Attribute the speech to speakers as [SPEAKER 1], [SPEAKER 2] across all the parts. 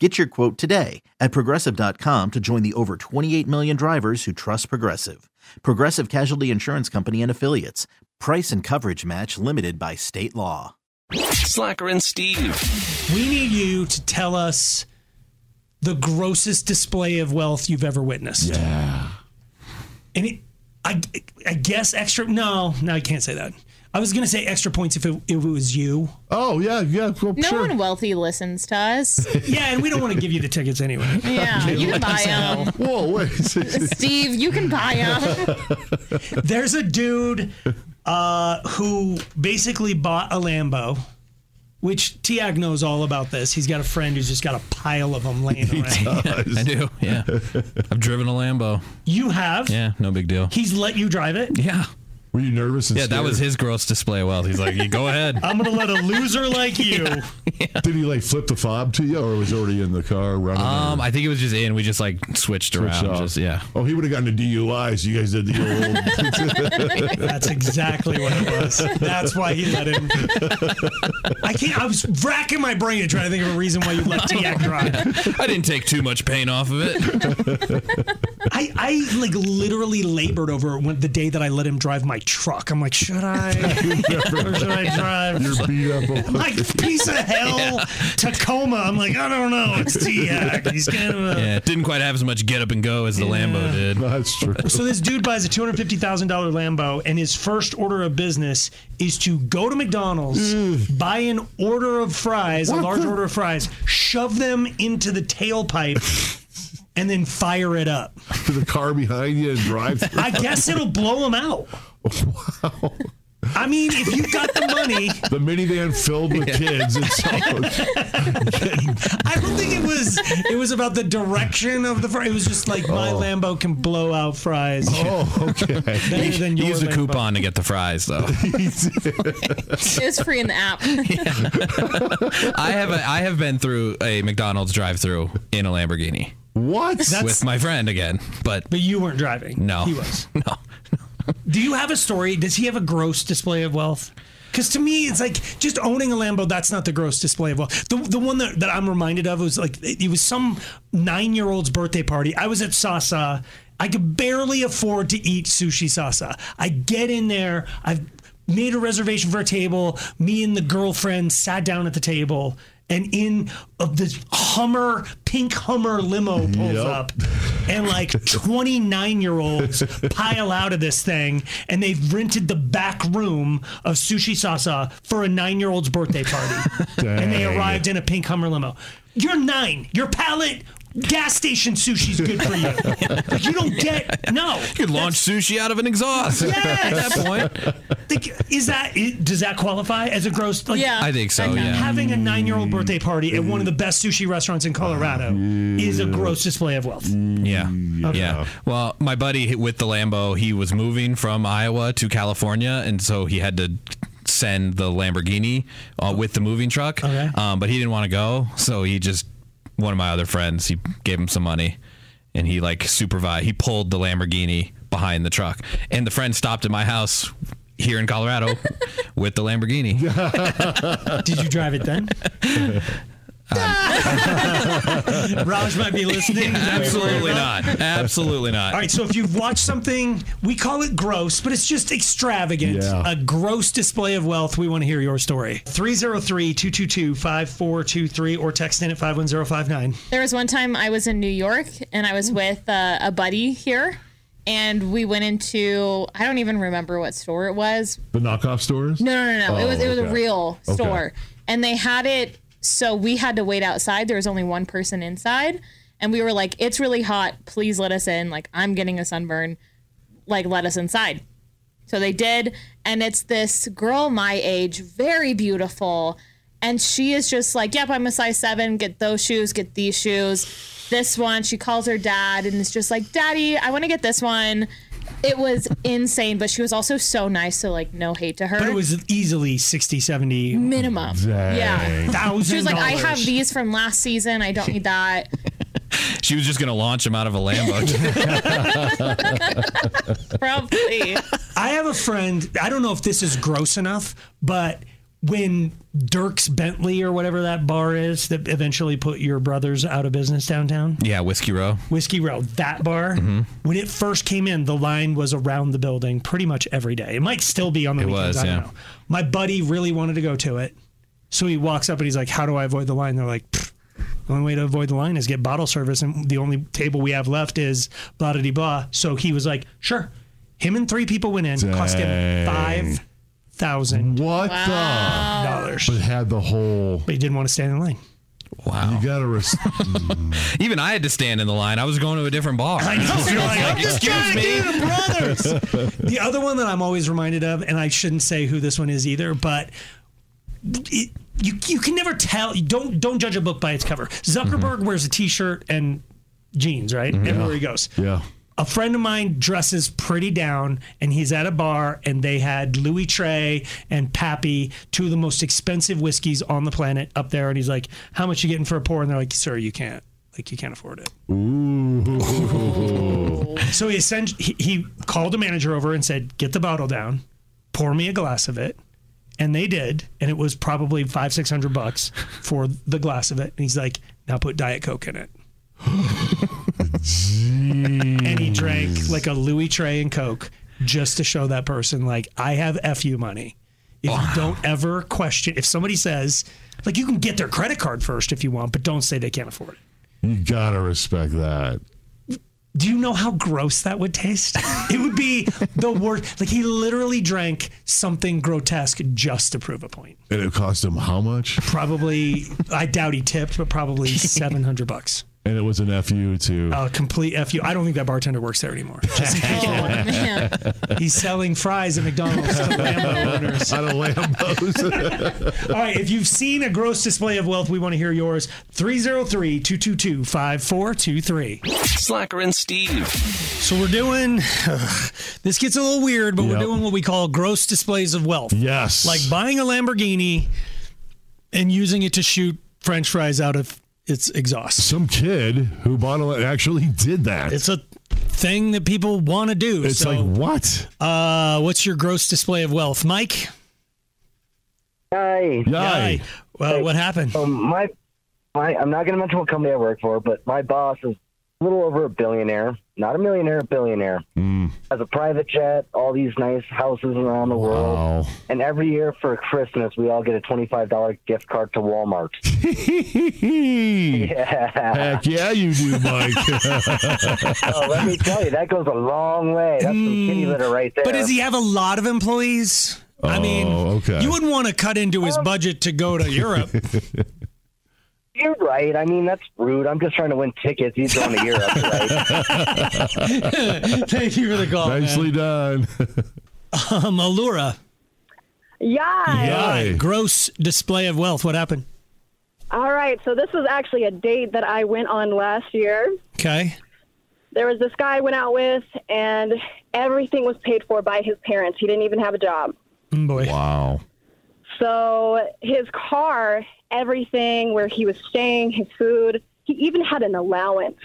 [SPEAKER 1] Get your quote today at progressive.com to join the over 28 million drivers who trust Progressive. Progressive Casualty Insurance Company and Affiliates. Price and coverage match limited by state law.
[SPEAKER 2] Slacker and Steve.
[SPEAKER 3] We need you to tell us the grossest display of wealth you've ever witnessed. Yeah. And it, I, I guess extra. No, no, I can't say that. I was gonna say extra points if it, if it was you.
[SPEAKER 4] Oh yeah, yeah, well,
[SPEAKER 5] No
[SPEAKER 4] sure.
[SPEAKER 5] one wealthy listens to us.
[SPEAKER 3] Yeah, and we don't want to give you the tickets anyway.
[SPEAKER 5] Yeah, you can buy them.
[SPEAKER 4] Whoa, wait.
[SPEAKER 5] Steve, you can buy them.
[SPEAKER 3] There's a dude uh, who basically bought a Lambo, which Tiag knows all about. This he's got a friend who's just got a pile of them laying around.
[SPEAKER 6] I do. Yeah. I've driven a Lambo.
[SPEAKER 3] You have.
[SPEAKER 6] Yeah, no big deal.
[SPEAKER 3] He's let you drive it.
[SPEAKER 6] Yeah.
[SPEAKER 4] Were you nervous? And
[SPEAKER 6] Yeah, that was
[SPEAKER 4] scared?
[SPEAKER 6] his gross display of wealth. He's like, "You go ahead.
[SPEAKER 3] I'm gonna let a loser like you.
[SPEAKER 4] Did he like flip the fob to you, or was he already in the car running?
[SPEAKER 6] Um, I think it was just in. We just like switched
[SPEAKER 4] or-
[SPEAKER 6] around. Just, yeah.
[SPEAKER 4] Oh, he would have gotten a DUI. So you guys did the old.
[SPEAKER 3] That's exactly what it was. That's why he let him. I can't. I was racking my brain to try to think of a reason why you let Tiak drive.
[SPEAKER 6] I didn't take too much pain off of it.
[SPEAKER 3] I, I like literally labored over it when, the day that I let him drive my truck. I'm like, should I? or should I drive?
[SPEAKER 4] You're beat up. old-
[SPEAKER 3] Like piece of hell, Tacoma. I'm like, I don't know. Oh, It's Tiak. He's kind of a.
[SPEAKER 6] Yeah, it didn't quite have as much get up and go as the Lambo did.
[SPEAKER 4] That's true.
[SPEAKER 3] So this dude buys a two hundred fifty thousand dollar Lambo, and his first order of business is to go to McDonald's, buy an order of fries, a large order of fries, shove them into the tailpipe, and then fire it up.
[SPEAKER 4] To the car behind you and drive. through.
[SPEAKER 3] I guess it'll blow them out. I mean, if you've got the money,
[SPEAKER 4] The minivan filled with kids. It's all,
[SPEAKER 3] I don't think it was. It was about the direction of the fry. It was just like my Lambo can blow out fries
[SPEAKER 4] oh, okay.
[SPEAKER 3] better than your
[SPEAKER 6] Use the
[SPEAKER 3] Lambo.
[SPEAKER 6] coupon to get the fries though.
[SPEAKER 5] It's free in the app.
[SPEAKER 6] I have a, I have been through a McDonald's drive-through in a Lamborghini
[SPEAKER 4] What?
[SPEAKER 3] That's-
[SPEAKER 6] with my friend again, but
[SPEAKER 3] But you weren't driving.
[SPEAKER 6] No.
[SPEAKER 3] He was. No. Do you have a story? Does he have a gross display of wealth? Because to me, it's like just owning a Lambo, that's not the gross display of wealth. The, the one that, that I'm reminded of was like, it was some nine year old's birthday party. I was at Sasa. I could barely afford to eat sushi Sasa. I get in there. I've made a reservation for a table. Me and the girlfriend sat down at the table. And in of this Hummer, pink Hummer limo pulls
[SPEAKER 4] Yep.
[SPEAKER 3] up, and like 29 year olds pile out of this thing and they've rented the back room of sushi sasa for a nine year old's birthday party and they
[SPEAKER 4] Dang.
[SPEAKER 3] arrived in a pink hummer limo you're nine your palate gas station sushi's good for you Like, you don't get no
[SPEAKER 6] you could launch sushi out of an exhaust at
[SPEAKER 3] Yes!
[SPEAKER 6] that point.
[SPEAKER 3] Like, is that i- does that qualify as a gross like
[SPEAKER 5] Yeah.
[SPEAKER 6] I think so.
[SPEAKER 5] Okay.
[SPEAKER 6] Yeah. Mm.
[SPEAKER 3] having a nine-year-old birthday party at one of the best sushi restaurants in colorado
[SPEAKER 6] Mm.
[SPEAKER 3] is a gross display of wealth
[SPEAKER 6] Yeah. Yeah. Well, my buddy with the Lambo, he was moving from Iowa to California, and so he had to send the Lamborghini uh, with the moving truck.
[SPEAKER 3] Okay.
[SPEAKER 6] Um, but he didn't want to go, so he just one of my other friends, he gave him some money, and he like supervised. He pulled the Lamborghini behind the truck, and the friend stopped at my house here in Colorado with the Lamborghini.
[SPEAKER 3] did you drive it then
[SPEAKER 6] Um,
[SPEAKER 3] Raj might be listening.
[SPEAKER 6] Absolutely not. Absolutely
[SPEAKER 3] All
[SPEAKER 6] not.
[SPEAKER 3] right, so if you've watched something, we call it gross, but it's just extravagant.
[SPEAKER 4] Yeah.
[SPEAKER 3] A gross display of wealth. We want to hear your story. 303 222 5423 or text in at 51059.
[SPEAKER 5] There was one time I was in New York and I was with uh, a buddy here, and we went into I don't even remember what store it was.
[SPEAKER 4] The knockoff stores?
[SPEAKER 5] No, no, no, no. it
[SPEAKER 4] Oh,
[SPEAKER 5] was it was
[SPEAKER 4] okay.
[SPEAKER 5] a real
[SPEAKER 4] Okay.
[SPEAKER 5] store, and they had it. So we had to wait outside. There was only one person inside, and we were like, "It's really hot. Please let us in. Like I'm getting a sunburn. Like let us inside." So they did, and it's this girl my age, very beautiful, and she is just like, "Yep, I'm a size seven. Get those shoes. Get these shoes." This one, she calls her dad, and is just like, "Daddy, I want to get this one." It was insane, but she was also so nice, so like no hate to her
[SPEAKER 3] But it was easily 60, 70
[SPEAKER 5] minimum.
[SPEAKER 4] Dang.
[SPEAKER 5] Yeah.
[SPEAKER 3] thousand.
[SPEAKER 5] She was like, I have
[SPEAKER 3] dollars.
[SPEAKER 5] these from last season. I don't need that.
[SPEAKER 6] She was just gonna launch him out of a Lambo.
[SPEAKER 5] Probably.
[SPEAKER 3] I have a friend. I don't know if this is gross enough, but when Dirk's Bentley or whatever that bar is that eventually put your brothers out of business downtown,
[SPEAKER 6] yeah, Whiskey Row.
[SPEAKER 3] Whiskey Row, that bar,
[SPEAKER 6] Mm-hmm.
[SPEAKER 3] when it first came in, the line was around the building pretty much every day. It might still be on the
[SPEAKER 6] It
[SPEAKER 3] weekends.
[SPEAKER 6] was,
[SPEAKER 3] I don't
[SPEAKER 6] yeah.
[SPEAKER 3] know. My buddy really wanted to go to it. So he walks up and he's like, How do I avoid the line? They're like, "Pfft, The only way to avoid the line is get bottle service. And the only table we have left is blah, blah, blah. So he was like, Sure. Him and three people went in, cost him
[SPEAKER 4] Dang.
[SPEAKER 3] $5,000.
[SPEAKER 4] What the? But had the whole.
[SPEAKER 3] But he didn't want to stand in line.
[SPEAKER 6] Wow.
[SPEAKER 4] You gotta. Res-
[SPEAKER 6] Even I had to stand in the line. I was going to a different bar.
[SPEAKER 3] You're like, I'm just
[SPEAKER 6] Excuse
[SPEAKER 3] trying to
[SPEAKER 6] me.
[SPEAKER 3] do the brothers. the other one that I'm always reminded of, and I shouldn't say who this one is either, but it, you you can never tell. You don't don't judge a book by its cover. Zuckerberg wears a t-shirt and jeans, right?
[SPEAKER 7] Mm-hmm.
[SPEAKER 3] Everywhere he goes.
[SPEAKER 4] Mm-hmm. yeah.
[SPEAKER 3] A friend of mine dresses pretty down, and he's at a bar, and they had Louis Trey and Pappy, two of the most expensive whiskeys on the planet, up there. And he's like, "How much you getting for a pour?" And they're like, "Sir, you can't. Like, you can't afford it." So he, essentially, he he called a manager over and said, "Get the bottle down, pour me a glass of it," and they did, and it was probably five six hundred bucks for the glass of it. And he's like, "Now put diet coke in it." and he drank like a Louis Trey and Coke just to show that person, like, I have fu money. If you don't ever question, if somebody says, like, you can get their credit card first if you want, but don't say they can't afford it.
[SPEAKER 4] You gotta respect that.
[SPEAKER 3] Do you know how gross that would taste? It would be the worst. Like he literally drank something grotesque just to prove a point.
[SPEAKER 4] And it cost him how much?
[SPEAKER 3] Probably, I doubt he tipped, but probably seven hundred bucks.
[SPEAKER 4] And it was an FU too.
[SPEAKER 3] A complete fu. I don't think that bartender works there anymore.
[SPEAKER 5] Oh, man.
[SPEAKER 3] He's selling fries at McDonald's to Lambo owners.
[SPEAKER 4] Out of Lambos.
[SPEAKER 3] All right, if you've seen a gross display of wealth, we want to hear yours. 303 222 5423.
[SPEAKER 2] Slacker and Steve.
[SPEAKER 3] So we're doing, this gets a little weird, but we're
[SPEAKER 4] Yep.
[SPEAKER 3] doing what we call gross displays of wealth.
[SPEAKER 4] yes.
[SPEAKER 3] Like buying a Lamborghini and using it to shoot french fries out of its exhaust.
[SPEAKER 4] some kid who bought a actually did that. It's,
[SPEAKER 3] It's a thing that people want to do. so,
[SPEAKER 4] like what?
[SPEAKER 3] uh, what's your gross display of wealth, Mike?
[SPEAKER 8] Hi.
[SPEAKER 4] Yay.
[SPEAKER 3] Well, what happened?
[SPEAKER 8] Um, my, my, I'm not going to mention what company I work for, but my boss is a little over a billionaire. Not a millionaire, a billionaire.
[SPEAKER 9] 嗯
[SPEAKER 8] Has a private jet, all these nice houses around the world.
[SPEAKER 4] Wow.
[SPEAKER 8] And every year for Christmas, we all get a $25 gift card to Walmart. Yeah.
[SPEAKER 4] Heck yeah, you do, Mike.
[SPEAKER 8] oh, let me tell you, that goes a long way. That's some kitty litter right there.
[SPEAKER 3] But does he have a lot of employees? I mean,
[SPEAKER 4] Oh, okay.
[SPEAKER 3] you wouldn't want to cut into
[SPEAKER 10] Oh.
[SPEAKER 3] his budget to go to Europe.
[SPEAKER 8] You're right. I mean, that's rude. I'm just trying to win tickets. He's going to Europe, right?
[SPEAKER 3] Thank you for the call.
[SPEAKER 4] Nicely done.
[SPEAKER 3] man. Um, Allura,
[SPEAKER 10] Yeah.
[SPEAKER 4] Yay.
[SPEAKER 3] gross display of wealth. What happened?
[SPEAKER 10] All right. So this was actually a date that I went on last year.
[SPEAKER 3] Okay.
[SPEAKER 10] There was this guy I went out with, and everything was paid for by his parents. He didn't even have a job.
[SPEAKER 3] Mm, boy.
[SPEAKER 4] Wow.
[SPEAKER 10] So his car, everything, where he was staying, his food, he even had an allowance.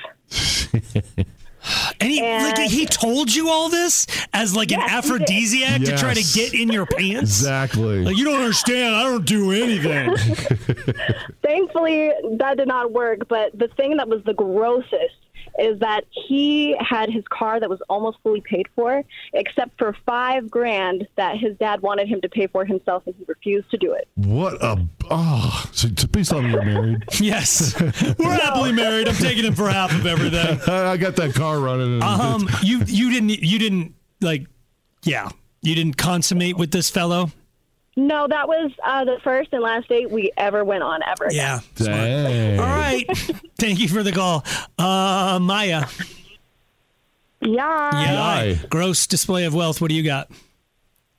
[SPEAKER 3] And he
[SPEAKER 10] And-
[SPEAKER 3] like he told you all this as like an
[SPEAKER 10] Yes, he did.
[SPEAKER 3] aphrodisiac to try to
[SPEAKER 4] Yes.
[SPEAKER 3] get in your pants.
[SPEAKER 4] Exactly.
[SPEAKER 3] Like you don't understand. I don't do anything.
[SPEAKER 10] Thankfully, that did not work. But the thing that was the grossest is that he had his car that was almost fully paid for, except for five grand that his dad wanted him to pay for himself, and he refused to do it.
[SPEAKER 4] What a oh! So, so please tell me you're married.
[SPEAKER 3] yes, we're happily married. I'm taking him for half of everything.
[SPEAKER 4] I I got that car running. and
[SPEAKER 3] Um, you you didn't you didn't like, yeah, you didn't consummate with this fellow.
[SPEAKER 10] No, that was uh, the first and last date we ever went on ever. again.
[SPEAKER 3] Yeah.
[SPEAKER 4] it's- Dang.
[SPEAKER 3] All right. Thank you for the call, uh, Maya.
[SPEAKER 10] Yeah.
[SPEAKER 3] Yeah.
[SPEAKER 4] Hi.
[SPEAKER 3] Gross display of wealth. What do you got?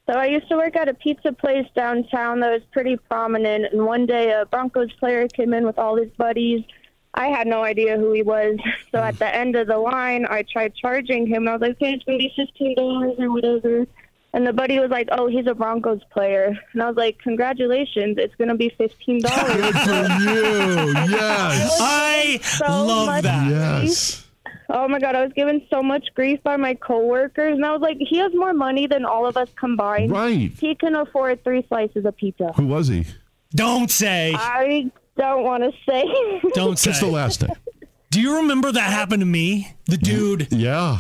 [SPEAKER 9] So I used to work at a pizza place downtown that was pretty prominent. And one day a Broncos player came in with all his buddies. I had no idea who he was. So at the end of the line, I tried charging him. I was like, okay, it's going to be $15 or whatever. And the buddy was like, oh, he's a Broncos player. And I was like, congratulations, it's going to be $15.
[SPEAKER 4] Good for you. Yes.
[SPEAKER 3] I
[SPEAKER 9] So
[SPEAKER 3] love
[SPEAKER 9] much-
[SPEAKER 3] that.
[SPEAKER 4] Yes.
[SPEAKER 9] oh my God, I was given so much grief by my coworkers. And I was like, he has more money than all of us combined.
[SPEAKER 4] Right.
[SPEAKER 9] He can afford three slices of pizza.
[SPEAKER 4] Who was he?
[SPEAKER 3] Don't say.
[SPEAKER 9] I don't want to say.
[SPEAKER 3] Don't say.
[SPEAKER 4] Just the last name.
[SPEAKER 3] Do you remember that happened to me? The dude
[SPEAKER 4] Yeah.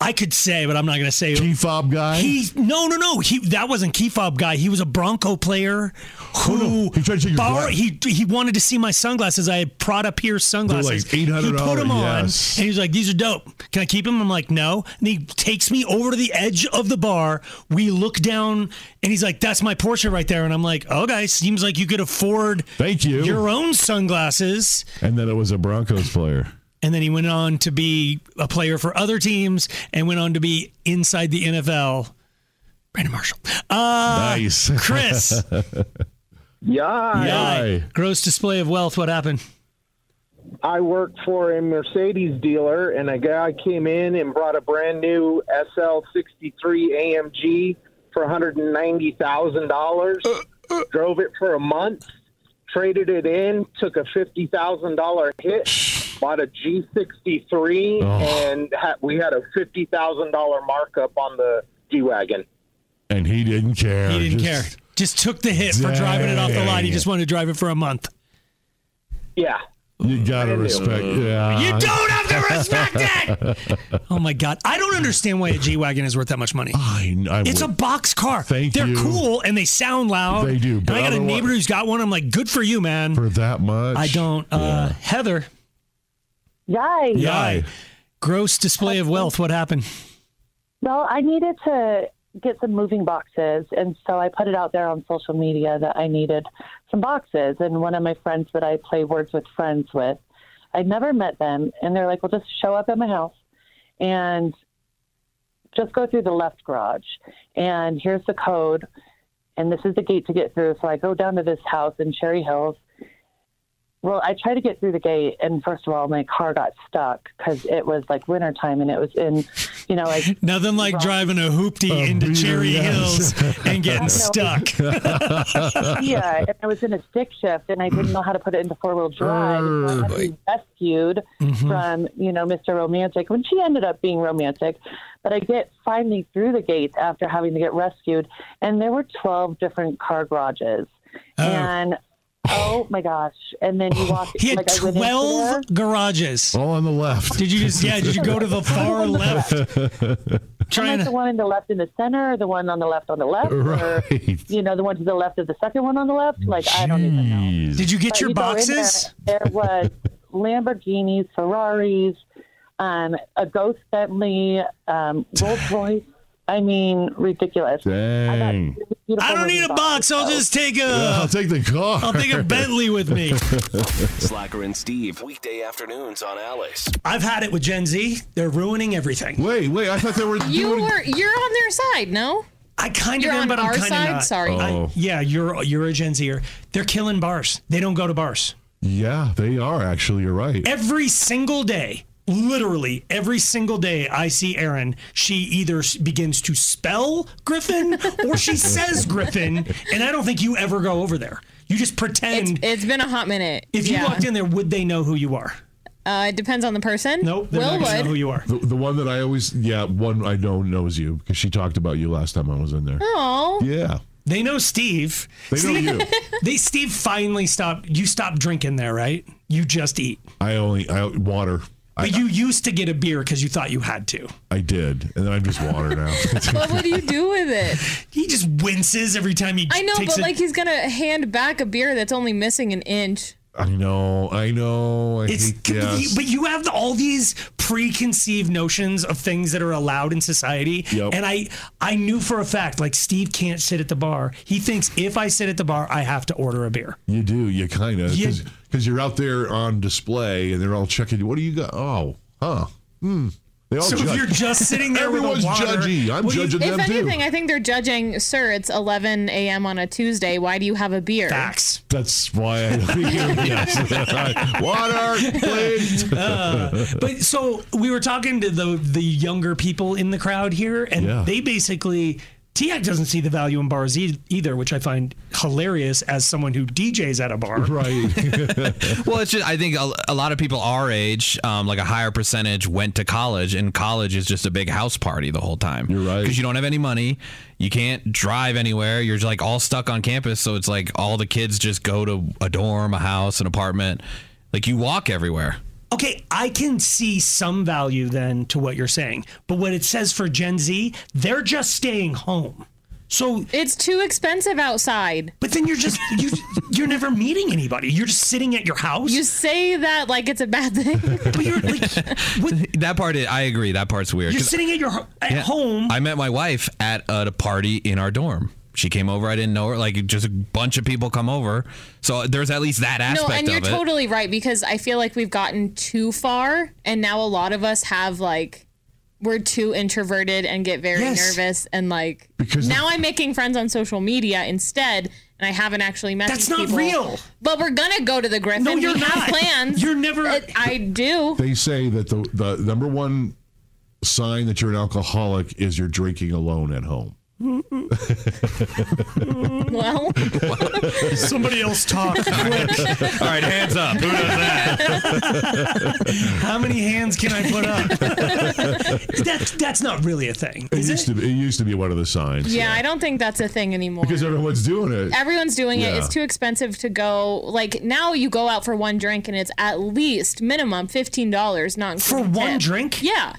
[SPEAKER 3] I could say, but I'm not gonna say.
[SPEAKER 4] Key
[SPEAKER 3] who.
[SPEAKER 4] fob guy.
[SPEAKER 3] He no no no. He that wasn't key fob guy. He was a Bronco player who
[SPEAKER 4] Oh, no. He tried to take your gla-
[SPEAKER 3] borrowed- he he wanted to see my sunglasses. I had Prada Pierce sunglasses.
[SPEAKER 4] They're like
[SPEAKER 3] he put
[SPEAKER 4] $800,
[SPEAKER 3] them on
[SPEAKER 4] yes.
[SPEAKER 3] and he was like, "These are dope. Can I keep them?" I'm like, "No." And he takes me over to the edge of the bar. We look down and he's like, "That's my Porsche right there." And I'm like, "Okay, seems like you could afford
[SPEAKER 4] Thank you.
[SPEAKER 3] your own sunglasses."
[SPEAKER 4] and then it was a Broncos player.
[SPEAKER 3] and then he went on to be a player for other teams and went on to be inside the NFL. Brandon Marshall. Uh,
[SPEAKER 4] nice.
[SPEAKER 3] Chris.
[SPEAKER 11] Yeah,
[SPEAKER 3] Yeah.
[SPEAKER 4] Hi.
[SPEAKER 3] Gross display of wealth. What happened?
[SPEAKER 11] I worked for a Mercedes dealer, and a guy came in and brought a brand new SL63 AMG for $190,000. Drove it for a month, traded it in, took a $50,000 hit, bought a G63, and ha- we had a $50,000 markup on the G Wagon.
[SPEAKER 4] And he didn't care.
[SPEAKER 3] He didn't care.
[SPEAKER 4] Uh, Just-
[SPEAKER 3] Just took the hit for driving it off the lot. He
[SPEAKER 4] Dang.
[SPEAKER 3] just wanted to drive it for a month.
[SPEAKER 11] Yeah.
[SPEAKER 4] You gotta respect. Yeah.
[SPEAKER 3] Mm. You don't have to respect it. Oh my god, I don't understand why a G wagon is worth that much money.
[SPEAKER 4] I, I
[SPEAKER 3] It's a
[SPEAKER 4] would-
[SPEAKER 3] box car.
[SPEAKER 4] Thank
[SPEAKER 3] They're
[SPEAKER 4] you.
[SPEAKER 3] cool and they sound loud.
[SPEAKER 4] They do,
[SPEAKER 3] And
[SPEAKER 4] but
[SPEAKER 3] I got a
[SPEAKER 4] otherwise-
[SPEAKER 3] neighbor who's got one. I'm like, good for you, man.
[SPEAKER 4] for that much.
[SPEAKER 3] I don't. Uh, Heather.
[SPEAKER 9] Yikes.
[SPEAKER 3] Yeah. Gross display of wealth. What happened?
[SPEAKER 9] Well, I needed to get some moving boxes, and so I put it out there on social media that I needed some boxes. And one of my friends that I play Words with Friends with, I'd never met them, and they're like, "Well, just show up at my house, and just go through the left garage, and here's the code, and this is the gate to get through." So I go down to this house in Cherry Hills. Well, I tried to get through the gate, and first of all, my car got stuck because it was like wintertime and it was in, you know, like
[SPEAKER 3] Nothing like driving a hoopty
[SPEAKER 4] A
[SPEAKER 3] into
[SPEAKER 4] beater,
[SPEAKER 3] Cherry
[SPEAKER 4] yes.
[SPEAKER 3] Hills and getting stuck.
[SPEAKER 9] yeah, and I was in a stick shift, and I didn't know how to put it into four wheel drive. and
[SPEAKER 3] Oh,
[SPEAKER 9] so I had to be rescued
[SPEAKER 3] Mm-hmm.
[SPEAKER 9] from you know Mr. Romantic, when she ended up being romantic. But I get finally through the gate after having to get rescued, and there were twelve different car garages, and oh my gosh! And then you walk.
[SPEAKER 3] He had
[SPEAKER 9] like, I went into there.
[SPEAKER 3] 12 garages.
[SPEAKER 4] All on the left.
[SPEAKER 3] Did you just, yeah, did you go to the far left?
[SPEAKER 9] I'm
[SPEAKER 3] Trying
[SPEAKER 9] like the
[SPEAKER 3] to,
[SPEAKER 9] one on the left in the center, or the one on the left on the left, or
[SPEAKER 4] Right.
[SPEAKER 9] you know the one to the left of the second one on the left. Like I don't even know.
[SPEAKER 4] Jeez.
[SPEAKER 3] did you get
[SPEAKER 9] But
[SPEAKER 3] your
[SPEAKER 9] you go in
[SPEAKER 3] boxes?
[SPEAKER 9] There, there was Lamborghinis, Ferraris, um, a ghost Bentley, um, Rolls Royce. I mean, ridiculous.
[SPEAKER 4] Dang.
[SPEAKER 9] Beautiful
[SPEAKER 3] I don't
[SPEAKER 9] looking
[SPEAKER 3] need a box. I'll
[SPEAKER 9] though.
[SPEAKER 3] just take
[SPEAKER 4] I'll
[SPEAKER 3] a,
[SPEAKER 4] take the car.
[SPEAKER 3] I'll take a Bentley with me.
[SPEAKER 2] Slacker and Steve, weekday afternoons on Alice.
[SPEAKER 3] I've had it with Gen Z. They're ruining everything.
[SPEAKER 4] Wait, wait. I thought they were.
[SPEAKER 5] You
[SPEAKER 4] doing-
[SPEAKER 5] were you're on their side, no?
[SPEAKER 3] I kind
[SPEAKER 5] You're
[SPEAKER 3] of am,
[SPEAKER 5] on
[SPEAKER 3] but I'm
[SPEAKER 5] our
[SPEAKER 3] kind of
[SPEAKER 5] side.
[SPEAKER 3] not.
[SPEAKER 5] Sorry.
[SPEAKER 3] I-
[SPEAKER 4] Oh.
[SPEAKER 3] yeah, you're you're a Gen Zer. They're killing bars. They don't go to bars.
[SPEAKER 4] Yeah, they are actually. You're right.
[SPEAKER 3] every single day literally every single day i see erin she either s- begins to spell griffin or she says griffin and i don't think you ever go over there you just
[SPEAKER 5] It's,
[SPEAKER 3] pretend
[SPEAKER 5] it's been a hot minute.
[SPEAKER 3] if you
[SPEAKER 5] yeah.
[SPEAKER 3] walked in there would they know who you are
[SPEAKER 5] Uh, it depends on the person. Nope. Will would.
[SPEAKER 3] you are.
[SPEAKER 4] The, the one that I always, yeah, one I know knows you because she talked about you last time I was in there.
[SPEAKER 5] Oh.
[SPEAKER 4] Yeah.
[SPEAKER 3] They know Steve.
[SPEAKER 4] They know
[SPEAKER 3] Steve,
[SPEAKER 4] you.
[SPEAKER 3] They Steve finally stopped. You stopped drinking there, right? You just eat.
[SPEAKER 4] I only, I water. I,
[SPEAKER 3] But you used to get a beer because you thought you had to.
[SPEAKER 4] I did. And then I'm just water now.
[SPEAKER 5] What would you do with it?
[SPEAKER 3] He just winces every time he.
[SPEAKER 5] I know,
[SPEAKER 3] takes
[SPEAKER 5] but
[SPEAKER 3] a-
[SPEAKER 5] like he's gonna hand back a beer that's only missing an inch.
[SPEAKER 4] I know. I know. I
[SPEAKER 3] It's,
[SPEAKER 4] hate yes.
[SPEAKER 3] but you have all these preconceived notions of things that are allowed in society,
[SPEAKER 4] Yep.
[SPEAKER 3] and I I knew for a fact like Steve can't sit at the bar. He thinks if I sit at the bar, I have to order a beer.
[SPEAKER 4] You do. You kind of
[SPEAKER 3] Yeah.
[SPEAKER 4] because you're out there on display and they're all checking. you. What do you got? Oh, huh? Hmm. They all
[SPEAKER 3] So if
[SPEAKER 4] judge.
[SPEAKER 3] you're just sitting there with a
[SPEAKER 4] Everyone's
[SPEAKER 3] water-
[SPEAKER 4] judgy. I'm
[SPEAKER 3] Well, you-
[SPEAKER 4] judging
[SPEAKER 5] If
[SPEAKER 4] them
[SPEAKER 5] anything,
[SPEAKER 4] too.
[SPEAKER 5] I think they're judging. Sir, it's 11 a.m. on a Tuesday. Why do you have a beer?
[SPEAKER 3] Facts.
[SPEAKER 4] That's why I think yes. water, please.
[SPEAKER 3] Uh, but so we were talking to the the younger people in the crowd here, and
[SPEAKER 4] Yeah.
[SPEAKER 3] they basically. TAC doesn't see the value in bars e- either, which I find hilarious as someone who DJs at a bar.
[SPEAKER 4] Right.
[SPEAKER 6] well, it's just I think a, a lot of people our age, um, like a higher percentage, went to college, and college is just a big house party the whole time. You're right because you don't have any money, you can't drive anywhere. You're just like all stuck on campus, so it's like all the kids just go to a dorm, a house, an apartment. Like you walk everywhere.
[SPEAKER 3] Okay, I can see some value then to what you're saying, but what it says for Gen Z, they're just staying home. So
[SPEAKER 5] it's too expensive outside.
[SPEAKER 3] But then you're just you you're never meeting anybody. You're just sitting at your house.
[SPEAKER 5] You say that like it's a bad thing.
[SPEAKER 6] that part, I agree. That part's weird.
[SPEAKER 3] You're
[SPEAKER 6] 'Cause-
[SPEAKER 3] sitting at your ho- at
[SPEAKER 6] Yeah.
[SPEAKER 3] home.
[SPEAKER 6] I met my wife at a party in our dorm. She came over. I didn't know her. Like just a bunch of people come over. So there's at least that aspect
[SPEAKER 5] no, and you're
[SPEAKER 6] of it.
[SPEAKER 5] totally right because I feel like we've gotten too far, and now a lot of us have like we're too introverted and get very
[SPEAKER 12] Yes.
[SPEAKER 5] nervous and like now I'm making friends on social media instead, and I haven't actually met.
[SPEAKER 3] That's
[SPEAKER 5] these
[SPEAKER 3] not
[SPEAKER 5] people.
[SPEAKER 3] real.
[SPEAKER 5] But we're gonna go to the Griffin.
[SPEAKER 3] No, you're
[SPEAKER 5] we
[SPEAKER 3] not.
[SPEAKER 5] Have plans. Uh,
[SPEAKER 3] You're never.
[SPEAKER 5] I do.
[SPEAKER 4] They say that the the number one sign that you're an alcoholic is you're drinking alone at home.
[SPEAKER 5] well,
[SPEAKER 3] somebody else talk.
[SPEAKER 6] All right, hands up. Who does that?
[SPEAKER 3] How many hands can I put up? that's that's not really a thing.
[SPEAKER 4] It used to be, it used to be one of the signs
[SPEAKER 5] yeah, I don't think that's a thing anymore.
[SPEAKER 4] because everyone's doing it.
[SPEAKER 5] Everyone's doing it.
[SPEAKER 4] Yeah.
[SPEAKER 5] It's too expensive to go. Like now, you go out for one drink, and it's at least minimum fifteen dollars, not
[SPEAKER 3] For
[SPEAKER 5] including
[SPEAKER 3] one
[SPEAKER 5] tip.
[SPEAKER 3] drink?
[SPEAKER 5] Yeah,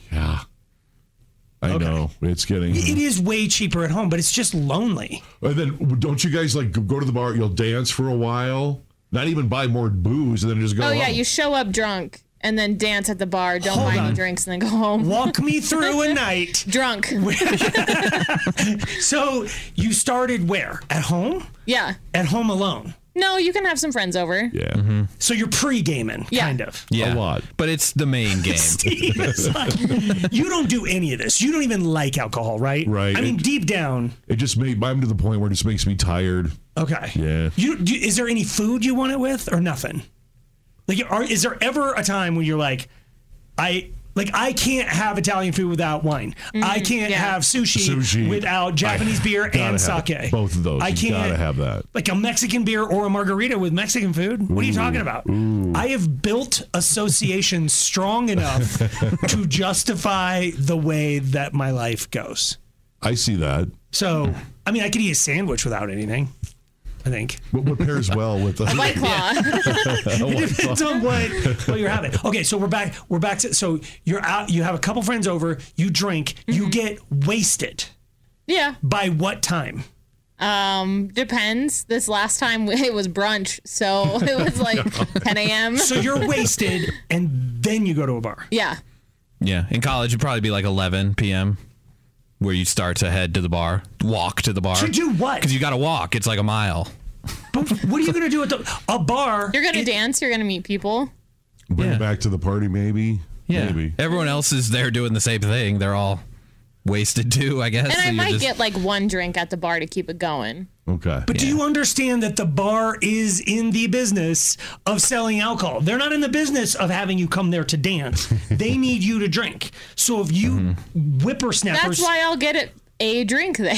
[SPEAKER 4] I know it's getting.
[SPEAKER 3] It is way cheaper at home, but it's just lonely.
[SPEAKER 4] And then don't you guys like go to the bar? You'll dance for a while, not even buy more booze, and then just go.
[SPEAKER 5] oh yeah,
[SPEAKER 4] home.
[SPEAKER 5] you show up drunk and then dance at the bar, don't buy any drinks, and then go home.
[SPEAKER 3] Walk me through a night
[SPEAKER 5] drunk.
[SPEAKER 3] so you started where? At home?
[SPEAKER 5] yeah.
[SPEAKER 3] At home alone.
[SPEAKER 5] No, you can have some friends over.
[SPEAKER 4] Yeah.
[SPEAKER 3] So you're pre-gaming, kind of.
[SPEAKER 6] Mm-hmm. Yeah, a lot. But it's the main game.
[SPEAKER 3] Steve is like,
[SPEAKER 4] "Oh,
[SPEAKER 3] you don't do any of this. You don't even like alcohol, right?
[SPEAKER 4] Right.
[SPEAKER 3] I mean, deep down.
[SPEAKER 4] It just made. I'm to the point where it just makes me tired.
[SPEAKER 3] Okay.
[SPEAKER 4] Yeah.
[SPEAKER 3] You, do, is there any food you want it with, or nothing? Like, are, is there ever a time when you're like, I like I can't have Italian food without wine. I can't have sushi,
[SPEAKER 4] Sushi.
[SPEAKER 3] without Japanese
[SPEAKER 4] I-
[SPEAKER 3] beer
[SPEAKER 4] gotta
[SPEAKER 3] and
[SPEAKER 4] have
[SPEAKER 3] sake.
[SPEAKER 4] Both of those.
[SPEAKER 3] I
[SPEAKER 4] You
[SPEAKER 3] can't
[SPEAKER 4] gotta have that.
[SPEAKER 3] Like a Mexican beer or a margarita with Mexican food? What are you talking about? I have built associations strong enough to justify the way that my life goes.
[SPEAKER 4] I see that.
[SPEAKER 3] So, I mean, I could eat a sandwich without anything, I think.
[SPEAKER 4] What, what pairs well with the
[SPEAKER 3] A White Claw.
[SPEAKER 4] A White
[SPEAKER 3] it depends
[SPEAKER 4] Claw.
[SPEAKER 3] on what, what you're having. Okay, so we're back. We're back to so you're out. You have a couple friends over. You drink. You get wasted.
[SPEAKER 5] Yeah.
[SPEAKER 3] By what time?
[SPEAKER 5] Um, depends. This last time it was brunch, so it was like 10 a.m.
[SPEAKER 3] So you're wasted, and then you go to a bar.
[SPEAKER 5] Yeah.
[SPEAKER 6] Yeah, in college it'd probably be like 11 p.m. where you start to head to the bar, walk to the bar.
[SPEAKER 3] To do what?
[SPEAKER 6] Because you got to walk. It's like a mile.
[SPEAKER 3] But what are you gonna do at the, a bar?
[SPEAKER 5] You're gonna dance. You're gonna meet people.
[SPEAKER 4] Bring it back to the party, maybe.
[SPEAKER 6] Yeah.
[SPEAKER 4] Maybe.
[SPEAKER 6] Everyone else is there doing the same thing. They're all wasted too, I guess.
[SPEAKER 5] and
[SPEAKER 6] so
[SPEAKER 5] I
[SPEAKER 6] you're
[SPEAKER 5] might
[SPEAKER 6] just-
[SPEAKER 5] get like one drink at the bar to keep it going.
[SPEAKER 4] Okay.
[SPEAKER 3] But do you understand that the bar is in the business of selling alcohol? They're not in the business of having you come there to dance. they need you to drink. So if you whippersnappers,
[SPEAKER 5] That's why I'll get it
[SPEAKER 13] a drink there.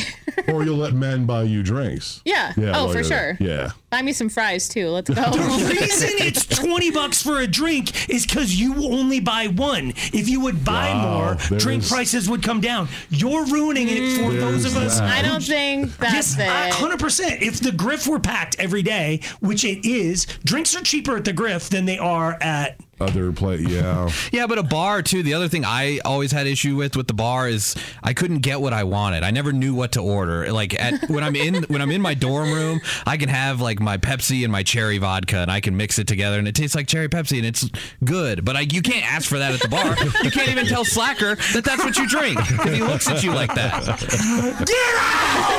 [SPEAKER 7] or you'll let men buy you drinks.
[SPEAKER 13] Yeah. Oh,
[SPEAKER 7] while
[SPEAKER 13] for
[SPEAKER 7] you're there.
[SPEAKER 13] sure.
[SPEAKER 7] Yeah.
[SPEAKER 13] Buy me some fries too. Let's go.
[SPEAKER 3] The reason it's 20 bucks for a drink is because you only buy one. If you would buy
[SPEAKER 7] Wow,
[SPEAKER 3] more,
[SPEAKER 7] there
[SPEAKER 3] drink
[SPEAKER 7] is-
[SPEAKER 3] prices would come down. You're ruining it for those of us.
[SPEAKER 13] I
[SPEAKER 3] who
[SPEAKER 13] don't think that's
[SPEAKER 3] yes, I-
[SPEAKER 13] it.
[SPEAKER 3] 100%. If the Griff were packed every day, which it is, drinks are cheaper at the Griff than they are at.
[SPEAKER 7] Other play. Yeah.
[SPEAKER 6] Yeah, but a bar too. The other thing I always had issue with with the bar is I couldn't get what I wanted. I never knew what to order. Like at when I'm in when I'm in my dorm room, I can have like my Pepsi and my cherry vodka, and I can mix it together, and it tastes like cherry Pepsi, and it's good. But I, you can't ask for that at the bar. You can't even tell Slacker that that's what you drink if he looks at you like that.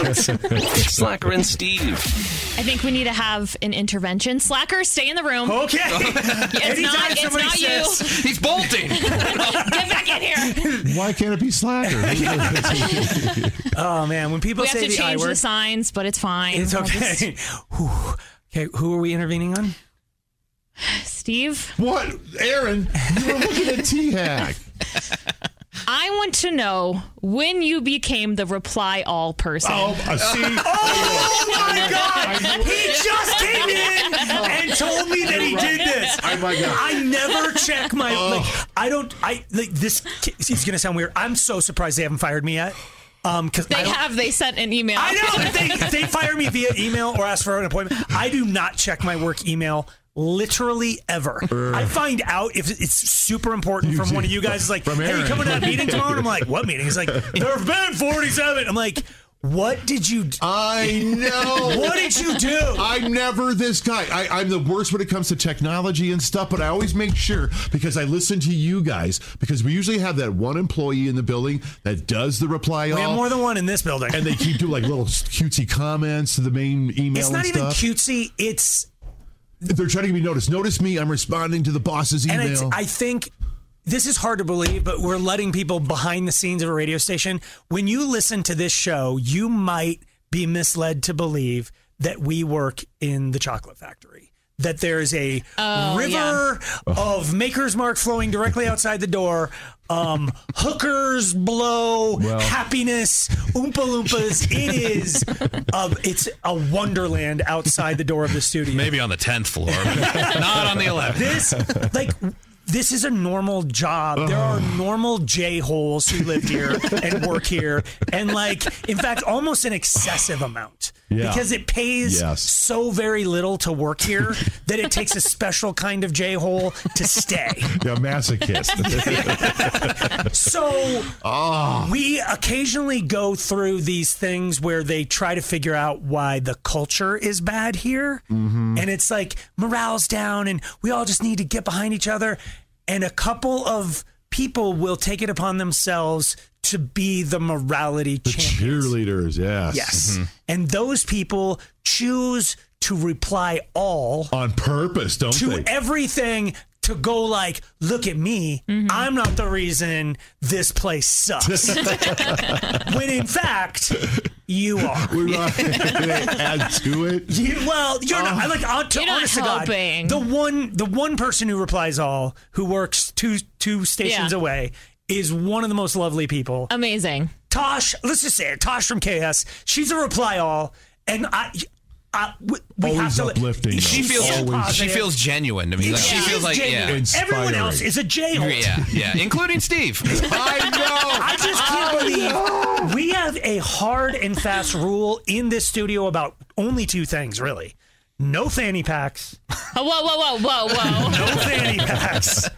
[SPEAKER 2] Slacker and Steve.
[SPEAKER 5] I think we need to have an intervention. Slacker, stay in the room.
[SPEAKER 3] Okay.
[SPEAKER 5] it's not, it's not you.
[SPEAKER 6] He's bolting.
[SPEAKER 5] Get back in here.
[SPEAKER 7] Why can't it be slacker?
[SPEAKER 3] oh, man. When people
[SPEAKER 5] we have
[SPEAKER 3] say
[SPEAKER 5] to
[SPEAKER 3] the I
[SPEAKER 5] change the
[SPEAKER 3] word,
[SPEAKER 5] signs, but it's fine.
[SPEAKER 3] it's
[SPEAKER 5] We'll just-
[SPEAKER 3] okay. Whew. Okay, who are we intervening on?
[SPEAKER 5] Steve?
[SPEAKER 7] What? Aaron, you were looking at T Hack.
[SPEAKER 5] I want to know when you became the reply all person.
[SPEAKER 7] Oh,
[SPEAKER 3] uh,
[SPEAKER 7] I see.
[SPEAKER 3] Oh my God! He just came in and told me that he
[SPEAKER 5] You're
[SPEAKER 3] did
[SPEAKER 5] right.
[SPEAKER 3] this.
[SPEAKER 5] Oh my God. Oh.
[SPEAKER 3] I never check my. Like, I don't. I like this. ki- It's gonna sound weird. I'm so surprised they haven't fired me yet. Um, because
[SPEAKER 5] They have. They sent an email.
[SPEAKER 3] I know if they, if they fire me via email or ask for an appointment, I do not check my work email literally ever. I find out if it's super important from one of you guys. It's like,
[SPEAKER 7] From
[SPEAKER 3] hey, you
[SPEAKER 7] Aaron.
[SPEAKER 3] coming to that meeting tomorrow? And I'm like, what meeting? He's like, there have been 47. I'm like, what did you? d-
[SPEAKER 7] I know.
[SPEAKER 3] what did you do?
[SPEAKER 7] I'm never this guy. I, I'm the worst when it comes to technology and stuff, but I always make sure because I listen to you guys because we usually have that one employee in the building that does the reply
[SPEAKER 3] we have
[SPEAKER 7] all.
[SPEAKER 3] more than one in this building.
[SPEAKER 7] and they keep doing like little cutesy comments to the main email.
[SPEAKER 3] It's not
[SPEAKER 7] and
[SPEAKER 3] even
[SPEAKER 7] stuff.
[SPEAKER 3] cutesy. It's
[SPEAKER 7] They're trying to be noticed. Notice me. I'm responding to the boss's
[SPEAKER 3] and
[SPEAKER 7] email.
[SPEAKER 3] it's, I think this is hard to believe, but we're letting people behind the scenes of a radio station. When you listen to this show, you might be misled to believe that we work in the chocolate factory. That there is a
[SPEAKER 5] Oh,
[SPEAKER 3] river of Maker's Mark flowing directly outside the door, um, hookers blow, happiness, oompa loompas. It is, a, it's a wonderland outside the door of the studio.
[SPEAKER 6] Maybe on the tenth floor, but not on the eleventh.
[SPEAKER 3] This like this is a normal job. There are normal J holes who live here and work here, and like in fact, almost an excessive amount
[SPEAKER 7] Yeah.
[SPEAKER 3] because it pays
[SPEAKER 7] Yes.
[SPEAKER 3] so very little to work here that it takes a special kind of J hole to stay.
[SPEAKER 7] yeah, masochist.
[SPEAKER 3] So we occasionally go through these things where they try to figure out why the culture is bad here. And it's like morale's down and we all just need to get behind each other. And a couple of people will take it upon themselves to be the morality champion.
[SPEAKER 7] Cheerleaders. Yes. Mm-hmm.
[SPEAKER 3] Yes. And those people choose to reply all
[SPEAKER 7] On purpose, don't
[SPEAKER 3] to
[SPEAKER 7] they?
[SPEAKER 3] everything to go like, look at me. I'm not the reason this place sucks. when in fact, you are.
[SPEAKER 7] we are, they add to it.
[SPEAKER 3] You, well, you're not. I like. I'll t-
[SPEAKER 5] You're not
[SPEAKER 3] honest to God,
[SPEAKER 5] helping.
[SPEAKER 3] the one, the one person who replies all, who works two two stations
[SPEAKER 5] Yeah.
[SPEAKER 3] away, is one of the most lovely people.
[SPEAKER 5] Amazing.
[SPEAKER 3] Tosh, let's just say it. Tosh from KS. She's a reply all, and I. I we we have
[SPEAKER 7] Always
[SPEAKER 3] to let-
[SPEAKER 7] uplifting, though.
[SPEAKER 6] She feels
[SPEAKER 7] Always.
[SPEAKER 6] she feels genuine to me. Like, she
[SPEAKER 3] She's
[SPEAKER 6] feels like
[SPEAKER 3] genuine.
[SPEAKER 6] yeah.
[SPEAKER 3] Everyone else
[SPEAKER 7] Inspiring.
[SPEAKER 3] is a jail.
[SPEAKER 6] Yeah, yeah, including Steve.
[SPEAKER 7] I know.
[SPEAKER 3] I just can't believe we have a hard and fast rule in this studio about only two things, really. No fanny packs,
[SPEAKER 5] Oh, whoa, whoa, whoa, whoa, whoa.
[SPEAKER 3] no fanny packs,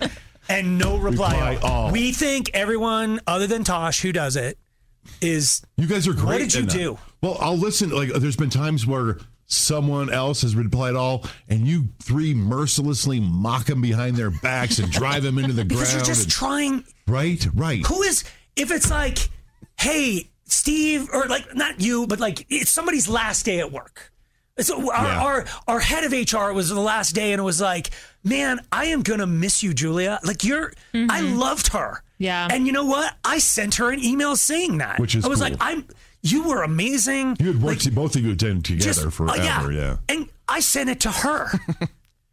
[SPEAKER 3] and no reply.
[SPEAKER 7] Reply all.
[SPEAKER 3] We think everyone other than Tosh who does it is
[SPEAKER 7] You guys are great.
[SPEAKER 3] What did you
[SPEAKER 7] in that.
[SPEAKER 3] do?
[SPEAKER 7] Well, I'll listen. Like, there's been times where someone else has replied all, and you three mercilessly mock them behind their backs and drive them into the
[SPEAKER 3] because
[SPEAKER 7] ground.
[SPEAKER 3] you're just
[SPEAKER 7] and-
[SPEAKER 3] trying.
[SPEAKER 7] right, right.
[SPEAKER 3] Who is if it's like, hey, Steve, or like not you, but like it's somebody's last day at work. So our,
[SPEAKER 7] Yeah.
[SPEAKER 3] our our head of HR was the last day, and it was like, man, I am gonna miss you, Julia. Like you're, I loved her.
[SPEAKER 5] Yeah.
[SPEAKER 3] And you know what? I sent her an email saying that,
[SPEAKER 7] Which is
[SPEAKER 3] I was
[SPEAKER 7] cool.
[SPEAKER 3] like, I'm, you were amazing.
[SPEAKER 7] You had worked, both of you had been together
[SPEAKER 3] Just-
[SPEAKER 7] forever.
[SPEAKER 3] uh,
[SPEAKER 7] yeah.
[SPEAKER 3] And I sent it to her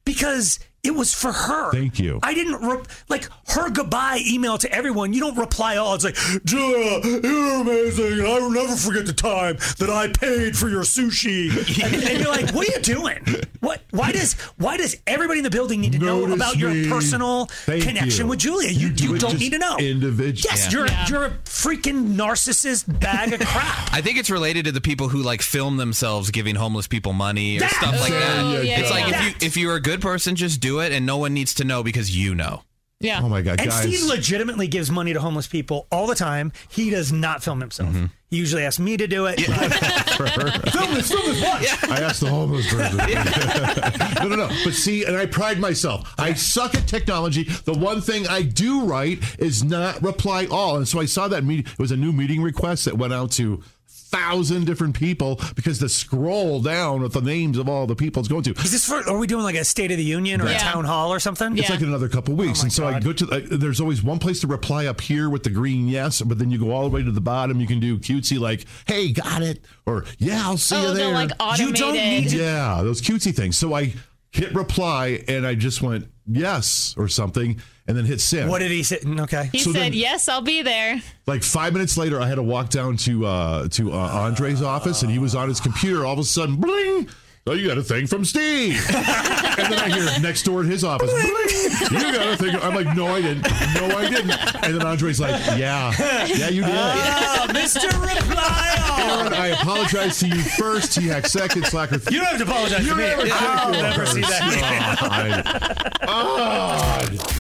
[SPEAKER 3] because it was for her.
[SPEAKER 7] Thank you.
[SPEAKER 3] I didn't re- like her her goodbye email to everyone, you don't reply all. It's like, Julia, you're amazing. and I will never forget the time that I paid for your sushi. and, and you're like, what are you doing? What? Why does Why does everybody in the building need to know
[SPEAKER 7] Notice
[SPEAKER 3] about your
[SPEAKER 7] me.
[SPEAKER 3] personal
[SPEAKER 7] Thank
[SPEAKER 3] connection
[SPEAKER 7] you.
[SPEAKER 3] with Julia? You,
[SPEAKER 7] You do
[SPEAKER 3] you,
[SPEAKER 7] it
[SPEAKER 3] don't
[SPEAKER 7] just
[SPEAKER 3] need to know.
[SPEAKER 7] individually.
[SPEAKER 3] Yes,
[SPEAKER 6] Yeah.
[SPEAKER 3] you're you're a freaking narcissist bag of crap.
[SPEAKER 6] I think it's related to the people who like film themselves giving homeless people money or stuff like
[SPEAKER 3] There
[SPEAKER 6] that.
[SPEAKER 3] you
[SPEAKER 6] it's
[SPEAKER 3] go.
[SPEAKER 6] like if you if you're a good person, just do it, and no one needs to know because you know.
[SPEAKER 5] Yeah.
[SPEAKER 7] Oh my god,
[SPEAKER 3] And
[SPEAKER 7] guys.
[SPEAKER 3] Steve legitimately gives money to homeless people all the time. He does not film himself.
[SPEAKER 7] Mm-hmm.
[SPEAKER 3] He usually asks me to do it. film this, film this, watch.
[SPEAKER 7] I asked the homeless person. no, no, no. But see, and I pride myself. I suck at technology. The one thing I do right is not reply all. And so I saw that meeting. It was a new meeting request that went out to thousand different people because the scroll down with the names of all the people it's going to.
[SPEAKER 3] Is this for? Are we doing like a State of the Union or
[SPEAKER 7] Yeah.
[SPEAKER 3] a town hall or something? Oh
[SPEAKER 7] It's like in another couple weeks, and so I go to. Uh, there's always one place to reply up here with the green yes, but then you go all the way to the bottom. You can do cutesy like, "Hey, got it," or "Yeah, I'll see
[SPEAKER 5] Oh,
[SPEAKER 7] you
[SPEAKER 5] the,
[SPEAKER 7] there."
[SPEAKER 5] like, You don't automated- need to-
[SPEAKER 7] Yeah, those cutesy things. So I hit reply, and I just went yes or something, and then hit send.
[SPEAKER 3] What did he say? Mm, Okay,
[SPEAKER 5] He
[SPEAKER 7] So
[SPEAKER 5] said,
[SPEAKER 7] then-
[SPEAKER 5] "Yes, I'll be there."
[SPEAKER 7] Like five minutes later, I had to walk down to uh, to uh, Andre's office, and he was on his computer. All of a sudden, bling! Oh, you got a thing from Steve. and then I hear it next door in his office. Bling! You got a thing. I'm like, no, I didn't. No, I didn't. And then Andre's like, yeah, yeah, you did.
[SPEAKER 3] Oh, Mr. Reply All.
[SPEAKER 7] Aaron, I apologize to you first. T Hack second. Slacker. third.
[SPEAKER 3] You don't have to apologize
[SPEAKER 7] You
[SPEAKER 3] to me.
[SPEAKER 7] never did.
[SPEAKER 3] I'll never see that.
[SPEAKER 7] God. God.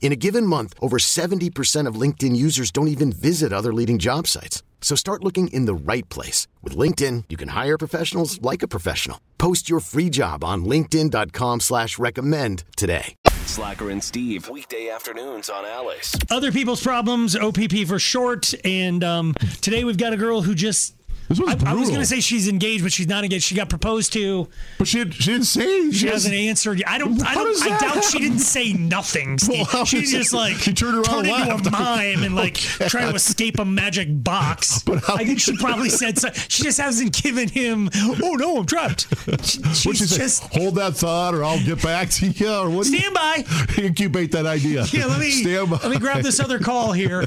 [SPEAKER 14] In a given month, over 70% of LinkedIn users don't even visit other leading job sites. So start looking in the right place. With LinkedIn, you can hire professionals like a professional. Post your free job on linkedin.com/recommend slash recommend today.
[SPEAKER 2] Slacker and Steve, weekday afternoons on Alice.
[SPEAKER 3] Other people's problems, OPP for short. And um, today we've got a girl who just.
[SPEAKER 7] This was
[SPEAKER 3] I, I was
[SPEAKER 7] brutal.
[SPEAKER 3] going to say she's engaged, but she's not engaged. She got proposed to.
[SPEAKER 7] But she, she didn't say.
[SPEAKER 3] She hasn't answered. I don't. I
[SPEAKER 7] How does
[SPEAKER 3] don't. I
[SPEAKER 7] that
[SPEAKER 3] doubt she
[SPEAKER 7] happen?
[SPEAKER 3] didn't say nothing. Steve.
[SPEAKER 7] how
[SPEAKER 3] she's
[SPEAKER 7] does it-
[SPEAKER 3] just like
[SPEAKER 7] She turned around and
[SPEAKER 3] into a
[SPEAKER 7] laughed.
[SPEAKER 3] mime and like
[SPEAKER 7] Oh,
[SPEAKER 3] trying to
[SPEAKER 7] God.
[SPEAKER 3] escape a magic box.
[SPEAKER 7] But how-
[SPEAKER 3] I think she probably said so. She just hasn't given him. Oh no, I'm trapped. She-
[SPEAKER 7] What'd she
[SPEAKER 3] she's
[SPEAKER 7] say?
[SPEAKER 3] just
[SPEAKER 7] hold that thought, or I'll get back to you. Or what? do you-
[SPEAKER 3] stand by.
[SPEAKER 7] Incubate that idea.
[SPEAKER 3] Yeah, let me
[SPEAKER 7] Stand by.
[SPEAKER 3] let me grab this other call here.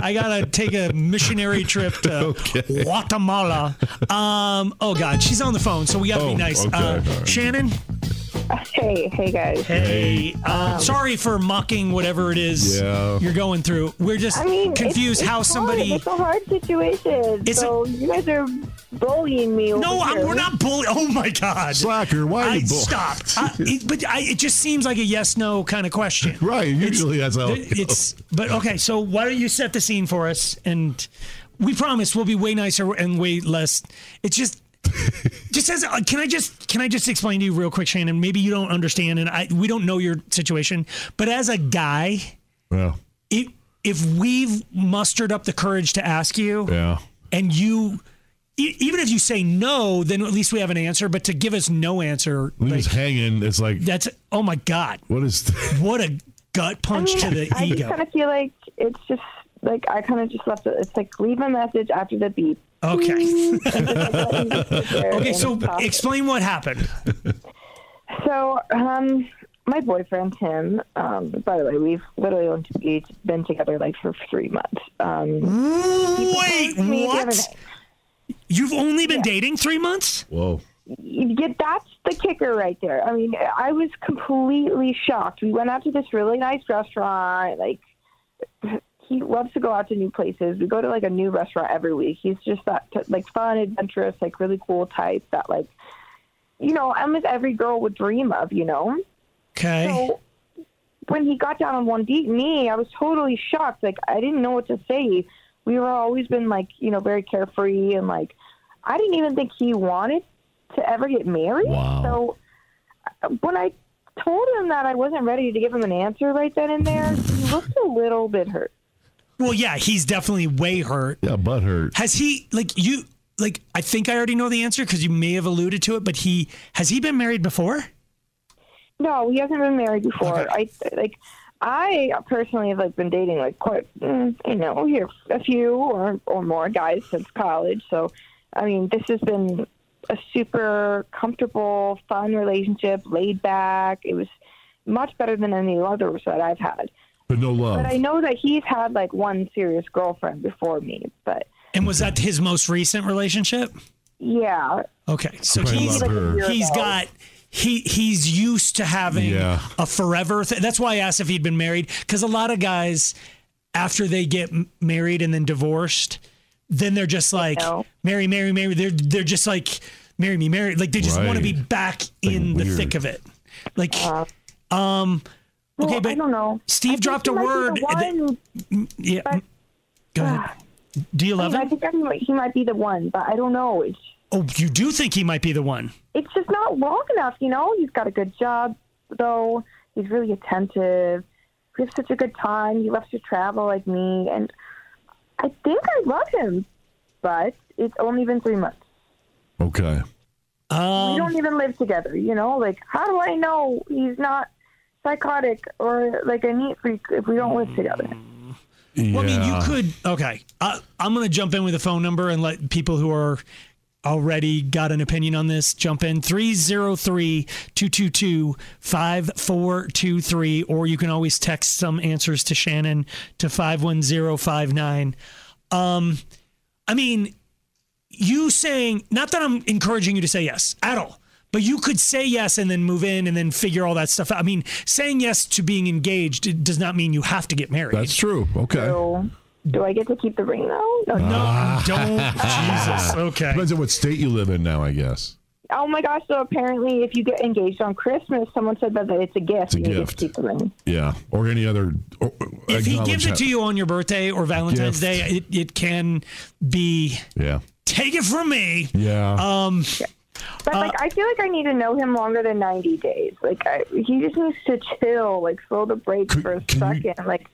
[SPEAKER 3] I gotta take a missionary trip to
[SPEAKER 7] Okay.
[SPEAKER 3] Guatemala. Um, oh God, she's on the phone, so we gotta
[SPEAKER 7] Oh,
[SPEAKER 3] be nice.
[SPEAKER 7] okay, all
[SPEAKER 3] Uh,
[SPEAKER 7] right.
[SPEAKER 3] Shannon,
[SPEAKER 10] Hey, hey guys. Um,
[SPEAKER 3] hey, uh, sorry for mocking whatever it is
[SPEAKER 7] Yeah.
[SPEAKER 3] you're going through. We're just
[SPEAKER 10] I mean, it's-
[SPEAKER 3] confused
[SPEAKER 10] it's
[SPEAKER 3] how
[SPEAKER 10] hard.
[SPEAKER 3] somebody.
[SPEAKER 10] It's a hard situation.
[SPEAKER 3] It's a-
[SPEAKER 10] so you guys are bullying me.
[SPEAKER 3] No,
[SPEAKER 10] over
[SPEAKER 3] I'm,
[SPEAKER 10] here.
[SPEAKER 3] we're not bullying. Oh my God.
[SPEAKER 7] Slacker, why are
[SPEAKER 3] I
[SPEAKER 7] you bull-
[SPEAKER 3] stopped. I, it, but I, it just seems like a yes no kind of question.
[SPEAKER 7] Right. Usually that's how it
[SPEAKER 3] It's but okay. So why don't you set the scene for us? And we promise we'll be way nicer and way less. It's just. Just as uh, can I just can I just explain to you real quick, Shannon? Maybe you don't understand, and I we don't know your situation. But as a guy,
[SPEAKER 7] Yeah.
[SPEAKER 3] it, if we've mustered up the courage to ask you,
[SPEAKER 7] Yeah.
[SPEAKER 3] and you e- even if you say no then at least we have an answer but to give us no answer
[SPEAKER 7] Leave
[SPEAKER 3] like,
[SPEAKER 7] us hanging. It's like,
[SPEAKER 3] that's oh my god
[SPEAKER 7] what is?
[SPEAKER 3] what a gut
[SPEAKER 10] I
[SPEAKER 3] punch
[SPEAKER 10] mean,
[SPEAKER 3] to the
[SPEAKER 10] I just
[SPEAKER 3] ego
[SPEAKER 10] kind of feel like it's just like I kind of just left it. It's like leave a message after the beep.
[SPEAKER 3] Okay.
[SPEAKER 10] okay,
[SPEAKER 3] okay, so explain what happened.
[SPEAKER 10] So, um, my boyfriend Tim. Um, by the way, we've literally only to be- been together like for three months. Um,
[SPEAKER 3] Wait, what? You've only been dating three months?
[SPEAKER 4] Whoa.
[SPEAKER 10] You get that's the kicker right there. I mean, I was completely shocked. We went out to this really nice restaurant. Like, he loves to go out to new places. We go to like a new restaurant every week. He's just that like fun, adventurous, like really cool type that like, you know, almost every girl would dream of. You know.
[SPEAKER 3] Okay.
[SPEAKER 10] So when he got down on one de- knee, I was totally shocked. Like I didn't know what to say. We were always been like you know very carefree and like I didn't even think he wanted to ever get married. So uh, when I told him that I wasn't ready to give him an answer right then and there, he looked a little bit hurt.
[SPEAKER 3] Well, yeah, he's definitely way hurt.
[SPEAKER 4] Yeah, butt hurt.
[SPEAKER 3] Has he like you like I think I already know the answer because you may have alluded to it, but he has he been married before?
[SPEAKER 10] No, he hasn't been married before. I like I personally have like been dating like quite mm, you know here a few or or more guys since college. So I mean this has been a super comfortable, fun relationship, laid back. It was much better than any others that I've had.
[SPEAKER 4] But no love.
[SPEAKER 10] But I know that he's had like one serious girlfriend before me. But
[SPEAKER 3] And was that his most recent relationship?
[SPEAKER 10] yeah,
[SPEAKER 3] Okay, so
[SPEAKER 10] Probably
[SPEAKER 3] he's
[SPEAKER 10] love her.
[SPEAKER 3] he's got he he's used to having
[SPEAKER 4] Yeah.
[SPEAKER 3] a forever. Th- that's why I asked if he'd been married because a lot of guys after they get m- married and then divorced, then they're just like marry, marry, marry. They're they're just like marry me, marry. Like they just want to be back in the thick of it. Like, um, okay, but I don't
[SPEAKER 10] know.
[SPEAKER 3] Steve dropped a
[SPEAKER 10] he might be the
[SPEAKER 3] word. that-
[SPEAKER 10] one.
[SPEAKER 3] mm, yeah, mm, go ahead. Do you
[SPEAKER 10] I,
[SPEAKER 3] love
[SPEAKER 10] mean, I
[SPEAKER 3] him?
[SPEAKER 10] think I might- he might be the one, but I don't know. It's
[SPEAKER 3] Oh, you do think he might be the one.
[SPEAKER 10] it's just not long enough, you know. He's got a good job, though. He's really attentive. We have such a good time. He loves to travel like me, and I think I love him. But it's only been three months.
[SPEAKER 4] Okay. Um,
[SPEAKER 10] we don't even live together, you know. Like, how do I know he's not psychotic or like a neat freak if we don't live together?
[SPEAKER 3] Well, I mean, you
[SPEAKER 4] Yeah.
[SPEAKER 3] could. Okay, uh, I'm going to jump in with a phone number and let people who are already got an opinion on this jump in 303-222-5423 or you can always text some answers to Shannon to 51059 um i mean you saying not that I'm encouraging you to say yes at all, but you could say yes and then move in and then figure all that stuff out. I mean, saying yes to being engaged it does not mean you have to get married. That's
[SPEAKER 4] true. Okay.
[SPEAKER 10] So, do I get to keep the ring though? No,
[SPEAKER 4] Ah.
[SPEAKER 3] don't. Jesus. Okay.
[SPEAKER 4] Depends on what state you live in now, I guess.
[SPEAKER 10] Oh my gosh! So apparently, if you get engaged on Christmas, someone said that, that it's a gift.
[SPEAKER 4] It's a
[SPEAKER 10] and you get to
[SPEAKER 4] gift.
[SPEAKER 10] keep the ring.
[SPEAKER 4] Yeah. Or any other. Or,
[SPEAKER 3] If he gives it to you on your birthday or Valentine's
[SPEAKER 4] Gift.
[SPEAKER 3] Day, it, it can be
[SPEAKER 4] Yeah.
[SPEAKER 3] take it from me.
[SPEAKER 4] Yeah.
[SPEAKER 3] Um
[SPEAKER 10] But like, I feel like I need to know him longer than ninety days. Like, I, he just needs to chill, like slow the brakes for a second. like,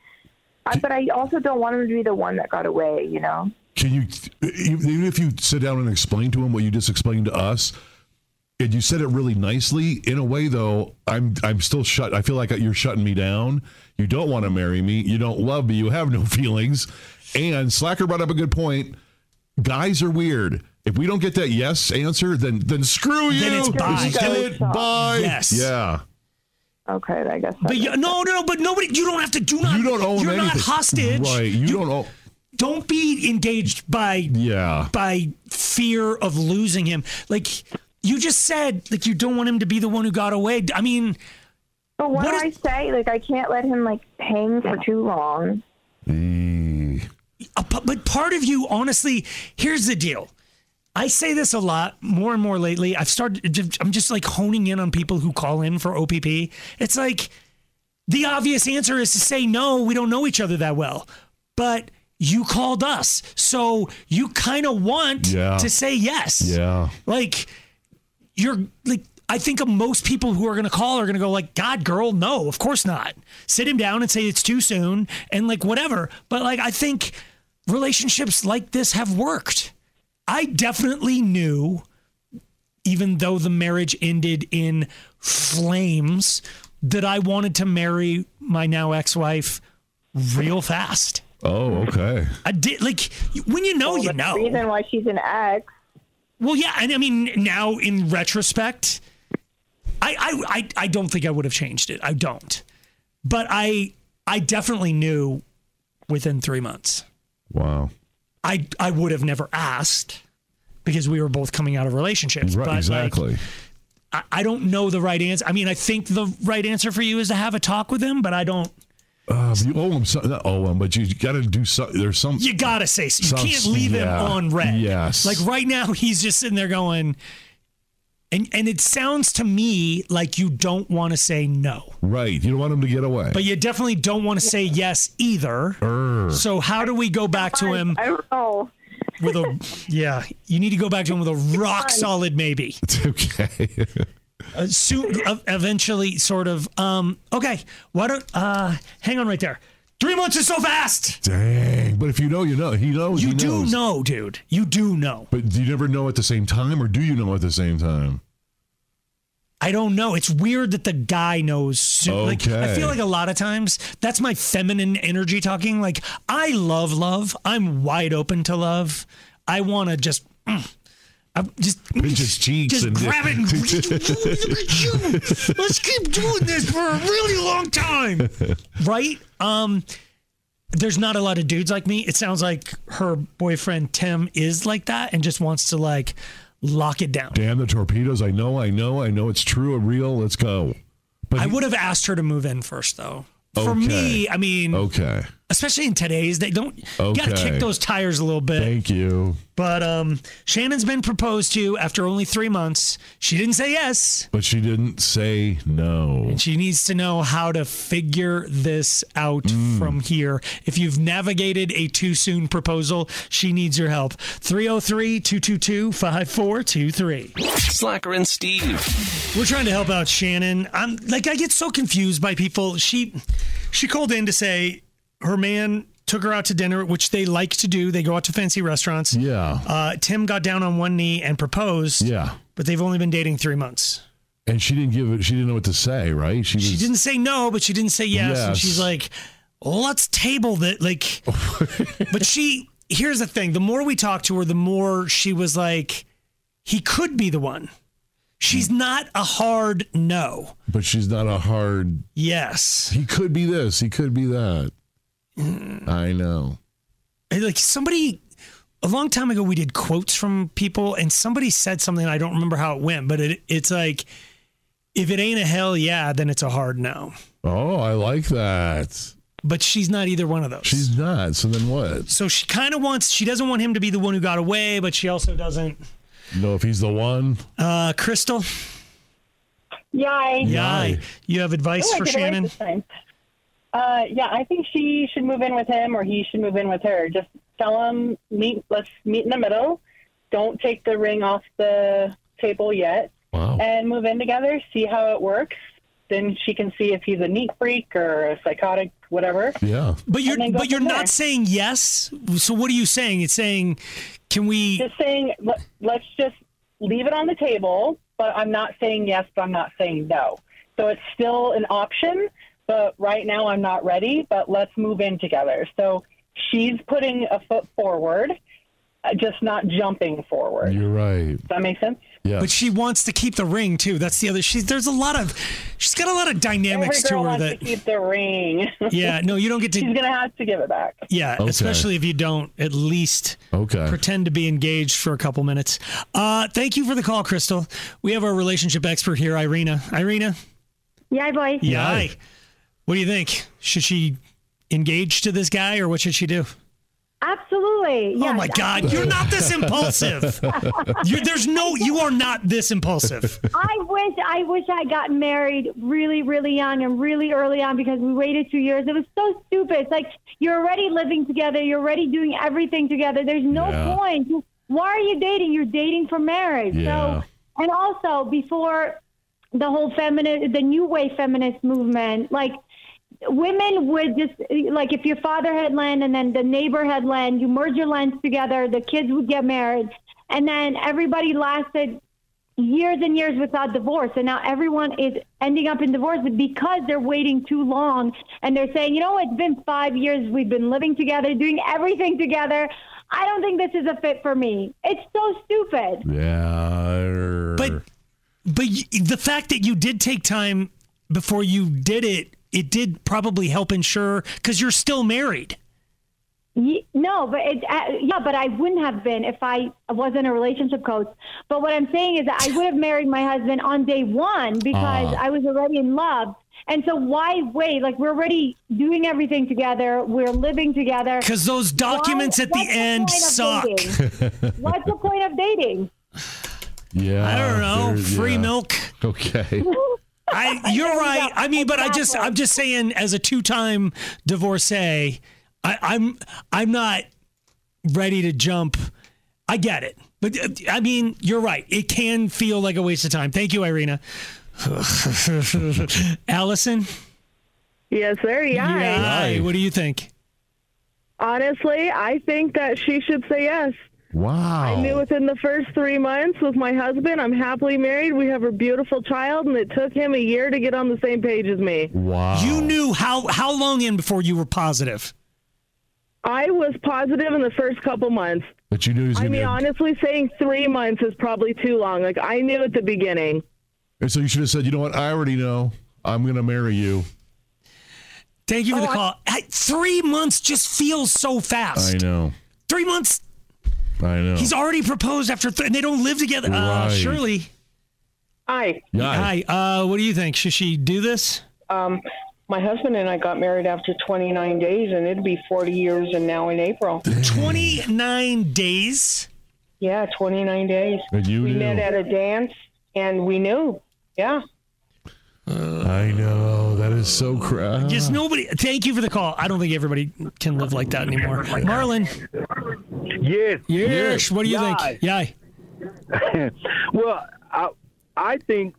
[SPEAKER 10] I, but I also don't want him to be the one that got away. You know?
[SPEAKER 4] Can you, even if you sit down and explain to him what you just explained to us, and you said it really nicely. In a way, though, I'm I'm still shut. I feel like you're shutting me down. You don't want to marry me. You don't love me. You have no feelings. And Slacker brought up a good point. Guys are weird. If we don't get that yes answer, then then screw you.
[SPEAKER 3] Then it's bye.
[SPEAKER 4] Just get it. Bye.
[SPEAKER 3] Yes.
[SPEAKER 4] Yeah.
[SPEAKER 10] Okay, I guess.
[SPEAKER 3] But you, no, no, no, but nobody. You don't have to. Do not. You don't
[SPEAKER 4] own
[SPEAKER 3] You're not
[SPEAKER 4] anything.
[SPEAKER 3] hostage.
[SPEAKER 4] Right. You, don't own.
[SPEAKER 3] Don't be engaged by
[SPEAKER 4] yeah
[SPEAKER 3] by fear of losing him. Like you just said, like you don't want him to be the one who got away. I mean,
[SPEAKER 10] But what, do I say? Like, I can't let him like hang for too long.
[SPEAKER 4] Mm.
[SPEAKER 3] a p- Uh, but part of you, honestly, here's the deal. I say this a lot more and more lately. I've started, I'm just like honing in on people who call in for OPP. It's like the obvious answer is to say, no, we don't know each other that well. But you called us. So you kind of want
[SPEAKER 4] Yeah.
[SPEAKER 3] to say yes.
[SPEAKER 4] Yeah.
[SPEAKER 3] Like, you're like, I think of most people who are going to call are going to go like, God, girl, no, of course not. Sit him down and say it's too soon and like whatever. But like, I think relationships like this have worked. I definitely knew, even though the marriage ended in flames, that I wanted to marry my now ex wife real fast.
[SPEAKER 7] Oh, okay.
[SPEAKER 3] I did like when you know, you know. Reason
[SPEAKER 15] why she's an ex.
[SPEAKER 3] Well, yeah, and I mean now in retrospect, I I I, I don't think I would have changed it. I don't, but I I definitely knew within three months.
[SPEAKER 7] Wow.
[SPEAKER 3] I I would have never asked because we were both coming out of relationships.
[SPEAKER 7] Right,
[SPEAKER 3] but like,
[SPEAKER 7] exactly.
[SPEAKER 3] I, I don't know the right answer. I mean, I think the right answer for you is to have a talk with him, but I don't.
[SPEAKER 7] Uh, you owe him something. Not owe him, but you got to do something. There's some.
[SPEAKER 3] You gotta say so.
[SPEAKER 7] some-
[SPEAKER 3] you can't leave
[SPEAKER 7] yeah,
[SPEAKER 3] him on red.
[SPEAKER 7] Yes.
[SPEAKER 3] Like right now, he's just sitting there going, and and it sounds to me like you don't want to say no,
[SPEAKER 7] right. You don't want him to get away.
[SPEAKER 3] but you definitely don't want to say yes either.
[SPEAKER 7] Err.
[SPEAKER 3] So how do we go back to him? I
[SPEAKER 15] don't know.
[SPEAKER 3] With a yeah, you need to go back to him with a rock solid maybe.
[SPEAKER 7] okay.
[SPEAKER 3] Uh, soon, uh, eventually, sort of. Um, okay, why don't uh, hang on right there? Three months is so fast.
[SPEAKER 7] Dang. But if you know, you know. He knows.
[SPEAKER 3] You
[SPEAKER 7] he
[SPEAKER 3] do
[SPEAKER 7] knows.
[SPEAKER 3] know, dude. You do know.
[SPEAKER 7] But do you never know at the same time, or do you know at the same time?
[SPEAKER 3] I don't know. It's weird that the guy knows. Soon. Like I
[SPEAKER 7] Okay.
[SPEAKER 3] feel like a lot of times that's my feminine energy talking. Like I love love. I'm wide open to love. I want to just. mm, I just
[SPEAKER 7] Pinch his cheeks
[SPEAKER 3] just
[SPEAKER 7] and
[SPEAKER 3] grab it. And, Look at you. Let's keep doing this for a really long time, right? Um, there's not a lot of dudes like me. It sounds like her boyfriend Tim is like that and just wants to like lock it down.
[SPEAKER 7] Damn the torpedoes! I know, I know, I know. It's true and real. Let's go. But
[SPEAKER 3] I
[SPEAKER 7] he-
[SPEAKER 3] would have asked her to move in first, though. For
[SPEAKER 7] Okay.
[SPEAKER 3] me, I mean,
[SPEAKER 7] Okay.
[SPEAKER 3] especially in today's, they don't you gotta
[SPEAKER 7] Okay.
[SPEAKER 3] kick those tires a little bit.
[SPEAKER 7] Thank you.
[SPEAKER 3] But um, Shannon's been proposed to after only three months. She didn't say yes.
[SPEAKER 7] But she didn't say no.
[SPEAKER 3] She needs to know how to figure this out
[SPEAKER 7] Mm.
[SPEAKER 3] from here. If you've navigated a too soon proposal, she needs your help. 303 222 5423.
[SPEAKER 2] Slacker and Steve.
[SPEAKER 3] We're trying to help out Shannon. I'm like I get so confused by people. She she called in to say her man took her out to dinner, which they like to do. They go out to fancy restaurants.
[SPEAKER 7] Yeah.
[SPEAKER 3] Uh, Tim got down on one knee and proposed.
[SPEAKER 7] Yeah.
[SPEAKER 3] But they've only been dating three months.
[SPEAKER 7] And she didn't give it. She didn't know what to say. Right? She was.
[SPEAKER 3] She didn't say no, but she didn't say yes. And
[SPEAKER 7] Yes.
[SPEAKER 3] she's like, let's table that. Like, but she, here's the thing the more we talked to her, the more she was like, he could be the one. She's
[SPEAKER 7] Hmm.
[SPEAKER 3] not a hard no.
[SPEAKER 7] But she's not a hard.
[SPEAKER 3] Yes. Mm.
[SPEAKER 7] He could be this. He could be that. I know.
[SPEAKER 3] And, like somebody a long time ago we did quotes from people and somebody said something i don't remember how it went but it, it's like if it ain't a hell yeah then it's a hard no
[SPEAKER 7] Oh, I like that.
[SPEAKER 3] but she's not either one of those
[SPEAKER 7] She's not. So then what?
[SPEAKER 3] so she kind of wants she doesn't want him to be the one who got away but she also doesn't
[SPEAKER 7] No, if he's the one.
[SPEAKER 3] uh crystal
[SPEAKER 15] Yay.
[SPEAKER 3] yeah you have advice
[SPEAKER 15] Oh, I
[SPEAKER 3] for
[SPEAKER 15] did it right
[SPEAKER 3] shannon
[SPEAKER 15] this time. Uh, yeah, I think she should move in with him, or he should move in with her. Just tell him meet. Let's meet in the middle. Don't take the ring off the table yet,
[SPEAKER 7] Wow.
[SPEAKER 15] and move in together. See how it works. Then she can see if he's a neat freak or a psychotic, whatever.
[SPEAKER 7] Yeah.
[SPEAKER 3] but you're
[SPEAKER 15] And then go
[SPEAKER 3] but you're
[SPEAKER 15] from
[SPEAKER 3] not
[SPEAKER 15] there.
[SPEAKER 3] saying yes so what are you saying it's saying can we
[SPEAKER 15] Just saying, let, let's just leave it on the table. But I'm not saying yes, but I'm not saying no. So it's still an option. But right now, I'm not ready. But let's move in together. So she's putting a foot forward, uh, just not jumping forward.
[SPEAKER 7] You're right.
[SPEAKER 15] Does that make sense?
[SPEAKER 7] Yeah.
[SPEAKER 3] But she wants to keep the ring too. That's the other. She's there's a lot of, she's got a lot of dynamics
[SPEAKER 15] Every girl
[SPEAKER 3] to her
[SPEAKER 15] wants
[SPEAKER 3] that.
[SPEAKER 15] to keep the ring.
[SPEAKER 3] Yeah, no, you don't get to-
[SPEAKER 15] She's gonna have to give it back.
[SPEAKER 3] yeah,
[SPEAKER 7] Okay.
[SPEAKER 3] especially if you don't at least
[SPEAKER 7] Okay.
[SPEAKER 3] pretend to be engaged for a couple minutes. Uh, thank you for the call, Crystal. We have our relationship expert here, Irina. Irina,
[SPEAKER 16] Yay, boy.
[SPEAKER 3] yeah, hi. what do you think? Should she engage to this guy, or what should she do?
[SPEAKER 16] Absolutely.
[SPEAKER 3] oh my God, you're not this impulsive. you there's no, you are not this impulsive.
[SPEAKER 16] I wish I wish I got married really, really young and really early on because we waited two years. It was so stupid. It's like you're already living together, you're already doing everything together. There's no
[SPEAKER 17] Yeah.
[SPEAKER 16] point. Why are you dating? You're dating for marriage.
[SPEAKER 17] Yeah.
[SPEAKER 16] So and also before the whole feminist the new way feminist movement, like women would just like if your father had land and then the neighbor had land, you merge your lands together, the kids would get married. And then everybody lasted years and years without divorce and now everyone is ending up in divorce because they're waiting too long and they're saying you know it's been five years we've been living together doing everything together i don't think this is a fit for me it's so stupid
[SPEAKER 7] Yeah.
[SPEAKER 3] But but y- the fact that you did take time before you did it, it did probably help ensure because you're still married.
[SPEAKER 16] Ye- No, but it, uh, yeah, but I wouldn't have been if I wasn't a relationship coach. But what I'm saying is that I would have married my husband on day one because
[SPEAKER 17] Ah.
[SPEAKER 16] I was already in love. And so why wait? Like we're already doing everything together. We're living together.
[SPEAKER 3] Because those documents at the
[SPEAKER 16] what's
[SPEAKER 3] end
[SPEAKER 16] point of
[SPEAKER 3] suck.
[SPEAKER 16] dating? What's the point of dating?
[SPEAKER 7] Yeah.
[SPEAKER 3] I don't know.
[SPEAKER 7] there-
[SPEAKER 3] Free
[SPEAKER 7] yeah.
[SPEAKER 3] milk.
[SPEAKER 7] Okay.
[SPEAKER 3] I you're right. I mean, but I just I'm just saying as a two time divorcee, I, I'm I'm not ready to jump. I get it. But uh, I mean, you're right. It can feel like a waste of time. Thank you, Irina. Allison?
[SPEAKER 17] Yes, sir. Yeah.
[SPEAKER 3] Yai, What do you think?
[SPEAKER 17] Honestly, I think that she should say yes.
[SPEAKER 7] Wow.
[SPEAKER 17] I knew within the first three months with my husband, I'm happily married. We have a beautiful child, and it took him a year to get on the same page as me.
[SPEAKER 7] Wow.
[SPEAKER 3] You knew how how long in before you were positive?
[SPEAKER 17] I was positive in the first couple months.
[SPEAKER 7] But you knew he was
[SPEAKER 17] I
[SPEAKER 7] going
[SPEAKER 17] mean,
[SPEAKER 7] to
[SPEAKER 17] honestly, saying three months is probably too long. Like, I knew at the beginning.
[SPEAKER 7] And so you should have said, you know what? I already know. I'm going to marry you.
[SPEAKER 3] Thank you for the call. I- Three months just feels so fast.
[SPEAKER 7] I know.
[SPEAKER 3] Three months.
[SPEAKER 7] I know.
[SPEAKER 3] He's already proposed after, th- and they don't live together. Uh,
[SPEAKER 7] Right.
[SPEAKER 3] Shirley.
[SPEAKER 18] Hi.
[SPEAKER 3] Hi. Uh, what do you think? Should she do this?
[SPEAKER 18] Um, my husband and I got married after 29 days, and it'd be 40 years, and now in April.
[SPEAKER 3] 29 days?
[SPEAKER 18] Yeah, 29 days.
[SPEAKER 7] And you
[SPEAKER 18] we
[SPEAKER 7] knew.
[SPEAKER 18] met at a dance, and we knew. Yeah.
[SPEAKER 7] I know. That is so crap.
[SPEAKER 3] Just nobody. Thank you for the call. I don't think everybody can live like that anymore. Marlon.
[SPEAKER 19] Yes.
[SPEAKER 3] Yes. What do you think? Yeah.
[SPEAKER 19] well, I I think.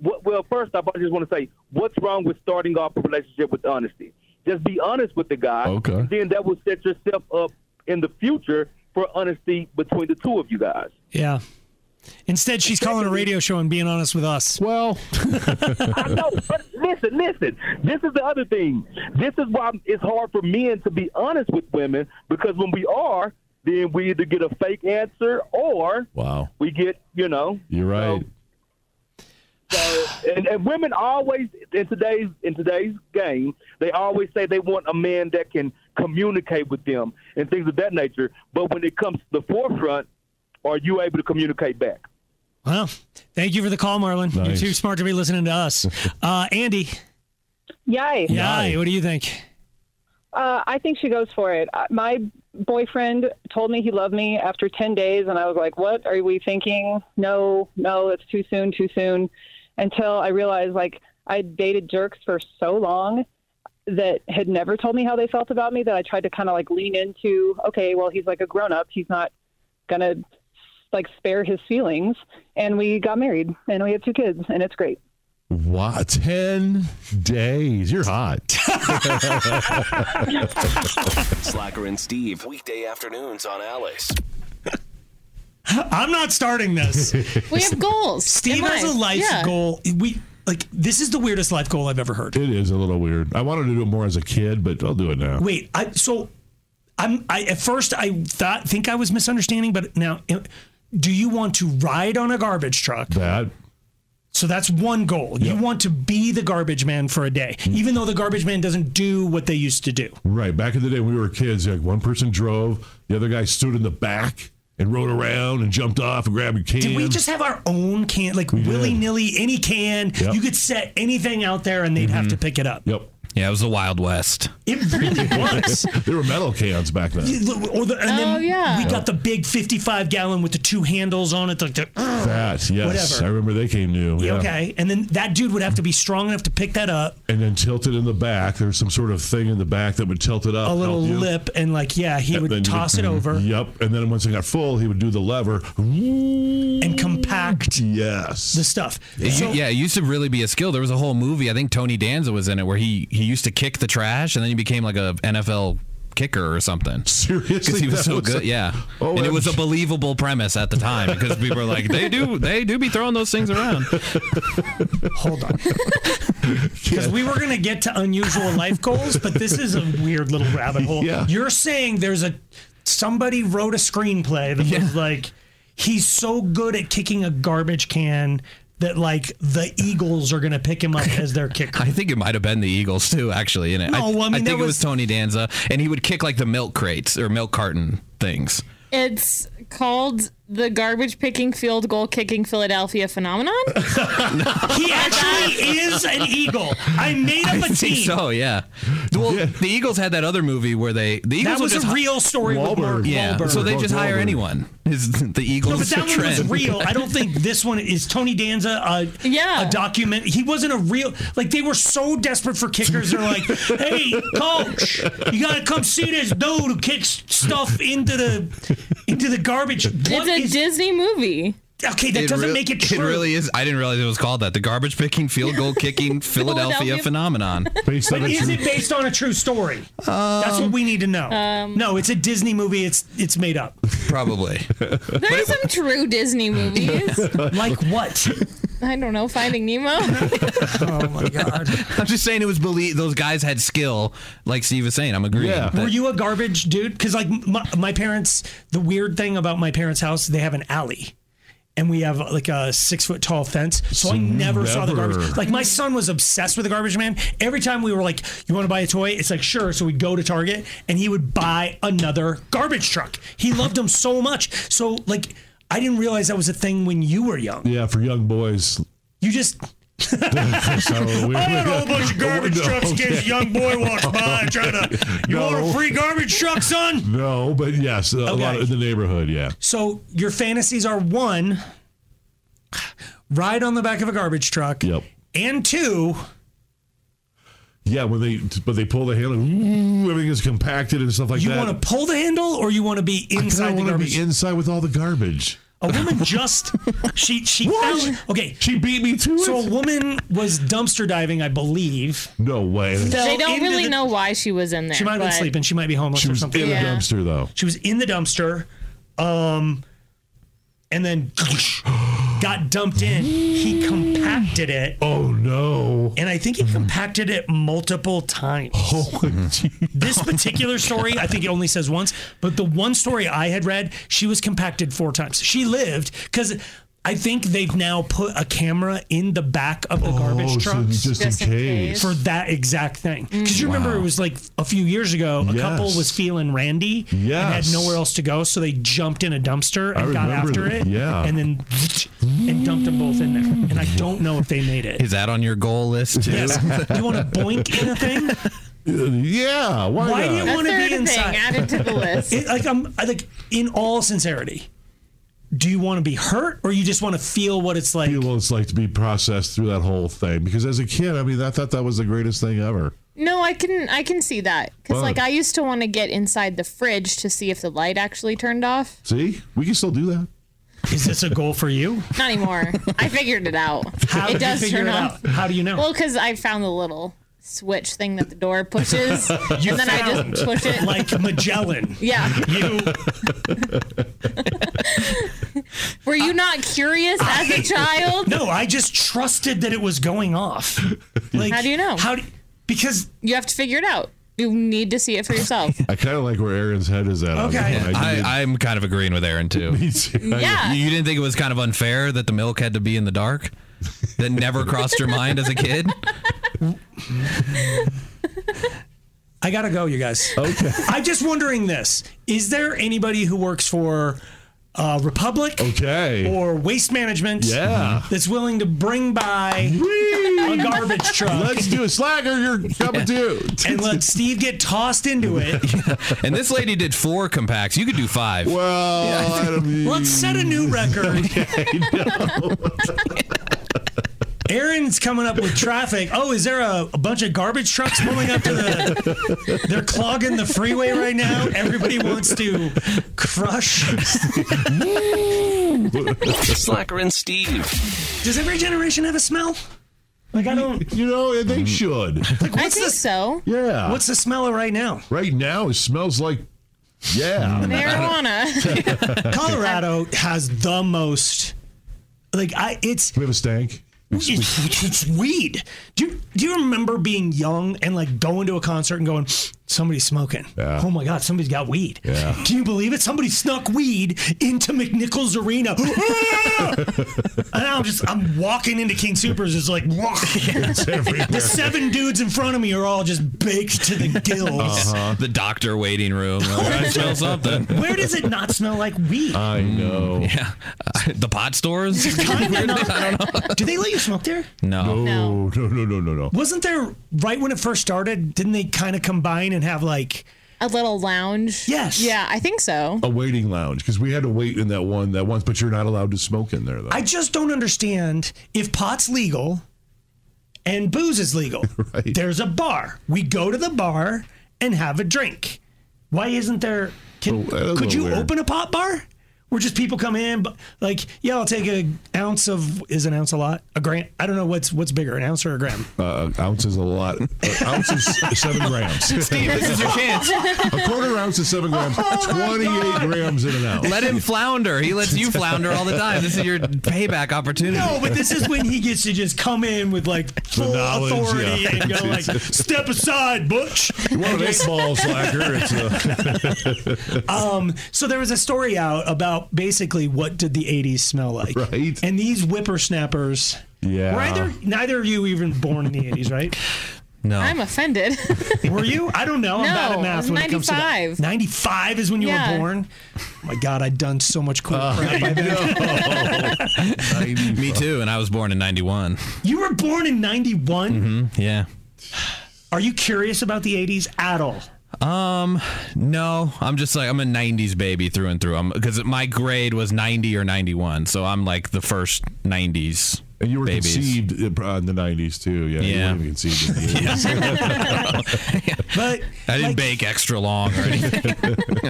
[SPEAKER 19] wh- Well, first off, I just want to say, what's wrong with starting off a relationship with honesty? Just be honest with the guy.
[SPEAKER 7] Okay.
[SPEAKER 19] Then that will set yourself up in the future for honesty between the two of you guys.
[SPEAKER 3] Yeah. Instead, she's calling a radio show and being honest with us.
[SPEAKER 7] Well,
[SPEAKER 19] I know, but listen, listen. This is the other thing. This is why it's hard for men to be honest with women because when we are, then we either get a fake answer or
[SPEAKER 7] wow.
[SPEAKER 19] we get, you know,
[SPEAKER 7] You're right.
[SPEAKER 19] and, and women always in today's in today's game, they always say they want a man that can communicate with them and things of that nature. But when it comes to the forefront, are you able to communicate back?
[SPEAKER 3] Well, thank you for the call, Marlon.
[SPEAKER 19] Nice.
[SPEAKER 3] You're too smart to be listening to us. Uh, Andy.
[SPEAKER 20] Yay.
[SPEAKER 3] Yay. What do you think?
[SPEAKER 20] Uh, I think she goes for it. Uh, My boyfriend told me he loved me after 10 days, and I was like, What are we thinking? No, no, it's too soon, too soon. Until I realized, like, I dated jerks for so long that had never told me how they felt about me that I tried to kind of like lean into, okay, well, he's like a grown up. He's not going to like spare his feelings. And we got married, and we have two kids, and it's great.
[SPEAKER 7] Wow. 10 days. You're hot.
[SPEAKER 2] Slacker and Steve, weekday afternoons on Alice.
[SPEAKER 3] I'm not starting this.
[SPEAKER 5] We have goals.
[SPEAKER 3] Steve
[SPEAKER 5] in
[SPEAKER 3] has a life
[SPEAKER 5] Yeah.
[SPEAKER 3] goal. We like this is the weirdest life goal I've ever heard.
[SPEAKER 7] It is a little weird. I wanted to do it more as a kid, but I'll do it now.
[SPEAKER 3] Wait, I so I'm I at first I thought think I was misunderstanding, but now eh, do you want to ride on a garbage truck?
[SPEAKER 7] That
[SPEAKER 3] so that's one goal. You want to be the garbage man for a day, even though the garbage man doesn't do what they used to do.
[SPEAKER 7] Right. Back in the day when we were kids, like one person drove, the other guy stood in the back and rode around and jumped off and grabbed a can.
[SPEAKER 3] Did we just have our own can, like willy nilly, any can?
[SPEAKER 7] Yep. Mm-hmm.
[SPEAKER 3] You could set anything out there and they'd have to pick it up.
[SPEAKER 7] Yep.
[SPEAKER 6] Yeah, it was the Wild West.
[SPEAKER 3] It really was.
[SPEAKER 7] there were metal cans back then.
[SPEAKER 3] You- Or the, and then
[SPEAKER 7] Oh, yeah.
[SPEAKER 3] we got the big 55 gallon with the two handles on it. Like the, uh,
[SPEAKER 7] That, yes.
[SPEAKER 3] Whatever.
[SPEAKER 7] I remember they came new. Yeah.
[SPEAKER 3] Okay. And then that dude would have to be strong enough to pick that up,
[SPEAKER 7] And then tilted in the back. There's some sort of thing in the back that would tilt it up.
[SPEAKER 3] a little
[SPEAKER 7] help you.
[SPEAKER 3] lip, and like, yeah, Uh, he
[SPEAKER 7] And then
[SPEAKER 3] would
[SPEAKER 7] you
[SPEAKER 3] toss it over.
[SPEAKER 7] Yep. And then once it got full, he would do the lever. And
[SPEAKER 3] compact.
[SPEAKER 7] Yes. The
[SPEAKER 3] stuff.
[SPEAKER 6] It u- yeah, it used to really be a skill. There was a whole movie. I think Tony Danza was in it, where he he used to kick the trash, and then he became like a NFL kicker or something. Seriously, because he was
[SPEAKER 7] That
[SPEAKER 6] so
[SPEAKER 7] was
[SPEAKER 6] good.
[SPEAKER 7] a-
[SPEAKER 6] yeah, and it was a believable premise at the time because people were like, they do, they do be throwing those things around.
[SPEAKER 3] Hold on. Because we were going to get to unusual life goals, but this is a weird little rabbit hole.
[SPEAKER 7] Yeah.
[SPEAKER 3] You're saying there's a somebody wrote a screenplay that was like he's so good at kicking a garbage can that like the Eagles are going to pick him up as their kicker.
[SPEAKER 6] I think it might have been the Eagles too, actually. In it,
[SPEAKER 3] No,
[SPEAKER 6] I,
[SPEAKER 3] well, I mean, that
[SPEAKER 6] think it was
[SPEAKER 3] was-
[SPEAKER 6] Tony Danza, and he would kick like the milk crates or milk carton things.
[SPEAKER 5] It's called the garbage picking field goal kicking Philadelphia phenomenon.
[SPEAKER 3] he actually is an Eagle. I made up a
[SPEAKER 6] I think
[SPEAKER 3] team.
[SPEAKER 6] so, yeah. Well, the Eagles had that other movie where they the Eagles
[SPEAKER 3] That was
[SPEAKER 6] would just
[SPEAKER 3] a
[SPEAKER 6] hi-
[SPEAKER 3] real story with Wahlberg. Mark
[SPEAKER 6] yeah.
[SPEAKER 3] Wahlberg.
[SPEAKER 6] So they just
[SPEAKER 3] Mark
[SPEAKER 6] hire
[SPEAKER 3] Wahlberg.
[SPEAKER 6] anyone. Is the Eagles?
[SPEAKER 3] No, but that one was
[SPEAKER 6] trend.
[SPEAKER 3] real. I don't think this one is Tony Danza. A, yeah, a document. He wasn't a real. Like they were so desperate for kickers, they're like, "Hey, coach, you gotta come see this dude who kicks stuff into the into the garbage." What
[SPEAKER 5] it's a
[SPEAKER 3] is-
[SPEAKER 5] Disney movie.
[SPEAKER 3] Okay, that
[SPEAKER 6] It
[SPEAKER 3] doesn't
[SPEAKER 6] real-
[SPEAKER 3] make it
[SPEAKER 6] It
[SPEAKER 3] true.
[SPEAKER 6] really is. I didn't realize it was called that. The garbage picking, field goal kicking, Philadelphia
[SPEAKER 3] Philadelphia-
[SPEAKER 6] phenomenon. Based
[SPEAKER 3] But is it based on a true story? That's
[SPEAKER 6] Um,
[SPEAKER 3] what we need to know. no, it's a Disney movie. It's it's made up.
[SPEAKER 6] Probably.
[SPEAKER 5] There's some true Disney movies.
[SPEAKER 3] like what?
[SPEAKER 5] I don't know, Finding Nemo.
[SPEAKER 6] I'm just saying it was believe those guys had skill, like Steve was saying. I'm agreeing. Yeah.
[SPEAKER 3] Were you a garbage dude? Because like my, my parents, the weird thing about my parents' house, they have an alley, and we have like a six foot tall fence. So, I never, saw the
[SPEAKER 7] never.
[SPEAKER 3] garbage. Like my son was obsessed with the garbage man. Every time we were like, "You want to buy a toy?" It's like sure. So we'd go to Target, and he would buy another garbage truck. He loved them so much. So like I didn't realize that was a thing when you were young.
[SPEAKER 7] Yeah, for young boys.
[SPEAKER 3] You Oh, just.
[SPEAKER 7] I
[SPEAKER 3] had a whole bunch of garbage trucks in case a young boy walks by and try to. You want a free garbage truck, son?
[SPEAKER 7] No, but yes, a lot of, in the neighborhood. Yeah.
[SPEAKER 3] So your fantasies are one, ride on the back of a garbage truck. Yep. And two,
[SPEAKER 7] Yeah, when they but they pull the handle, ooh, everything is compacted and stuff like
[SPEAKER 3] you
[SPEAKER 7] that.
[SPEAKER 3] want to pull the handle or you want to be
[SPEAKER 7] I
[SPEAKER 3] inside the
[SPEAKER 7] want to
[SPEAKER 3] garbage.
[SPEAKER 7] be inside with all the garbage.
[SPEAKER 3] a woman just she she fell- okay
[SPEAKER 7] she beat me to
[SPEAKER 3] so a woman was dumpster diving I believe
[SPEAKER 7] no way
[SPEAKER 5] they don't really know why she was in there.
[SPEAKER 3] she might have been
[SPEAKER 5] but-
[SPEAKER 3] sleeping she might be homeless
[SPEAKER 7] She
[SPEAKER 3] or
[SPEAKER 7] was
[SPEAKER 3] something
[SPEAKER 7] in the dumpster though.
[SPEAKER 3] She was in the dumpster, um, and then got dumped in. He compacted it.
[SPEAKER 7] Oh no! Oh,
[SPEAKER 3] And I think he compacted it multiple times. this particular story, I think it only says once, but the one story I had read, she was compacted four times. She lived because. I think they've now put a camera in the back of the garbage
[SPEAKER 7] Oh, so
[SPEAKER 3] trucks
[SPEAKER 7] just in Just in case. case.
[SPEAKER 3] for that exact thing. Because you remember
[SPEAKER 7] Wow.
[SPEAKER 3] it was like a few years ago, a couple
[SPEAKER 7] Yes.
[SPEAKER 3] was feeling randy and
[SPEAKER 7] Yes.
[SPEAKER 3] had nowhere else to go, so they jumped in a dumpster
[SPEAKER 7] I
[SPEAKER 3] and got
[SPEAKER 7] remember
[SPEAKER 3] after
[SPEAKER 7] that,
[SPEAKER 3] it.
[SPEAKER 7] yeah.
[SPEAKER 3] And then and dumped them both in there. And I don't know if they made it.
[SPEAKER 6] Is that on your goal list too?
[SPEAKER 3] Yes. you want to boink in a thing?
[SPEAKER 7] Yeah. Why,
[SPEAKER 3] Why do you want to be inside?
[SPEAKER 5] added to the list.
[SPEAKER 3] It- like I'm I- like in all sincerity, do you want to be hurt or you just want to feel what it's like?
[SPEAKER 7] Feel what it's like to be processed through that whole thing. Because as a kid, I mean, I thought that was the greatest thing ever.
[SPEAKER 5] No, I can I can see that because
[SPEAKER 7] Fun.
[SPEAKER 5] like I used to want to get inside the fridge to see if the light actually turned off.
[SPEAKER 7] See, we can still do that.
[SPEAKER 3] Is this a goal for you?
[SPEAKER 5] Not anymore. I figured it out.
[SPEAKER 3] How
[SPEAKER 5] it
[SPEAKER 3] did
[SPEAKER 5] does
[SPEAKER 3] you figure
[SPEAKER 5] turn
[SPEAKER 3] it
[SPEAKER 5] on.
[SPEAKER 3] out? How do you know?
[SPEAKER 5] Well, because I found the little switch thing that the door pushes,
[SPEAKER 3] You
[SPEAKER 5] and then I
[SPEAKER 3] found,
[SPEAKER 5] just push it.
[SPEAKER 3] like Magellan.
[SPEAKER 5] yeah.
[SPEAKER 3] You
[SPEAKER 5] Were you not curious as a child?
[SPEAKER 3] No, I just trusted that it was going off. Like,
[SPEAKER 5] how do you know?
[SPEAKER 3] How do, because
[SPEAKER 5] you have to figure it out. You need to see it for yourself.
[SPEAKER 7] I kind of like where Aaron's head is at. on
[SPEAKER 5] Okay.
[SPEAKER 7] that.
[SPEAKER 6] I, I'm kind of agreeing with Aaron too.
[SPEAKER 5] Yeah.
[SPEAKER 6] You, you didn't think it was kind of unfair that the milk had to be in the dark? That never crossed your mind as a kid?
[SPEAKER 3] I gotta go, you guys. Okay. I'm just wondering this: Is there anybody who works for uh, Republic, okay, or Waste Management, Mm-hmm.
[SPEAKER 7] Yeah.
[SPEAKER 3] that's willing to bring by a garbage truck?
[SPEAKER 7] Let's do a slagger. Your cup of do.
[SPEAKER 3] and let Steve get tossed into it.
[SPEAKER 6] And this lady did four compacts. You could do five.
[SPEAKER 7] Well, I don't-
[SPEAKER 3] Let's set a new record. Aaron's coming up with traffic. Oh, is there a, a bunch of garbage trucks pulling up to the? They're clogging the freeway right now. Everybody wants to crush.
[SPEAKER 2] Slacker and Steve.
[SPEAKER 3] Does every generation have a smell? Like I don't.
[SPEAKER 4] You know, they should.
[SPEAKER 5] I think so.
[SPEAKER 4] Yeah.
[SPEAKER 3] Mm. What's the smell of right now?
[SPEAKER 4] Right now, it smells like, yeah.
[SPEAKER 5] Marijuana.
[SPEAKER 3] Colorado has the most. Like I, it's.
[SPEAKER 4] We have a stank.
[SPEAKER 3] It's, it's weed. Do you, do you remember being young and like going to a concert and going, somebody's smoking? Oh my God, somebody's got weed.
[SPEAKER 4] Yeah.
[SPEAKER 3] Can you believe it? Somebody snuck weed into McNichols Arena. Ah! and I'm just, I'm walking into King Supers. It's like, wah.
[SPEAKER 6] It's everywhere.
[SPEAKER 3] the seven dudes in front of me are all just baked to the gills.
[SPEAKER 7] uh-huh.
[SPEAKER 6] The doctor waiting room. I smell something.
[SPEAKER 3] Where does it not smell like weed?
[SPEAKER 4] I know.
[SPEAKER 6] Mm, Yeah. Uh, the pot stores?
[SPEAKER 3] Kinda not. Do they let you smoke there?
[SPEAKER 6] No.
[SPEAKER 4] No, no, no, no, no, no.
[SPEAKER 3] Wasn't there right when it first started? Didn't they kind of combine and have like
[SPEAKER 5] a little lounge?
[SPEAKER 3] Yes.
[SPEAKER 5] Yeah, I think so.
[SPEAKER 4] A waiting lounge because we had to wait in that one that once, but you're not allowed to smoke in there though.
[SPEAKER 3] I just don't understand if pot's legal and booze is legal. There's a bar. We go to the bar and have a drink. Why isn't there? Can,
[SPEAKER 4] Oh, that's
[SPEAKER 3] could
[SPEAKER 4] a
[SPEAKER 3] you
[SPEAKER 4] little weird.
[SPEAKER 3] open a pot bar where just people come in? But like, yeah, I'll take a ounce of is an ounce a lot? A gram? I don't know what's what's bigger, an ounce or a gram.
[SPEAKER 4] Uh, ounce is a lot. Uh, ounce is seven grams.
[SPEAKER 3] Steve, this is your chance. Oh,
[SPEAKER 4] A quarter ounce is seven grams. Twenty-eight grams in an ounce.
[SPEAKER 6] Let him flounder. He lets you flounder all the time. This is your payback opportunity.
[SPEAKER 3] No, but this is when he gets to just come in with like full
[SPEAKER 6] knowledge,
[SPEAKER 3] authority
[SPEAKER 6] yeah.
[SPEAKER 3] and go like, "Step aside, Butch."
[SPEAKER 4] You want
[SPEAKER 3] And
[SPEAKER 4] an eight
[SPEAKER 3] just-
[SPEAKER 4] ball slacker? It's a
[SPEAKER 3] um, so there was a story out about basically what did the '80s smell like,
[SPEAKER 4] right?
[SPEAKER 3] And these whippersnappers.
[SPEAKER 4] Yeah.
[SPEAKER 3] Were either neither of you even born in the '80s, right?
[SPEAKER 6] No.
[SPEAKER 5] I'm offended.
[SPEAKER 3] Were you? I don't know. I'm
[SPEAKER 5] No,
[SPEAKER 3] bad at
[SPEAKER 5] I
[SPEAKER 3] math
[SPEAKER 5] was
[SPEAKER 3] when it comes to that.
[SPEAKER 5] 95.
[SPEAKER 3] 95 is when you
[SPEAKER 5] Yeah.
[SPEAKER 3] were born. Oh my God, I'd done so much cool
[SPEAKER 4] Uh.
[SPEAKER 3] crap by then.
[SPEAKER 6] Me too, and I was born in 91.
[SPEAKER 3] You were born in '91.
[SPEAKER 4] Mm-hmm.
[SPEAKER 6] Yeah.
[SPEAKER 3] Are you curious about the '80s at all?
[SPEAKER 6] Um, no, I'm just like I'm a 90s baby through and through. I'm because my grade was 90 or 91, so I'm like the first 90s.
[SPEAKER 4] And you were
[SPEAKER 6] babies.
[SPEAKER 4] conceived in uh, in the nineties too. Yeah. You
[SPEAKER 6] Yeah.
[SPEAKER 4] weren't even conceived in the 80s.
[SPEAKER 3] But
[SPEAKER 6] I didn't bake extra long or anything.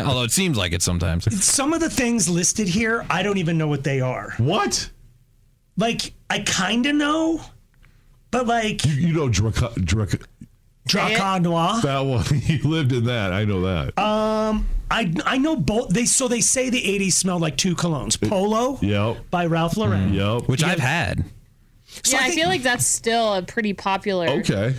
[SPEAKER 6] Although it seems like it sometimes.
[SPEAKER 3] some of the things listed here, I don't even know what they are.
[SPEAKER 4] What?
[SPEAKER 3] Like, I kind of know, but like,
[SPEAKER 4] You, you know, Draca, Draca,
[SPEAKER 5] Eh?
[SPEAKER 3] Draca Noir.
[SPEAKER 4] that one. You lived in that. I know that.
[SPEAKER 3] Um, I I know both. They so they say the '80s smelled like two colognes: Polo
[SPEAKER 4] yep. Mm,
[SPEAKER 3] by Ralph Lauren,
[SPEAKER 4] Yep.
[SPEAKER 6] Which I've had.
[SPEAKER 5] yeah, I, feel like that's still a pretty popular.
[SPEAKER 4] Okay.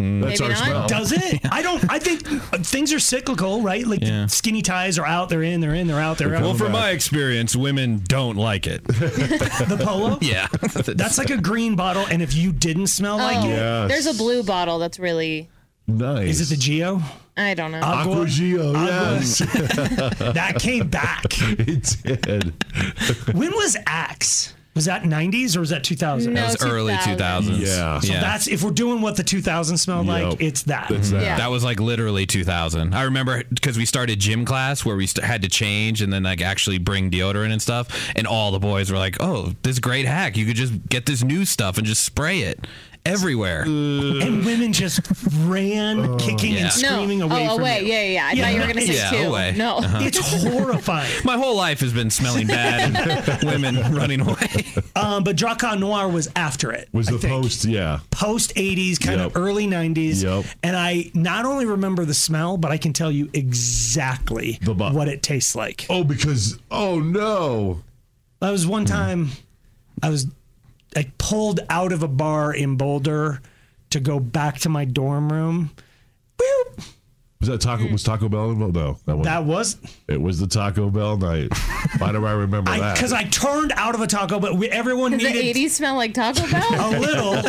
[SPEAKER 4] That's
[SPEAKER 5] Maybe
[SPEAKER 4] our
[SPEAKER 5] not.
[SPEAKER 4] smell.
[SPEAKER 3] Does it? I don't. I think uh, things are cyclical, right? Like skinny ties are out, they're in, they're in, they're out, they're out.
[SPEAKER 6] Well, from my experience, women don't like it.
[SPEAKER 3] the polo,
[SPEAKER 6] Yeah.
[SPEAKER 3] that's like a green bottle, and if you didn't smell
[SPEAKER 5] Oh,
[SPEAKER 3] like it,
[SPEAKER 5] there's a blue bottle that's really.
[SPEAKER 4] Nice.
[SPEAKER 3] is it the Geo?
[SPEAKER 5] I don't know.
[SPEAKER 3] Aqua-
[SPEAKER 4] Aqua Gio, yes.
[SPEAKER 3] that came back.
[SPEAKER 4] it did.
[SPEAKER 3] When was Axe? Was that 90s or was that 2000?
[SPEAKER 6] That was early 2000s.
[SPEAKER 4] Yeah.
[SPEAKER 3] So that's if we're doing what the 2000s smelled like,
[SPEAKER 6] Yep.
[SPEAKER 3] it's that.
[SPEAKER 4] That's that.
[SPEAKER 5] Yeah.
[SPEAKER 6] That was like literally 2000. I remember because we started gym class where we st- had to change and then like actually bring deodorant and stuff. And all the boys were like, "Oh, this great hack! You could just get this new stuff and just spray it everywhere."
[SPEAKER 3] And women just ran kicking
[SPEAKER 6] Yeah.
[SPEAKER 3] and screaming
[SPEAKER 5] no.
[SPEAKER 3] away
[SPEAKER 5] oh,
[SPEAKER 3] from
[SPEAKER 5] away.
[SPEAKER 3] you.
[SPEAKER 5] Yeah, yeah, yeah. I thought you were gonna say
[SPEAKER 6] Yeah,
[SPEAKER 5] two.
[SPEAKER 6] away.
[SPEAKER 5] No.
[SPEAKER 6] Uh-huh.
[SPEAKER 3] It's horrifying.
[SPEAKER 6] My whole life has been smelling bad and women running away.
[SPEAKER 3] Um, but Draca Noir was after it.
[SPEAKER 4] Was
[SPEAKER 3] I
[SPEAKER 4] the
[SPEAKER 3] think.
[SPEAKER 4] post, yeah.
[SPEAKER 3] Post 80s, kind
[SPEAKER 4] Yep.
[SPEAKER 3] of early 90s.
[SPEAKER 4] Yep.
[SPEAKER 3] And I not only remember the smell, but I can tell you exactly
[SPEAKER 4] The bu-
[SPEAKER 3] what it tastes like.
[SPEAKER 4] Oh, because, oh no. Mm-hmm.
[SPEAKER 3] I was one time, I was I pulled out of a bar in Boulder to go back to my dorm room.
[SPEAKER 4] Was that Taco? Was Taco Bell involved? No, that was.
[SPEAKER 3] That was
[SPEAKER 4] it was the Taco Bell night. Why do I remember that?
[SPEAKER 3] because I, turned out of a taco, but we, everyone
[SPEAKER 5] Does the
[SPEAKER 3] needed
[SPEAKER 5] 80s smell like Taco Bell?
[SPEAKER 3] a little.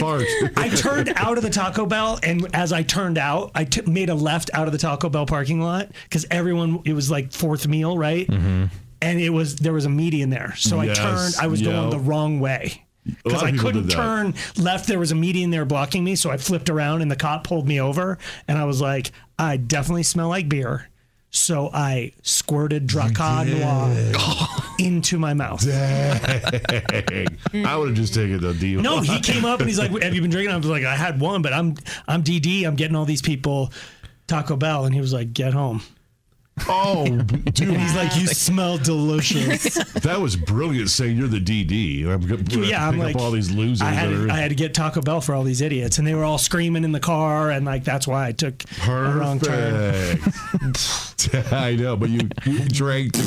[SPEAKER 4] Fart.
[SPEAKER 3] I turned out of the Taco Bell, and as I turned out, I t- made a left out of the Taco Bell parking lot because everyone it was like fourth meal, right? And it was there was a median there, so
[SPEAKER 4] Yes,
[SPEAKER 3] I turned. I was
[SPEAKER 4] yeah.
[SPEAKER 3] going the wrong way.
[SPEAKER 4] A lot
[SPEAKER 3] Because
[SPEAKER 4] of
[SPEAKER 3] I
[SPEAKER 4] people
[SPEAKER 3] couldn't
[SPEAKER 4] did that.
[SPEAKER 3] turn left, there was a median there blocking me, so I flipped around and the cop pulled me over, and I was like, "I definitely smell like beer," so I squirted Draca Noir into my mouth.
[SPEAKER 4] Dang. I would have just taken the deal.
[SPEAKER 3] No, he came up and he's like, "Have you been drinking?" I was like, "I had one, but I'm I'm DD. I'm getting all these people Taco Bell," and he was like, "Get home."
[SPEAKER 7] Oh, dude.
[SPEAKER 3] He's like, you smell delicious.
[SPEAKER 7] that was brilliant saying you're the DD. I'm going to
[SPEAKER 3] yeah, I'm
[SPEAKER 7] pick
[SPEAKER 3] like
[SPEAKER 7] up all these losers.
[SPEAKER 3] I had,
[SPEAKER 7] that are-
[SPEAKER 3] I had to get Taco Bell for all these idiots, and they were all screaming in the car, and like that's why I took a wrong turn.
[SPEAKER 7] Perfect. I know, but you, you drank
[SPEAKER 6] the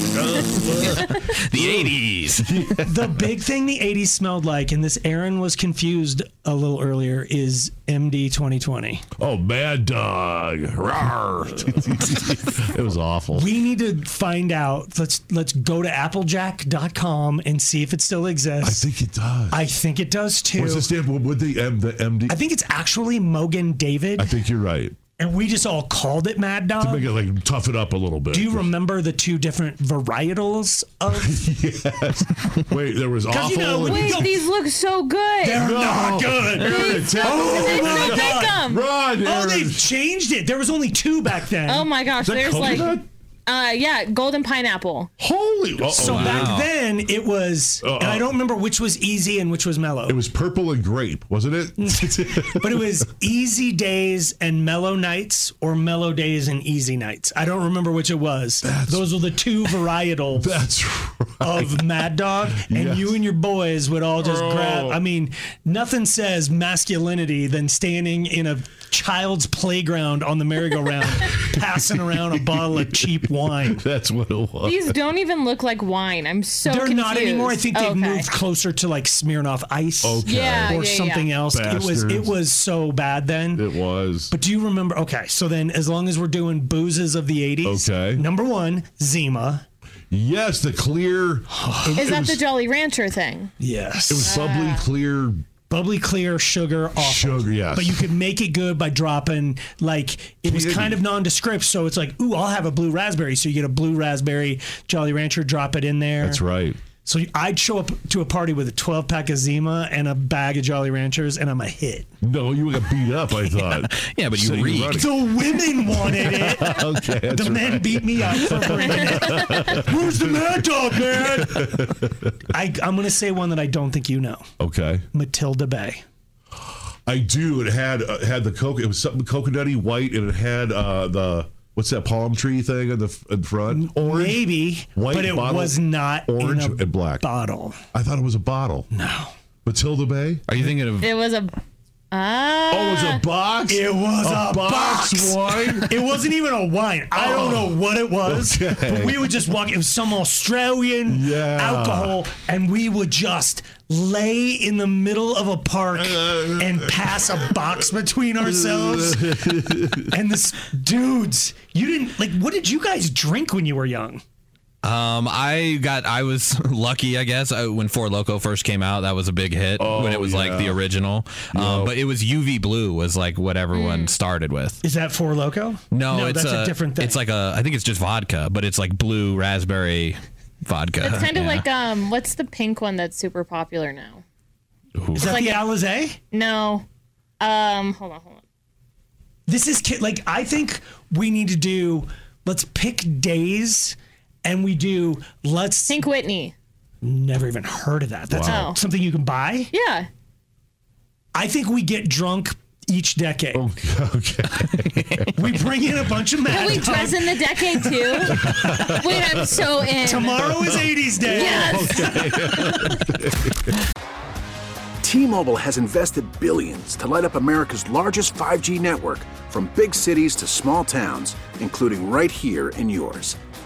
[SPEAKER 6] 80s.
[SPEAKER 3] the big thing the 80s smelled like, and this Aaron was confused a little earlier, is MD 2020.
[SPEAKER 7] Oh, Mad Dog. Rawr. it was awful.
[SPEAKER 3] We need to find out. Let's let's go to applejack.com and see if it still exists. I think
[SPEAKER 7] it does.
[SPEAKER 3] I think it does too.
[SPEAKER 7] What's the stand? What would the, M, the MD?
[SPEAKER 3] I think it's actually Mogan David.
[SPEAKER 7] I think you're right.
[SPEAKER 3] and we just all called it Mad Dog.
[SPEAKER 7] To make it like tough it up a little bit.
[SPEAKER 3] Do you remember the two different varietals of?
[SPEAKER 7] yes. Wait, there was
[SPEAKER 3] 'Cause
[SPEAKER 7] awful.
[SPEAKER 3] you know,
[SPEAKER 7] and-
[SPEAKER 3] we-
[SPEAKER 5] Wait, these look so good.
[SPEAKER 3] They're not good.
[SPEAKER 5] These look- they look like 'em.
[SPEAKER 3] Oh, they've changed it. There was only two back then.
[SPEAKER 5] Oh my gosh, there's like, uh, yeah, golden pineapple.
[SPEAKER 7] Holy!
[SPEAKER 3] So back then it was, and I don't remember which was easy and which was mellow. It
[SPEAKER 7] was purple and grape, wasn't it?
[SPEAKER 3] but it was easy days and mellow nights, or mellow days and easy nights. I don't remember which it was. Those were the two varietals.
[SPEAKER 7] That's
[SPEAKER 3] Of Mad Dog, and you and your boys would all just grab. I mean, nothing says masculinity than standing in a child's playground on the merry-go-round, passing around a bottle of cheap wine.
[SPEAKER 7] That's what it was.
[SPEAKER 5] These don't even look like wine. I'm so
[SPEAKER 3] They're not
[SPEAKER 5] confused.
[SPEAKER 3] anymore. I think they've
[SPEAKER 5] Okay.
[SPEAKER 3] moved closer to like Smirnoff Ice
[SPEAKER 5] Okay. Yeah,
[SPEAKER 3] or
[SPEAKER 5] yeah,
[SPEAKER 3] something
[SPEAKER 5] yeah.
[SPEAKER 3] else. It was it
[SPEAKER 7] Bastards.
[SPEAKER 3] was so bad then.
[SPEAKER 7] It was.
[SPEAKER 3] But do you remember? Okay, so then as long as we're doing boozes of the '80s,
[SPEAKER 7] okay.
[SPEAKER 3] Number one, Zima.
[SPEAKER 7] Yes, the clear.
[SPEAKER 5] Is that the Ah. Jolly Rancher thing?
[SPEAKER 3] Yes.
[SPEAKER 7] It was bubbly clear.
[SPEAKER 3] Bubbly clear sugar awful.
[SPEAKER 7] Sugar, yes.
[SPEAKER 3] But you could make it good by dropping like it was
[SPEAKER 7] Candy.
[SPEAKER 3] kind of nondescript, so it's like, ooh, I'll have a blue raspberry. So you get a blue raspberry Jolly Rancher, drop it in there.
[SPEAKER 7] That's right.
[SPEAKER 3] So I'd show up to a party with a 12 pack of Zima and a bag of Jolly Ranchers, and I'm a hit.
[SPEAKER 7] No, you got beat up. I thought.
[SPEAKER 6] yeah, but you
[SPEAKER 7] So you're
[SPEAKER 6] reeked.
[SPEAKER 7] running.
[SPEAKER 3] The women wanted it.
[SPEAKER 7] okay,
[SPEAKER 3] the men beat me up for bringing it. Where's the mad dog, man? I, I'm going to say one that I don't think you know
[SPEAKER 7] Okay.
[SPEAKER 3] Matilda Bay.
[SPEAKER 7] I do. It had uh, had the coke. It was something coconutty white, and it had uh, the what's that palm tree thing in the f- in front? Orange,
[SPEAKER 3] maybe,
[SPEAKER 7] white
[SPEAKER 3] but it
[SPEAKER 7] bottle,
[SPEAKER 3] was not in
[SPEAKER 7] orange
[SPEAKER 3] a
[SPEAKER 7] and black
[SPEAKER 3] bottle.
[SPEAKER 7] I thought it was a bottle.
[SPEAKER 3] No,
[SPEAKER 7] Matilda Bay.
[SPEAKER 6] Are you thinking of?
[SPEAKER 5] It was a. Ah.
[SPEAKER 7] Oh, it was a box.
[SPEAKER 3] It was a, box.
[SPEAKER 7] wine. Oh.
[SPEAKER 3] It wasn't even a wine. I don't know what it was,
[SPEAKER 7] Okay.
[SPEAKER 3] but we would just walk. It was some Australian alcohol, and we would just lay in the middle of a park and pass a box between ourselves. and this dudes, you didn't like. What did you guys drink when you were young?
[SPEAKER 6] Um, I got. I was lucky, I guess. I, when Four Loco first came out, that was a big hit.
[SPEAKER 7] Oh,
[SPEAKER 6] when it was like
[SPEAKER 7] yeah.
[SPEAKER 6] the original, um, but it was UV blue was like what
[SPEAKER 5] Mm.
[SPEAKER 6] everyone started with.
[SPEAKER 3] Is that Four Loco?
[SPEAKER 6] No, it's
[SPEAKER 3] that's a, different thing.
[SPEAKER 6] It's like a. I think it's just vodka, but it's like blue raspberry vodka.
[SPEAKER 5] It's kind of
[SPEAKER 6] Yeah.
[SPEAKER 5] like um, what's the pink one that's super popular now?
[SPEAKER 3] Is that
[SPEAKER 5] like
[SPEAKER 3] the
[SPEAKER 5] a-
[SPEAKER 3] Alizé?
[SPEAKER 5] No, um, hold on, hold on.
[SPEAKER 3] This is ki- like I think we need to do. Let's pick days, and we do. Let's
[SPEAKER 5] Pink Whitney.
[SPEAKER 3] Never even heard of that. That's
[SPEAKER 5] Wow.
[SPEAKER 3] a- something you can buy.
[SPEAKER 5] Yeah,
[SPEAKER 3] I think we get drunk each decade.
[SPEAKER 7] Okay.
[SPEAKER 3] we bring in a bunch of men.
[SPEAKER 5] can we dress in the decade too? Wait, I'm so in.
[SPEAKER 3] Tomorrow is 80s day.
[SPEAKER 5] Yes.
[SPEAKER 21] T-Mobile has invested billions to light up America's largest 5G network from big cities to small towns, including right here in yours.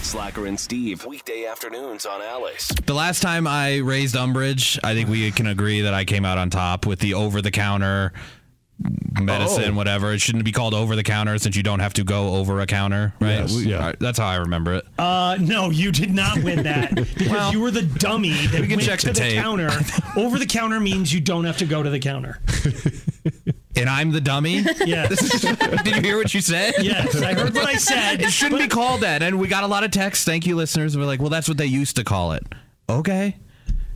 [SPEAKER 2] Slacker and Steve, weekday afternoons on Alice.
[SPEAKER 6] The last time I raised umbrage, I think we can agree that I came out on top with the over the counter medicine,
[SPEAKER 7] Oh.
[SPEAKER 6] whatever. It shouldn't be called over the counter since you don't have to go over a counter, right?
[SPEAKER 7] Yes.
[SPEAKER 6] We- I- that's how I remember it.
[SPEAKER 3] Uh, no, you did not win that because you were the dummy that
[SPEAKER 6] we can
[SPEAKER 3] went
[SPEAKER 6] check
[SPEAKER 3] to
[SPEAKER 6] the
[SPEAKER 3] the,
[SPEAKER 6] tape.
[SPEAKER 3] counter. Over the counter means you don't have to go to the counter.
[SPEAKER 6] And I'm the dummy?
[SPEAKER 3] Yes.
[SPEAKER 6] Did you hear what you said?
[SPEAKER 3] Yes, I heard what I said.
[SPEAKER 6] It shouldn't be called that. And we got a lot of texts. Thank you, listeners. We're like, well, that's what they used to call it. Okay.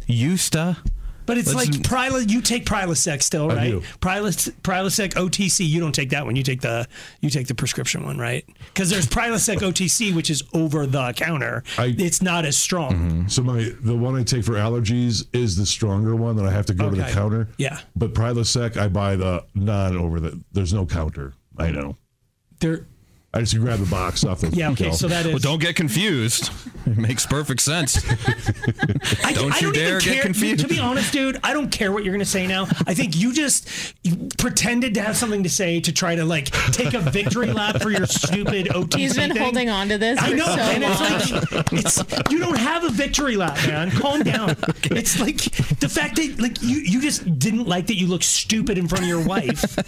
[SPEAKER 6] Used to.
[SPEAKER 3] But it's
[SPEAKER 6] Let's-
[SPEAKER 3] like Prilosec. You take Prilosec still,
[SPEAKER 6] I
[SPEAKER 3] right?
[SPEAKER 6] do.
[SPEAKER 3] Prilos, Prilosec OTC. You don't take that one. You take the you take the prescription one, right? Because there's Prilosec OTC, which is over the counter. it's not as strong.
[SPEAKER 7] Mm-hmm. So my the one I take for allergies is the stronger one that I have to go to the
[SPEAKER 3] Okay.
[SPEAKER 7] counter.
[SPEAKER 3] Yeah.
[SPEAKER 7] But Prilosec, I buy the non over the. There's no counter. I know.
[SPEAKER 3] There.
[SPEAKER 7] I just grab the box off the.
[SPEAKER 3] Yeah, okay, so that is-
[SPEAKER 6] Well, don't get confused. It makes perfect sense. don't
[SPEAKER 3] I
[SPEAKER 6] you
[SPEAKER 3] don't
[SPEAKER 6] dare
[SPEAKER 3] even
[SPEAKER 6] get
[SPEAKER 3] care.
[SPEAKER 6] confused.
[SPEAKER 3] To be honest, dude, I don't care what you're going to say now. I think you just pretended to have something to say to try to like take a victory lap for your stupid OTC.
[SPEAKER 5] He's been
[SPEAKER 3] thing.
[SPEAKER 5] holding on to this.
[SPEAKER 3] I
[SPEAKER 5] for
[SPEAKER 3] know,
[SPEAKER 5] so
[SPEAKER 3] and it's
[SPEAKER 5] long.
[SPEAKER 3] like it's you don't have a victory lap, man. Calm down. It's like the fact that like you you just didn't like that you look stupid in front of your wife.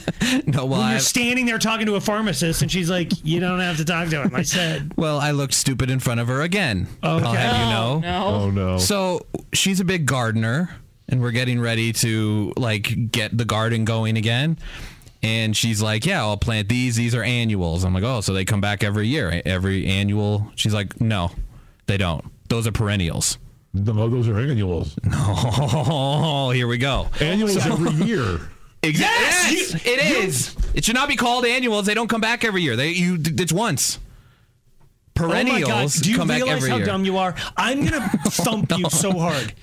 [SPEAKER 6] no, well,
[SPEAKER 3] when you're
[SPEAKER 6] I've-
[SPEAKER 3] standing there talking to a pharmacist and she's like, "You don't have to talk to him." I said,
[SPEAKER 6] Well, I looked stupid in front of her again.
[SPEAKER 3] Okay.
[SPEAKER 6] I'll have you know.
[SPEAKER 3] Oh, no. Oh,
[SPEAKER 7] no.
[SPEAKER 6] So she's a big gardener, and we're getting ready to like get the garden going again. And she's like, "Yeah, I'll plant these. These are annuals." I'm like, "Oh, so they come back every year, every annual?" She's like, "No, they don't. Those are perennials."
[SPEAKER 7] No, those are annuals.
[SPEAKER 6] No, here we go.
[SPEAKER 7] Annuals every year.
[SPEAKER 6] Exactly. Yes, it is. It should not be called annuals. They don't come back every year. They you it's once.
[SPEAKER 3] oh my God,
[SPEAKER 6] Perennials
[SPEAKER 3] do you
[SPEAKER 6] come back
[SPEAKER 3] realize
[SPEAKER 6] every
[SPEAKER 3] how
[SPEAKER 6] year.
[SPEAKER 3] dumb you are? I'm gonna thump you so hard.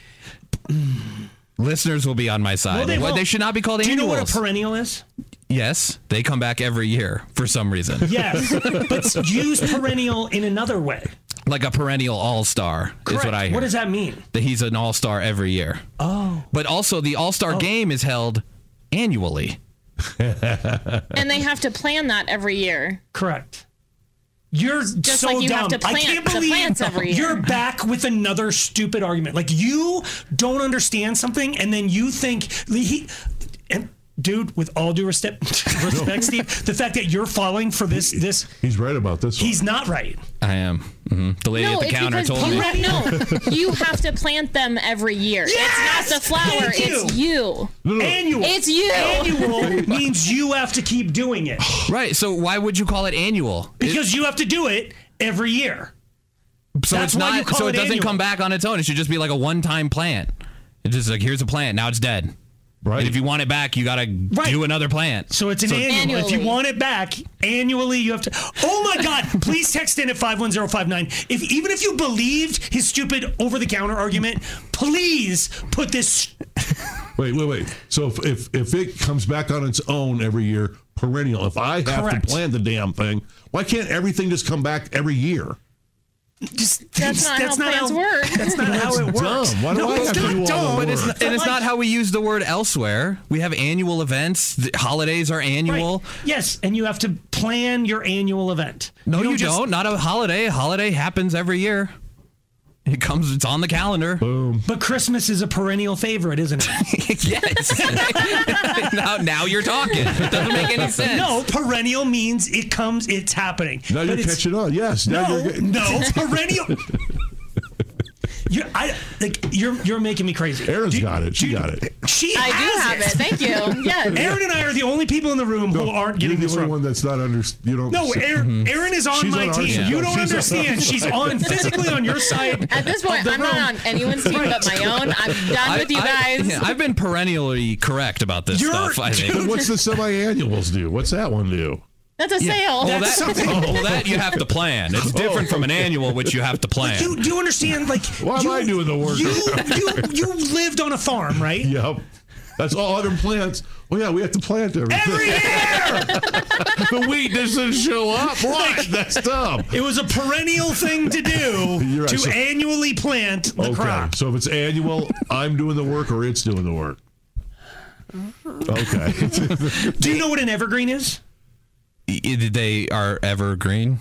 [SPEAKER 6] Listeners will be on my side.
[SPEAKER 3] Well,
[SPEAKER 6] Why-
[SPEAKER 3] won't.
[SPEAKER 6] should not be called
[SPEAKER 3] Do you know what
[SPEAKER 6] annuals.
[SPEAKER 3] a perennial is?
[SPEAKER 6] yes, they come back every year for some reason.
[SPEAKER 3] Yes, but use perennial in another way.
[SPEAKER 6] like a perennial all-star is what I hear.
[SPEAKER 3] What does that mean?
[SPEAKER 6] That he's an all-star every year.
[SPEAKER 3] Oh.
[SPEAKER 6] But also the all-star game is held annually.
[SPEAKER 5] and they have to plan that every year.
[SPEAKER 3] Correct. You're
[SPEAKER 5] Just
[SPEAKER 3] so
[SPEAKER 5] like you
[SPEAKER 3] dumb.
[SPEAKER 5] have to
[SPEAKER 3] I
[SPEAKER 5] plant
[SPEAKER 3] can't
[SPEAKER 5] the
[SPEAKER 3] believe
[SPEAKER 5] plants every year.
[SPEAKER 3] you're back with another stupid argument. Like you don't understand something, and then you think he. And dude, with all due respect, respect, Steve, the fact that you're falling for this this
[SPEAKER 7] He's right about this one.
[SPEAKER 3] he's not right.
[SPEAKER 6] I am. hmm The lady
[SPEAKER 5] no,
[SPEAKER 6] at the
[SPEAKER 5] it's
[SPEAKER 6] counter
[SPEAKER 5] because
[SPEAKER 6] told me.
[SPEAKER 5] you have, no, you have to plant them every year. it's not the flower,
[SPEAKER 3] Thank you.
[SPEAKER 5] it's you.
[SPEAKER 3] Annual.
[SPEAKER 5] It's you.
[SPEAKER 3] Annual means you have to keep doing it
[SPEAKER 6] Right. So why would you call it annual?
[SPEAKER 3] because you have to do it every year.
[SPEAKER 6] So
[SPEAKER 3] That's
[SPEAKER 6] it's
[SPEAKER 3] why
[SPEAKER 6] not.
[SPEAKER 3] you call
[SPEAKER 6] so it,
[SPEAKER 3] it
[SPEAKER 6] doesn't
[SPEAKER 3] annual.
[SPEAKER 6] come back on its own. It should just be like a one-time plant. It's just like here's a plant. Now it's dead. Right. And if you want it back, you gotta do another plant.
[SPEAKER 3] So it's an annual. If you want it back annually, you have to. Oh my God! Please text in at five one zero five nine. If even if you believed his stupid over the counter argument, please put this.
[SPEAKER 7] Wait, wait, wait. So if, if if it comes back on its own every year, perennial. If I have
[SPEAKER 3] Correct.
[SPEAKER 7] to plant the damn thing, why can't everything just come back every year?
[SPEAKER 3] Just
[SPEAKER 5] That's not how plants work.
[SPEAKER 3] That's not how it works.
[SPEAKER 7] Dumb. Why do
[SPEAKER 3] No,
[SPEAKER 7] I
[SPEAKER 3] it's
[SPEAKER 7] have to
[SPEAKER 3] not
[SPEAKER 7] do all the
[SPEAKER 3] dumb.
[SPEAKER 6] But it's
[SPEAKER 7] work?
[SPEAKER 6] not, and it's not how we use the word elsewhere. We have annual events. The holidays are annual.
[SPEAKER 3] Yes, and you have to plan your annual event.
[SPEAKER 6] No, you, don't.
[SPEAKER 3] just-
[SPEAKER 6] Not a holiday. A holiday happens every year. It comes. It's on the calendar.
[SPEAKER 7] Boom.
[SPEAKER 3] But Christmas is a perennial favorite, isn't it?
[SPEAKER 6] yes. now, now you're talking. It doesn't make any sense.
[SPEAKER 3] No, perennial means it comes. It's happening.
[SPEAKER 7] Now you're
[SPEAKER 3] But it's-
[SPEAKER 7] catching on. Yes. Now
[SPEAKER 3] No,
[SPEAKER 7] you're getting-
[SPEAKER 3] no, perennial. You're, I, like, you're, you're making me crazy.
[SPEAKER 7] Aaron's got it. She got it.
[SPEAKER 3] She
[SPEAKER 5] I do
[SPEAKER 3] has
[SPEAKER 5] have it. Thank you. Yes.
[SPEAKER 3] Aaron and I are the only people in the room who aren't
[SPEAKER 7] You're
[SPEAKER 3] getting
[SPEAKER 7] the
[SPEAKER 3] this
[SPEAKER 7] only
[SPEAKER 3] wrong.
[SPEAKER 7] one that's not under. You don't.
[SPEAKER 3] No, Aaron,
[SPEAKER 7] Mhm.
[SPEAKER 3] Aaron is on
[SPEAKER 7] She's
[SPEAKER 3] my
[SPEAKER 7] our
[SPEAKER 3] team.
[SPEAKER 7] side.
[SPEAKER 3] You don't
[SPEAKER 7] She's on our
[SPEAKER 3] understand. She's
[SPEAKER 7] side.
[SPEAKER 3] on physically on your side.
[SPEAKER 5] At this
[SPEAKER 3] of
[SPEAKER 5] point,
[SPEAKER 3] the
[SPEAKER 5] I'm not
[SPEAKER 3] room.
[SPEAKER 5] on anyone's team but my own. I'm done with you guys.
[SPEAKER 6] yeah, I've been perennially correct about this
[SPEAKER 5] You're-
[SPEAKER 6] stuff. I think.
[SPEAKER 7] But what's the semi-annuals do? What's that one do?
[SPEAKER 5] Oh, That's a
[SPEAKER 6] Yeah.
[SPEAKER 5] sale.
[SPEAKER 6] Well, that, oh, well, that you have to plan. It's different from an annual, which you have to plan.
[SPEAKER 3] Oh, You, do you understand? Like,
[SPEAKER 7] Why am
[SPEAKER 3] you,
[SPEAKER 7] I doing the work?
[SPEAKER 3] You, you, you lived on a farm, right?
[SPEAKER 7] Yep. That's all other plants. Well, yeah, we have to plant everything. Every year! the wheat doesn't show up. What? That's dumb.
[SPEAKER 3] It was a perennial thing to do
[SPEAKER 7] You're right,
[SPEAKER 3] to
[SPEAKER 7] so-
[SPEAKER 3] annually plant the
[SPEAKER 7] okay.
[SPEAKER 3] crop.
[SPEAKER 7] So if it's annual, I'm doing the work or it's doing the work. Okay.
[SPEAKER 3] Do you know what an evergreen is?
[SPEAKER 6] I- i- They are evergreen.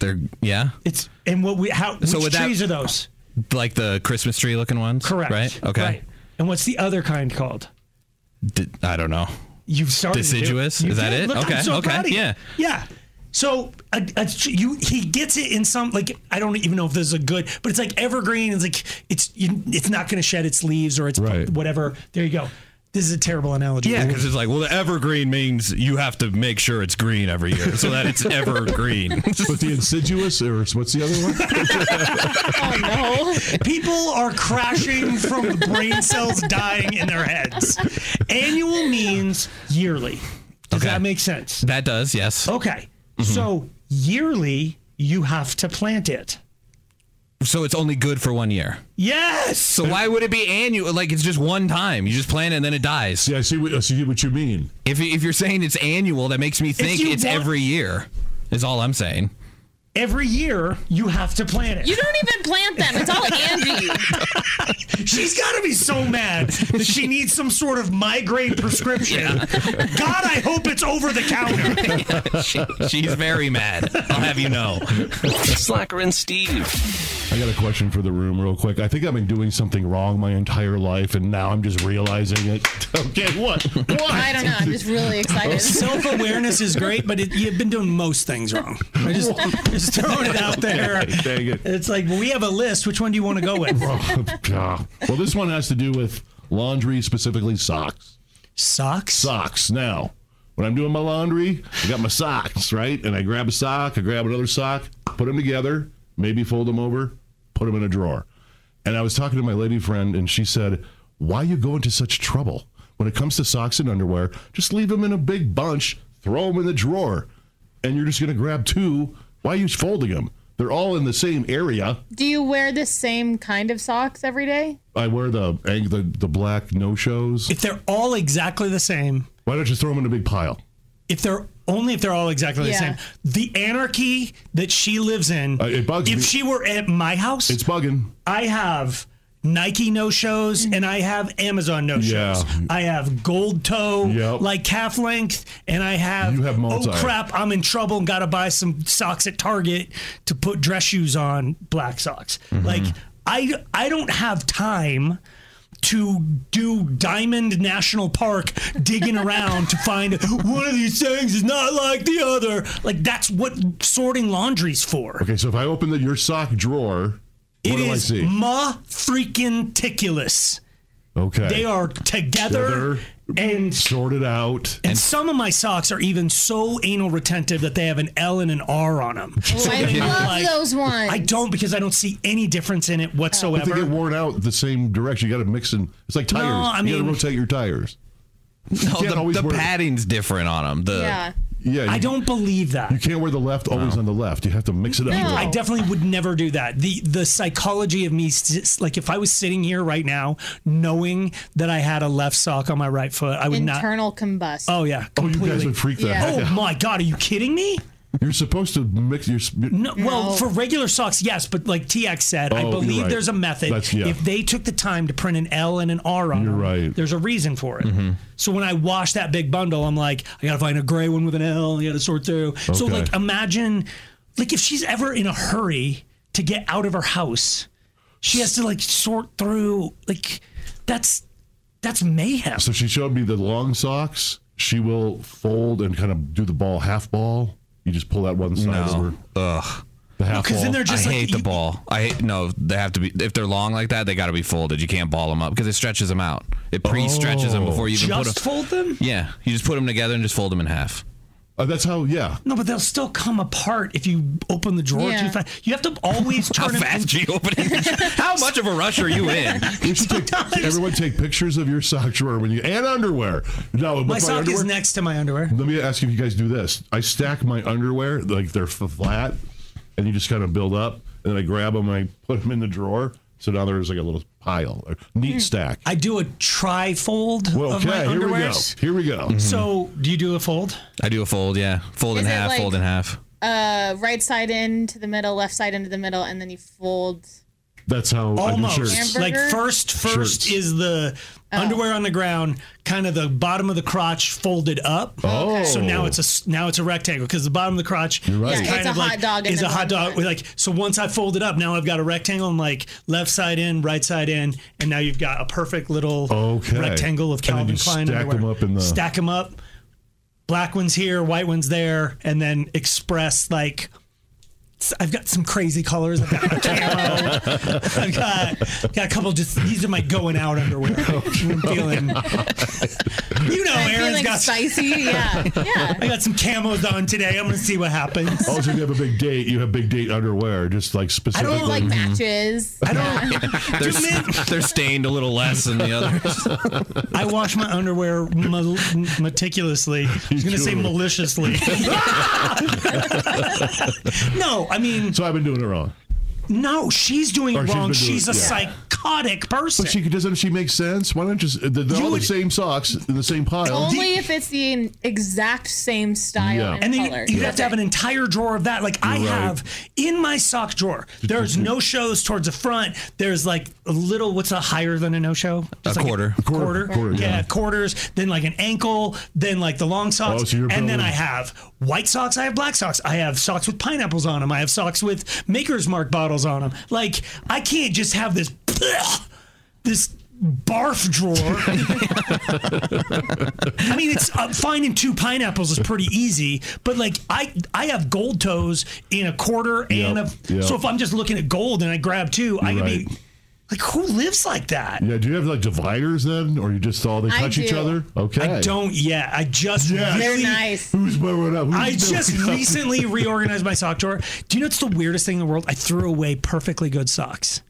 [SPEAKER 6] They're yeah.
[SPEAKER 3] It's and what we how which trees are those?
[SPEAKER 6] Like the Christmas tree looking ones.
[SPEAKER 3] Correct.
[SPEAKER 6] Right. Okay.
[SPEAKER 3] Right. And what's the other kind called?
[SPEAKER 6] D- I don't know.
[SPEAKER 3] You've started. to.
[SPEAKER 6] Deciduous?
[SPEAKER 3] You
[SPEAKER 6] Is that
[SPEAKER 3] did.
[SPEAKER 6] it?
[SPEAKER 3] Look,
[SPEAKER 6] Okay,
[SPEAKER 3] I'm so
[SPEAKER 6] okay,
[SPEAKER 3] proud of you.
[SPEAKER 6] yeah.
[SPEAKER 3] Yeah. So a, a, tr- you he gets it in some like I don't even know if this is a good, but it's like evergreen. It's like it's you, it's not going to shed its leaves or it's whatever. There you go. This is a terrible analogy.
[SPEAKER 6] Yeah, because it's like, well, the evergreen means you have to make sure it's green every year, so that it's evergreen.
[SPEAKER 7] but the insidious, or what's the other one?
[SPEAKER 3] no. People are crashing from the brain cells dying in their heads. Annual means yearly. Does that make sense?
[SPEAKER 6] That does, yes.
[SPEAKER 3] Okay.
[SPEAKER 6] Mm-hmm.
[SPEAKER 3] So yearly, you have to plant it.
[SPEAKER 6] So it's only good for one year.
[SPEAKER 3] Yes.
[SPEAKER 6] So why would it be annual? Like it's just one time. You just plant it and then it dies.
[SPEAKER 7] Yeah, I see what, I see what you mean.
[SPEAKER 6] If you- if you're saying it's annual, that makes me think
[SPEAKER 3] you
[SPEAKER 6] it's
[SPEAKER 3] want-
[SPEAKER 6] every year. Is all I'm saying.
[SPEAKER 3] Every year, you have to plant it.
[SPEAKER 5] You don't even plant them. It's all Andy.
[SPEAKER 3] She's got to be so mad that she needs some sort of migraine prescription. God, I hope it's over the counter.
[SPEAKER 6] She- she's very mad. I'll have you know.
[SPEAKER 2] Slacker and Steve.
[SPEAKER 7] I got a question for the room, real quick. I think I've been doing something wrong my entire life, and now I'm just realizing it. Okay, what? What?
[SPEAKER 5] I don't know. I'm just really excited.
[SPEAKER 3] Self awareness is great, but it, you've been doing most things wrong. I just, just throwing it out there.
[SPEAKER 7] Okay, dang it.
[SPEAKER 3] It's like we have a list. Which one do you want to go with?
[SPEAKER 7] Yeah. Well, this one has to do with laundry, specifically socks.
[SPEAKER 3] Socks?
[SPEAKER 7] Socks. Now, when I'm doing my laundry, I got my socks, right? And I grab a sock, I grab another sock, put them together, maybe fold them over, put them in a drawer. And I was talking to my lady friend, and she said, Why you going to such trouble? When it comes to socks and underwear, just leave them in a big bunch, throw them in the drawer, and you're just going to grab two. Why are you folding them? They're all in the same area.
[SPEAKER 5] Do you wear the same kind of socks every day?
[SPEAKER 7] I wear the ang- the, the black no shows.
[SPEAKER 3] If they're all exactly the same,
[SPEAKER 7] why don't you throw them in a big pile?
[SPEAKER 3] If they're only if they're all exactly the
[SPEAKER 7] Yeah.
[SPEAKER 3] same, the anarchy that she lives in.
[SPEAKER 7] Uh, it bugs
[SPEAKER 3] if
[SPEAKER 7] me.
[SPEAKER 3] she were at my house, it's
[SPEAKER 7] bugging.
[SPEAKER 3] I have Nike no shows and I have Amazon no shows.
[SPEAKER 7] Yeah.
[SPEAKER 3] I have gold toe, like calf length, and I have.
[SPEAKER 7] You have multi.
[SPEAKER 3] Oh crap! I'm in trouble and gotta buy some socks at Target to put dress shoes on, black socks.
[SPEAKER 7] Mm-hmm.
[SPEAKER 3] Like I, I don't have time to do Diamond National Park digging around to find one of these things is not like the other. Like that's what sorting laundry's for.
[SPEAKER 7] Okay, so if I open the, your sock drawer,
[SPEAKER 3] It
[SPEAKER 7] what do I
[SPEAKER 3] is
[SPEAKER 7] see?
[SPEAKER 3] ma freaking ticulous.
[SPEAKER 7] Okay.
[SPEAKER 3] They are together, and
[SPEAKER 7] sorted out.
[SPEAKER 3] And, some of my socks are even so anal retentive that they have an L and an R on them. so
[SPEAKER 5] Oh, I
[SPEAKER 3] they look
[SPEAKER 5] love those ones.
[SPEAKER 3] I don't because I don't see any difference in it
[SPEAKER 7] But they
[SPEAKER 3] whatsoever.
[SPEAKER 7] get worn out the same direction. You got to mix in. It's like
[SPEAKER 3] No,
[SPEAKER 7] tires.
[SPEAKER 3] I
[SPEAKER 7] you got
[SPEAKER 3] mean-
[SPEAKER 7] to rotate your tires.
[SPEAKER 6] No,
[SPEAKER 7] can't
[SPEAKER 6] the,
[SPEAKER 7] always
[SPEAKER 6] the
[SPEAKER 7] wear-
[SPEAKER 6] padding's different on them. The
[SPEAKER 3] Yeah.
[SPEAKER 7] Yeah,
[SPEAKER 3] I don't believe that.
[SPEAKER 7] You can't wear the left always on the left. You have to mix it up.
[SPEAKER 3] I definitely would never do that. The the psychology of me, s- like if I was sitting here right now, knowing that I had a left sock on my right foot, I would not.
[SPEAKER 5] Internal combust.
[SPEAKER 3] Oh yeah, completely.
[SPEAKER 7] guys would freak the Yeah. heck
[SPEAKER 3] Oh
[SPEAKER 7] out.
[SPEAKER 3] my god, are you kidding me?
[SPEAKER 7] You're supposed to mix your.
[SPEAKER 3] No, well, for regular socks, yes, but like TX said, I
[SPEAKER 7] Oh, you're
[SPEAKER 3] believe
[SPEAKER 7] right.
[SPEAKER 3] there's a method.
[SPEAKER 7] That's- yeah.
[SPEAKER 3] If they took the time to print an L and an R on
[SPEAKER 7] You're
[SPEAKER 3] them,
[SPEAKER 7] right. Mm-hmm.
[SPEAKER 3] there's a reason for it. So when I wash that big bundle, I'm like, I gotta find a gray one with an L. I gotta sort through. So
[SPEAKER 7] Okay.
[SPEAKER 3] like, imagine, like if she's ever in a hurry to get out of her house, she has to like sort through. Like that's that's mayhem.
[SPEAKER 7] So she showed me the long socks. She will fold and kind of do the ball half ball. You just pull that one side over.
[SPEAKER 6] no. Ugh.
[SPEAKER 7] The half
[SPEAKER 6] Because
[SPEAKER 7] ball.
[SPEAKER 6] then they're just I hate the ball. I hate no. They have to be if they're long like that. They got to be folded. You can't ball them up because it stretches them out. It pre-stretches
[SPEAKER 7] Oh.
[SPEAKER 6] them before you even put
[SPEAKER 3] just
[SPEAKER 6] them.
[SPEAKER 3] fold them.
[SPEAKER 6] yeah, you just put them together and just fold them in half.
[SPEAKER 7] Uh, that's how. Yeah.
[SPEAKER 3] No, but they'll still come apart if you open the drawer
[SPEAKER 6] Yeah.
[SPEAKER 3] too fast. You have to always
[SPEAKER 6] How
[SPEAKER 3] turn
[SPEAKER 6] fast do you open it? How much of a rush are you in?
[SPEAKER 7] You should take, everyone take pictures of your sock drawer when you and underwear. No, with
[SPEAKER 3] My sock is
[SPEAKER 7] underwear-
[SPEAKER 3] next to my underwear.
[SPEAKER 7] Let me ask you if you guys do this. I stack my underwear like they're f- flat, and you just kind of build up, and then I grab them and I put them in the drawer. So now there's like a little pile, a neat stack.
[SPEAKER 3] Hmm. I do a trifold
[SPEAKER 7] Well,
[SPEAKER 3] of my
[SPEAKER 7] okay, here we go.
[SPEAKER 3] underwears.
[SPEAKER 7] Here we go.
[SPEAKER 5] Mm-hmm.
[SPEAKER 3] So, do you do a fold?
[SPEAKER 6] Mm-hmm. I do a fold. Yeah, fold in
[SPEAKER 5] Is it
[SPEAKER 6] half.
[SPEAKER 5] like-
[SPEAKER 6] fold in half.
[SPEAKER 5] Uh, right side into the middle, left side into the middle, and then you fold
[SPEAKER 7] That's how I do shirts.
[SPEAKER 3] Almost like first, first
[SPEAKER 7] Shirts.
[SPEAKER 3] is the
[SPEAKER 7] Oh.
[SPEAKER 3] underwear on the ground, kind of the bottom of the crotch folded up.
[SPEAKER 7] Oh.
[SPEAKER 3] so now it's a s- now it's a rectangle because the bottom of the crotch
[SPEAKER 7] right.
[SPEAKER 3] is
[SPEAKER 7] Yeah,
[SPEAKER 3] kind
[SPEAKER 7] it's a
[SPEAKER 3] of
[SPEAKER 7] hot
[SPEAKER 3] like
[SPEAKER 7] dog and
[SPEAKER 3] is a
[SPEAKER 7] then
[SPEAKER 3] hot
[SPEAKER 7] one
[SPEAKER 3] dog. With like so, once I fold it up, now I've got a rectangle. I'm like left side in, right side in, and now you've got a perfect little
[SPEAKER 7] Okay.
[SPEAKER 3] rectangle of
[SPEAKER 7] And then
[SPEAKER 3] Calvin
[SPEAKER 7] you
[SPEAKER 3] Klein
[SPEAKER 7] stack
[SPEAKER 3] underwear.
[SPEAKER 7] them up in the-
[SPEAKER 3] stack them up. Black ones here, white ones there, and then express like. s- I've got some crazy colors. I've got I've got, got a couple. Just these are my going out underwear.
[SPEAKER 7] Oh,
[SPEAKER 3] I'm feeling, you know,
[SPEAKER 5] I'm
[SPEAKER 3] Aaron's
[SPEAKER 5] feeling
[SPEAKER 3] got
[SPEAKER 5] spicy, yeah, yeah.
[SPEAKER 3] Oh, I got some camos on today. I'm gonna see what happens.
[SPEAKER 7] Also, if you have a big date, you have big date underwear, just like
[SPEAKER 5] I
[SPEAKER 7] specifically.
[SPEAKER 5] don't
[SPEAKER 3] Mm-hmm.
[SPEAKER 5] like matches. I
[SPEAKER 6] they're, s- they're stained a little less than the others.
[SPEAKER 3] I wash my underwear mal- meticulously. I was gonna say
[SPEAKER 7] do.
[SPEAKER 3] maliciously. no, I mean.
[SPEAKER 7] So I've been doing it wrong.
[SPEAKER 3] No, she's doing
[SPEAKER 7] Or
[SPEAKER 3] it
[SPEAKER 7] she's
[SPEAKER 3] wrong.
[SPEAKER 7] been doing
[SPEAKER 3] She's,
[SPEAKER 7] it-
[SPEAKER 3] a
[SPEAKER 7] yeah.
[SPEAKER 3] psychotic person.
[SPEAKER 7] But she doesn't she make sense? Why don't you just they're, they're all the same socks in the same pile?
[SPEAKER 5] Only if it's the exact same style
[SPEAKER 7] Yeah.
[SPEAKER 5] and,
[SPEAKER 3] and then
[SPEAKER 5] color.
[SPEAKER 3] you'd have to have an entire drawer of that. Like I
[SPEAKER 7] You're right.
[SPEAKER 3] have in my sock drawer. There's no shows towards the front. There's like a little. What's a higher than a no show?
[SPEAKER 6] A quarter.
[SPEAKER 3] A quarter.
[SPEAKER 6] Quarter,
[SPEAKER 3] yeah.
[SPEAKER 6] yeah.
[SPEAKER 3] quarters. Then like an ankle. Then like the long socks.
[SPEAKER 7] Oh, so you're
[SPEAKER 3] and then
[SPEAKER 7] probably-
[SPEAKER 3] I have white socks. I have black socks. I have socks with pineapples on them. I have socks with Maker's Mark bottles on them. Like I can't just have this. This barf drawer I mean, it's uh, finding two pineapples is pretty easy, but like I, I have gold toes in a quarter and a.
[SPEAKER 7] yep.
[SPEAKER 3] So if I'm just looking at gold and I grab 2 I could be
[SPEAKER 7] Right.
[SPEAKER 3] like, who lives like that?
[SPEAKER 7] Yeah, do you have like dividers then, or you just all they
[SPEAKER 3] I
[SPEAKER 7] touch each
[SPEAKER 3] do.
[SPEAKER 7] other? Okay,
[SPEAKER 3] I don't yet. I just
[SPEAKER 7] Yes. They're
[SPEAKER 3] really,
[SPEAKER 5] nice.
[SPEAKER 7] Who's wearing up? Who's
[SPEAKER 3] I just
[SPEAKER 7] doing up?
[SPEAKER 3] recently reorganized my sock drawer. Do you know it's the weirdest thing in the world? I threw away perfectly good socks.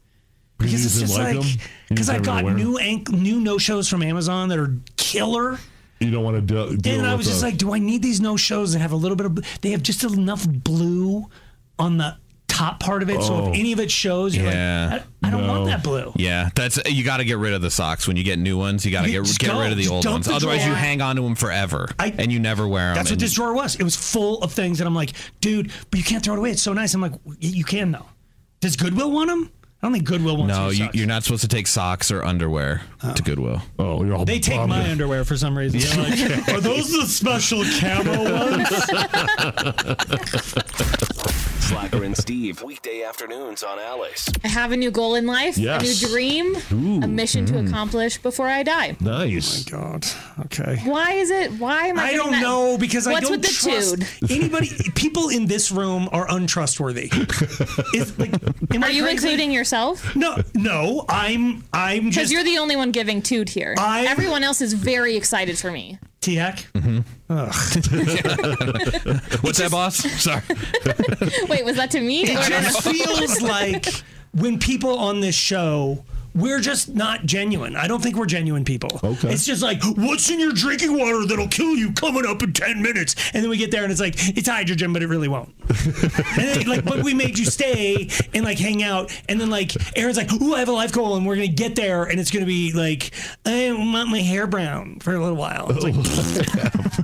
[SPEAKER 7] Because
[SPEAKER 3] Because
[SPEAKER 7] you
[SPEAKER 3] it's
[SPEAKER 7] didn't
[SPEAKER 3] just
[SPEAKER 7] like
[SPEAKER 3] like,
[SPEAKER 7] them? You
[SPEAKER 3] because
[SPEAKER 7] just
[SPEAKER 3] I
[SPEAKER 7] never
[SPEAKER 3] got
[SPEAKER 7] wear 'em?
[SPEAKER 3] new ank- new no shows from Amazon that are killer.
[SPEAKER 7] You don't want to do. deal
[SPEAKER 3] And I
[SPEAKER 7] with
[SPEAKER 3] was just
[SPEAKER 7] the-
[SPEAKER 3] like, do I need these no shows and have a little bit of? They have just enough blue on the top part of it. So
[SPEAKER 6] Oh.
[SPEAKER 3] if any of it shows, you're
[SPEAKER 6] Yeah.
[SPEAKER 3] like, I, I don't want that blue.
[SPEAKER 6] Yeah, that's you got to get rid of the socks when you get new ones. You got to
[SPEAKER 3] You
[SPEAKER 6] get
[SPEAKER 3] just
[SPEAKER 6] get
[SPEAKER 3] go.
[SPEAKER 6] rid of the
[SPEAKER 3] Just
[SPEAKER 6] old
[SPEAKER 3] dump
[SPEAKER 6] ones.
[SPEAKER 3] the
[SPEAKER 6] Otherwise, you
[SPEAKER 3] drawer.
[SPEAKER 6] hang on to them forever and you never wear them.
[SPEAKER 3] That's what this drawer was. It was full of things that I'm like, dude, but you can't throw it away. It's so nice. I'm like, "Y- you can though. Does Goodwill want them? I don't think Goodwill wants.
[SPEAKER 6] no,
[SPEAKER 3] your
[SPEAKER 6] you,
[SPEAKER 3] socks.
[SPEAKER 6] you're not supposed to take socks or underwear to Goodwill.
[SPEAKER 7] Oh, you're all
[SPEAKER 3] They take my underwear for some reason. They're like, Are those the special camo ones?
[SPEAKER 2] Slacker and Steve, weekday afternoons on Alice.
[SPEAKER 5] I have a new goal in life,
[SPEAKER 2] Yes.
[SPEAKER 5] a new dream,
[SPEAKER 2] Ooh.
[SPEAKER 5] a mission
[SPEAKER 3] Hmm.
[SPEAKER 5] to accomplish before I die.
[SPEAKER 7] Nice.
[SPEAKER 3] Oh my god. Okay.
[SPEAKER 5] Why is it? Why am I?
[SPEAKER 3] I
[SPEAKER 5] getting
[SPEAKER 3] don't
[SPEAKER 5] that?
[SPEAKER 3] know because
[SPEAKER 5] What's
[SPEAKER 3] I don't
[SPEAKER 5] with the
[SPEAKER 3] trust
[SPEAKER 5] dude?
[SPEAKER 3] anybody. People in this room are untrustworthy. It's like, am I
[SPEAKER 5] Are you
[SPEAKER 3] crazy?
[SPEAKER 5] including yourself?
[SPEAKER 3] No, no. I'm. I'm
[SPEAKER 5] Because
[SPEAKER 3] just.
[SPEAKER 5] you're the only one giving toot here. Everyone else is very excited for me.
[SPEAKER 3] Tiak.
[SPEAKER 6] Mm-hmm. What's that, boss? Sorry.
[SPEAKER 5] Wait, was that to me?
[SPEAKER 3] It
[SPEAKER 5] Or-
[SPEAKER 3] just feels like when people on this show. We're just not genuine. I don't think we're genuine people. Okay. It's just like, what's in your drinking water that'll kill you coming up in 10 minutes? And then we get there and it's like, it's hydrogen, but it really won't. and then, like, but we made you stay and like hang out. And then like Aaron's like, ooh, I have a life goal, and we're gonna get there, and it's gonna be like, I want my hair brown for a little while. It's like,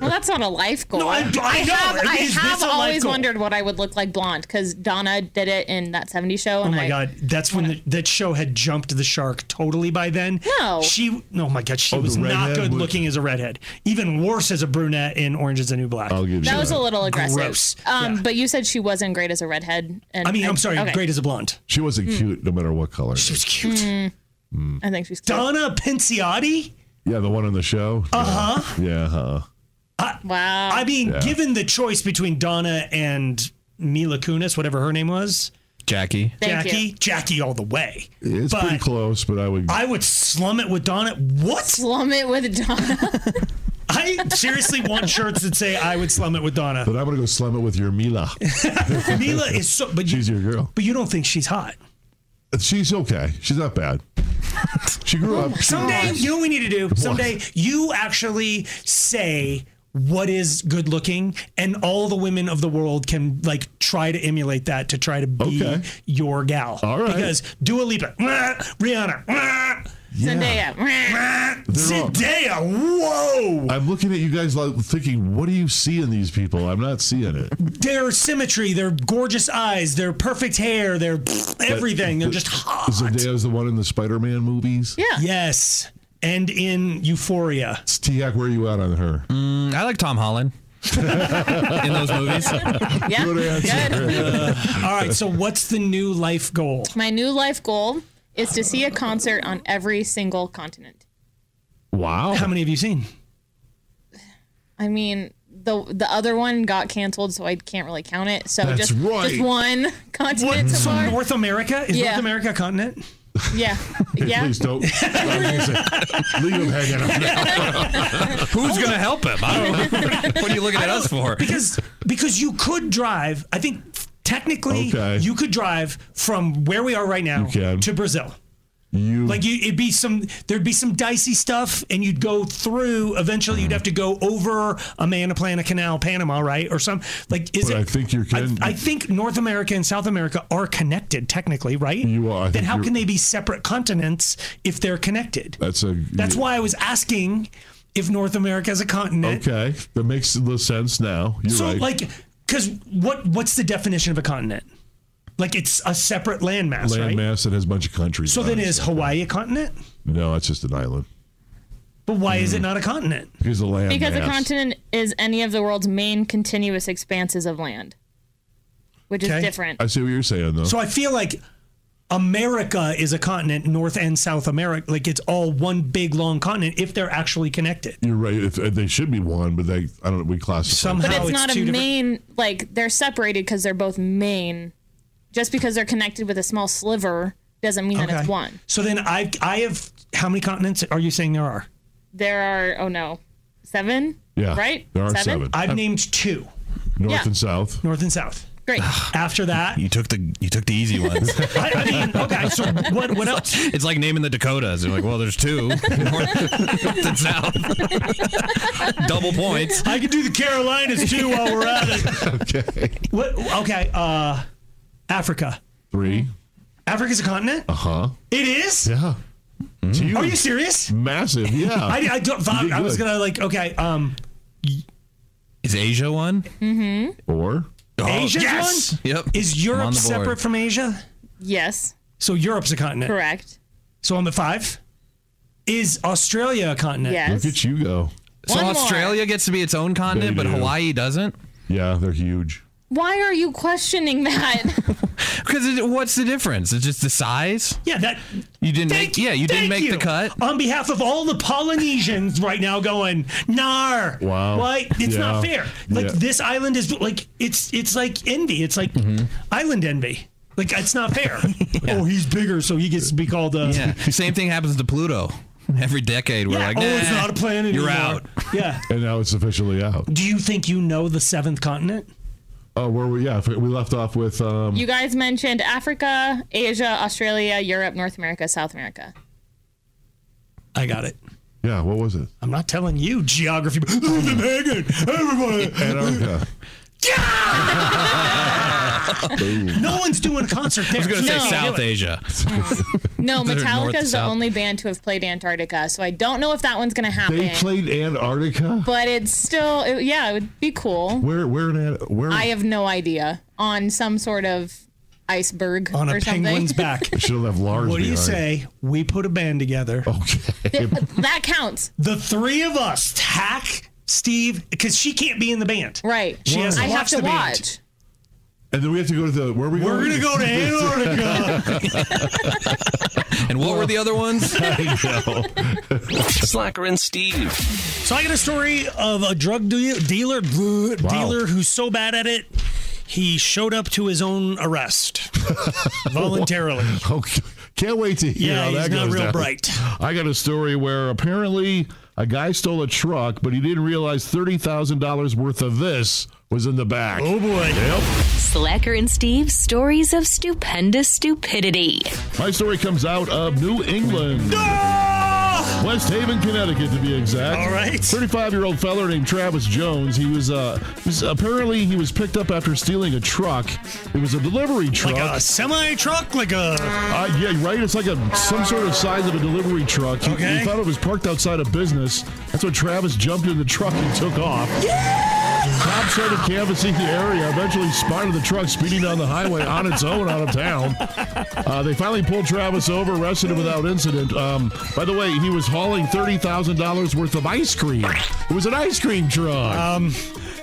[SPEAKER 5] Well, that's not a life goal.
[SPEAKER 3] No, I- I know.
[SPEAKER 5] have, I
[SPEAKER 3] Is this
[SPEAKER 5] have
[SPEAKER 3] a life
[SPEAKER 5] always
[SPEAKER 3] goal?
[SPEAKER 5] wondered what I would look like blonde because Donna did it in that 70s show.
[SPEAKER 3] oh
[SPEAKER 5] and
[SPEAKER 3] my
[SPEAKER 5] I-
[SPEAKER 3] god, that's when the, that show had jumped the shark totally by then.
[SPEAKER 5] No.
[SPEAKER 3] she. No, my god, she
[SPEAKER 7] Oh, the
[SPEAKER 3] was not
[SPEAKER 7] redhead
[SPEAKER 3] good
[SPEAKER 7] was-
[SPEAKER 3] looking as a redhead. Even worse as a brunette in Orange Is the New Black. I'll
[SPEAKER 7] give
[SPEAKER 5] That was a little aggressive.
[SPEAKER 3] Gross.
[SPEAKER 5] Um, But you said she wasn't great as a redhead. And
[SPEAKER 3] I mean, I'm
[SPEAKER 5] and-
[SPEAKER 3] sorry,
[SPEAKER 5] okay.
[SPEAKER 3] great as a blonde.
[SPEAKER 7] She wasn't cute, no matter what color. She
[SPEAKER 3] Hmm. was cute.
[SPEAKER 5] Mm. I think she's cute.
[SPEAKER 3] Donna Pinciotti.
[SPEAKER 7] Yeah, the one on the show.
[SPEAKER 3] Uh-huh.
[SPEAKER 7] Yeah. huh
[SPEAKER 5] Wow.
[SPEAKER 3] I mean,
[SPEAKER 7] Yeah.
[SPEAKER 3] given the choice between Donna and Mila Kunis, whatever her name was,
[SPEAKER 6] Jackie.
[SPEAKER 5] Thank
[SPEAKER 3] Jackie,
[SPEAKER 5] you.
[SPEAKER 3] Jackie, all the way.
[SPEAKER 7] It's pretty
[SPEAKER 3] But
[SPEAKER 7] close, but I would.
[SPEAKER 3] I would slum it with Donna. What?
[SPEAKER 5] Slum it with Donna.
[SPEAKER 3] I seriously want shirts that say I would slum it with Donna.
[SPEAKER 7] but I'm gonna go slam it with your Mila.
[SPEAKER 3] Mila is so, but
[SPEAKER 7] she's your girl.
[SPEAKER 3] But you don't think she's hot.
[SPEAKER 7] She's okay. She's not bad. She grew up.
[SPEAKER 3] Oh Someday, you know what we need to do? Someday, you actually say what is good looking and all the women of the world can like try to emulate that to try to be your gal. All
[SPEAKER 7] right.
[SPEAKER 3] Because Dua Lipa, mwah, Rihanna, mwah,
[SPEAKER 5] Zendaya.
[SPEAKER 3] mwah,
[SPEAKER 7] They're all-
[SPEAKER 3] Zendaya, uh, whoa!
[SPEAKER 7] I'm looking at you guys like thinking, what do you see in these people? I'm not seeing it.
[SPEAKER 3] Their symmetry, their gorgeous eyes, their perfect hair, their everything. They're just hot.
[SPEAKER 7] Zendaya's the one in the Spider-Man movies.
[SPEAKER 5] Yeah.
[SPEAKER 3] Yes. And in Euphoria.
[SPEAKER 7] Tiak, where are you at on her?
[SPEAKER 6] Mm, I like Tom Holland in those movies.
[SPEAKER 5] Yeah.
[SPEAKER 7] Good answer.
[SPEAKER 3] all right. So, what's the new life goal?
[SPEAKER 5] My new life goal is to see a concert on every single continent.
[SPEAKER 7] Wow. How
[SPEAKER 3] many have you seen?
[SPEAKER 5] I mean, the the other one got canceled, so I can't really count it. So
[SPEAKER 3] That's
[SPEAKER 5] just
[SPEAKER 3] right.
[SPEAKER 5] just one continent
[SPEAKER 3] What,
[SPEAKER 5] so
[SPEAKER 3] so
[SPEAKER 5] far.
[SPEAKER 3] North America? Is
[SPEAKER 5] Yeah.
[SPEAKER 3] North America a continent?
[SPEAKER 5] Yeah, yeah.
[SPEAKER 7] Please don't. Leave him hanging up
[SPEAKER 6] Who's going to help him? I don't know. What are you looking at us for?
[SPEAKER 3] Because because you could drive. I think technically
[SPEAKER 6] Okay.
[SPEAKER 3] you could drive from where we are right now to Brazil.
[SPEAKER 7] You
[SPEAKER 3] like you, it'd be some there'd be some dicey stuff, and you'd go through. Eventually,
[SPEAKER 7] Mm.
[SPEAKER 3] you'd have to go over a man, a plan, a canal, Panama, right, or some like. Is
[SPEAKER 7] But
[SPEAKER 3] it?
[SPEAKER 7] I think you're
[SPEAKER 3] I,
[SPEAKER 7] kidding.
[SPEAKER 3] I think North America and South America are connected technically, right? You
[SPEAKER 7] are. I
[SPEAKER 3] Then
[SPEAKER 7] think
[SPEAKER 3] how
[SPEAKER 7] you're-
[SPEAKER 3] can they be separate continents if they're connected?
[SPEAKER 7] That's a.
[SPEAKER 3] That's why I was asking if North America is a continent.
[SPEAKER 7] Okay, that makes a little sense now. You're
[SPEAKER 3] so
[SPEAKER 7] right.
[SPEAKER 3] like, because what what's the definition of a continent? Like it's a separate landmass,
[SPEAKER 7] landmass
[SPEAKER 3] right?
[SPEAKER 7] that has a bunch of countries.
[SPEAKER 3] So
[SPEAKER 7] on
[SPEAKER 3] then
[SPEAKER 7] it.
[SPEAKER 3] is Hawaii a continent?
[SPEAKER 7] no, it's just an island
[SPEAKER 3] But why is
[SPEAKER 7] Mm-hmm.
[SPEAKER 3] it not a continent?
[SPEAKER 7] because the land.
[SPEAKER 5] Because a
[SPEAKER 7] mass.
[SPEAKER 5] continent is any of the world's main continuous expanses of land, which
[SPEAKER 3] Okay.
[SPEAKER 5] is different.
[SPEAKER 7] I see what you're saying though.
[SPEAKER 3] So I feel like America is a continent, North and South America. Like it's all one big long continent if they're actually connected.
[SPEAKER 7] you're right. If, if they should be one, but they I don't. know, We classify
[SPEAKER 3] Somehow
[SPEAKER 5] but it's,
[SPEAKER 3] it's
[SPEAKER 5] not
[SPEAKER 3] two
[SPEAKER 5] a
[SPEAKER 3] different-
[SPEAKER 5] main like they're separated because they're both main. Just because they're connected with a small sliver doesn't mean that
[SPEAKER 3] Okay.
[SPEAKER 5] it's one.
[SPEAKER 3] So then I I have how many continents are you saying there are?
[SPEAKER 5] There are oh no, seven. Right.
[SPEAKER 3] I've named two.
[SPEAKER 7] North
[SPEAKER 5] Yeah.
[SPEAKER 7] and south.
[SPEAKER 3] North and south.
[SPEAKER 5] Great.
[SPEAKER 3] After that,
[SPEAKER 6] You took the you took the easy ones.
[SPEAKER 3] I, I mean, okay. So what what else?
[SPEAKER 6] It's like naming the Dakotas. You're like, well, there's two. North and south. Double points.
[SPEAKER 3] I can do the Carolinas too while we're at it.
[SPEAKER 7] okay.
[SPEAKER 3] What? Okay. Uh, Africa.
[SPEAKER 7] Three.
[SPEAKER 3] Africa's a continent.
[SPEAKER 7] Uh huh.
[SPEAKER 3] It is.
[SPEAKER 7] Yeah. Huge.
[SPEAKER 3] Are you serious?
[SPEAKER 7] Massive. Yeah.
[SPEAKER 3] I, I don't, thought
[SPEAKER 7] You
[SPEAKER 3] I was
[SPEAKER 7] did.
[SPEAKER 3] gonna like. Okay. Um.
[SPEAKER 6] Is Asia one? Oh,
[SPEAKER 5] Mm-hmm.
[SPEAKER 7] Or
[SPEAKER 3] Asia's
[SPEAKER 6] yes!
[SPEAKER 3] one.
[SPEAKER 6] Yep.
[SPEAKER 3] Is
[SPEAKER 6] I'm on
[SPEAKER 3] Europe
[SPEAKER 6] the board.
[SPEAKER 3] separate from Asia?
[SPEAKER 5] Yes.
[SPEAKER 3] So Europe's a continent.
[SPEAKER 5] Correct.
[SPEAKER 3] So I'm at five. Is Australia a continent?
[SPEAKER 5] Yes.
[SPEAKER 7] Look at you go.
[SPEAKER 6] So
[SPEAKER 5] One more.
[SPEAKER 6] Australia gets to be its own continent,
[SPEAKER 7] They
[SPEAKER 6] but
[SPEAKER 7] do.
[SPEAKER 6] Hawaii doesn't.
[SPEAKER 7] Yeah, they're huge.
[SPEAKER 5] Why are you questioning that?
[SPEAKER 6] Because what's the difference? It's just the size.
[SPEAKER 3] Yeah, that
[SPEAKER 6] you didn't. Make, yeah, you didn't
[SPEAKER 3] Thank
[SPEAKER 6] make
[SPEAKER 3] you.
[SPEAKER 6] the cut.
[SPEAKER 3] On behalf of all the Polynesians right now going, nar.
[SPEAKER 6] Wow.
[SPEAKER 3] Why? It's not
[SPEAKER 6] Yeah.
[SPEAKER 3] fair. Like
[SPEAKER 6] Yeah.
[SPEAKER 3] this island is like it's it's like envy. It's like
[SPEAKER 6] Mm-hmm.
[SPEAKER 3] island envy. Like it's not fair. Oh, he's bigger, so he gets to be called uh
[SPEAKER 6] Yeah. Same thing happens to Pluto. Every decade, we're
[SPEAKER 3] Yeah,
[SPEAKER 6] like,
[SPEAKER 3] oh, it's
[SPEAKER 6] "Nah,
[SPEAKER 3] not a planet
[SPEAKER 6] You're
[SPEAKER 3] anymore."
[SPEAKER 6] out.
[SPEAKER 3] Yeah.
[SPEAKER 7] And now it's officially out.
[SPEAKER 3] Do you think you know the seventh continent?
[SPEAKER 7] Oh, where we? Yeah, we left off with. Um,
[SPEAKER 5] you guys mentioned Africa, Asia, Australia, Europe, North America, South America.
[SPEAKER 3] I got it.
[SPEAKER 7] Yeah, what was it?
[SPEAKER 3] I'm not telling you geography. Copenhagen, everybody.
[SPEAKER 7] Antarctica.
[SPEAKER 3] no one's doing a concert there.
[SPEAKER 6] I was gonna say
[SPEAKER 5] No.
[SPEAKER 6] South Asia.
[SPEAKER 5] Oh, No,
[SPEAKER 6] They're north,
[SPEAKER 5] Metallica is the
[SPEAKER 6] south.
[SPEAKER 5] only band to have played Antarctica, so I don't know if that one's gonna happen.
[SPEAKER 7] They played Antarctica.
[SPEAKER 5] but it's still, it- yeah, it would be cool.
[SPEAKER 7] Where? Where? in Ant- Where?
[SPEAKER 5] I have no idea on some sort of iceberg
[SPEAKER 3] on
[SPEAKER 5] or
[SPEAKER 3] a
[SPEAKER 5] something.
[SPEAKER 3] penguin's back.
[SPEAKER 7] I should have left Lars.
[SPEAKER 3] What do you
[SPEAKER 7] behind.
[SPEAKER 3] say? We put a band together.
[SPEAKER 7] Okay.
[SPEAKER 5] that counts.
[SPEAKER 3] The three of us tack Steve because she can't be in the band.
[SPEAKER 5] Right.
[SPEAKER 3] She has to
[SPEAKER 5] I
[SPEAKER 3] watch
[SPEAKER 5] have to
[SPEAKER 3] the band.
[SPEAKER 5] watch.
[SPEAKER 7] And then we have to go to the. Where are we?
[SPEAKER 3] We're
[SPEAKER 7] going?
[SPEAKER 3] gonna go to
[SPEAKER 6] And what were the other ones?
[SPEAKER 2] Slacker and Steve.
[SPEAKER 3] So I got a story of a drug de- dealer blah, dealer who's so bad at it, he showed up to his own arrest voluntarily.
[SPEAKER 7] Okay. Can't wait to hear
[SPEAKER 3] Yeah,
[SPEAKER 7] how that
[SPEAKER 3] he's not
[SPEAKER 7] goes
[SPEAKER 3] real
[SPEAKER 7] down.
[SPEAKER 3] bright.
[SPEAKER 7] I got a story where apparently a guy stole a truck, but he didn't realize thirty thousand dollars worth of this was in the back. Oh
[SPEAKER 3] boy!
[SPEAKER 8] Slacker and Steve stories of stupendous stupidity.
[SPEAKER 7] My story comes out of New England. West Haven, Connecticut, to be exact.
[SPEAKER 3] Ah! All right.
[SPEAKER 7] 35-year-old fella named Travis Jones. He was, uh, he was- apparently he was picked up after stealing a truck. It was a delivery truck.
[SPEAKER 3] Like a semi truck, like a.
[SPEAKER 7] Uh, yeah, right. It's like a some sort of size of a delivery truck. He,
[SPEAKER 3] Okay.
[SPEAKER 7] he thought it was parked outside a business. That's when Travis jumped in the truck and took off. Cops started canvassing the area. Eventually, spotted the truck speeding down the highway on its own out of town. Uh, they finally pulled Travis over, arrested him without incident. Um, by the way, he was hauling thirty thousand dollars worth of ice cream. It was an ice cream truck.
[SPEAKER 3] Um,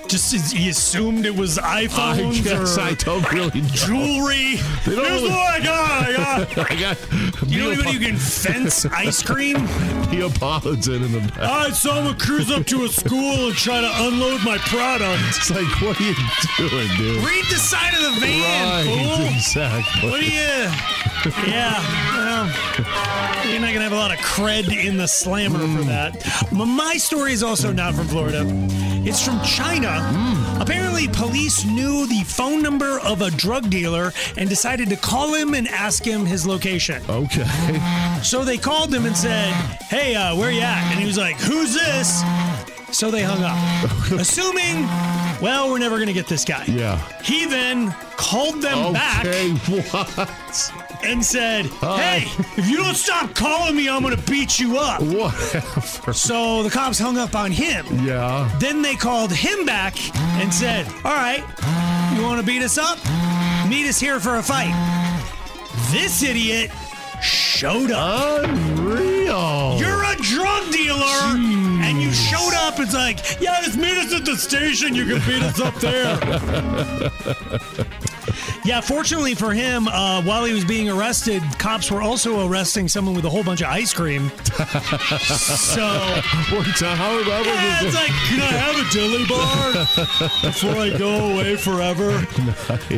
[SPEAKER 3] just as he assumed it was
[SPEAKER 7] I
[SPEAKER 3] iPhones
[SPEAKER 7] guess
[SPEAKER 3] or
[SPEAKER 7] I don't really know.
[SPEAKER 3] jewelry.
[SPEAKER 7] They don't
[SPEAKER 3] Here's
[SPEAKER 7] really-
[SPEAKER 3] what I got. I got
[SPEAKER 7] I got.
[SPEAKER 3] You know anybody who can fence ice cream?
[SPEAKER 7] Neapolitan in the back.
[SPEAKER 3] I saw him cruise up to a school and try to unload my product.
[SPEAKER 7] It's like, what are you doing, dude?
[SPEAKER 3] Read the side of the van,
[SPEAKER 7] right,
[SPEAKER 3] fool.
[SPEAKER 7] Exactly.
[SPEAKER 3] What do you? Yeah, well, you're not gonna have a lot of cred in the slammer for that. M- My story is also not from Florida. It's from China. Apparently, police knew the phone number of a drug dealer and decided to call him and ask him his location.
[SPEAKER 7] Okay.
[SPEAKER 3] So they called him and said, "Hey, uh, where you at?" And he was like, "Who's this?" So they hung up, assuming, well, we're never gonna get this guy.
[SPEAKER 7] Yeah.
[SPEAKER 3] He then called them back and said, Hey, if you don't stop calling me, I'm going to beat you up.
[SPEAKER 7] Whatever.
[SPEAKER 3] So the cops hung up on him.
[SPEAKER 7] Yeah.
[SPEAKER 3] Then they called him back and said, All right, you want to beat us up? Meet us here for a fight. This idiot showed up.
[SPEAKER 7] Unreal.
[SPEAKER 3] You're a drug dealer. And you showed up. It's like, yeah, just meet us at the station. You can beat us up there. Yeah, fortunately for him, uh, while he was being arrested, cops were also arresting someone with a whole bunch of ice cream. so,
[SPEAKER 7] Wait, so how about
[SPEAKER 3] yeah, it's like, can I have a dilly bar before I go away forever?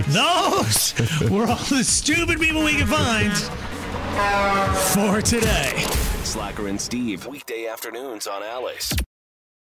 [SPEAKER 3] Those were all the stupid people we could find for today.
[SPEAKER 2] Slacker and Steve, weekday afternoons on Alice.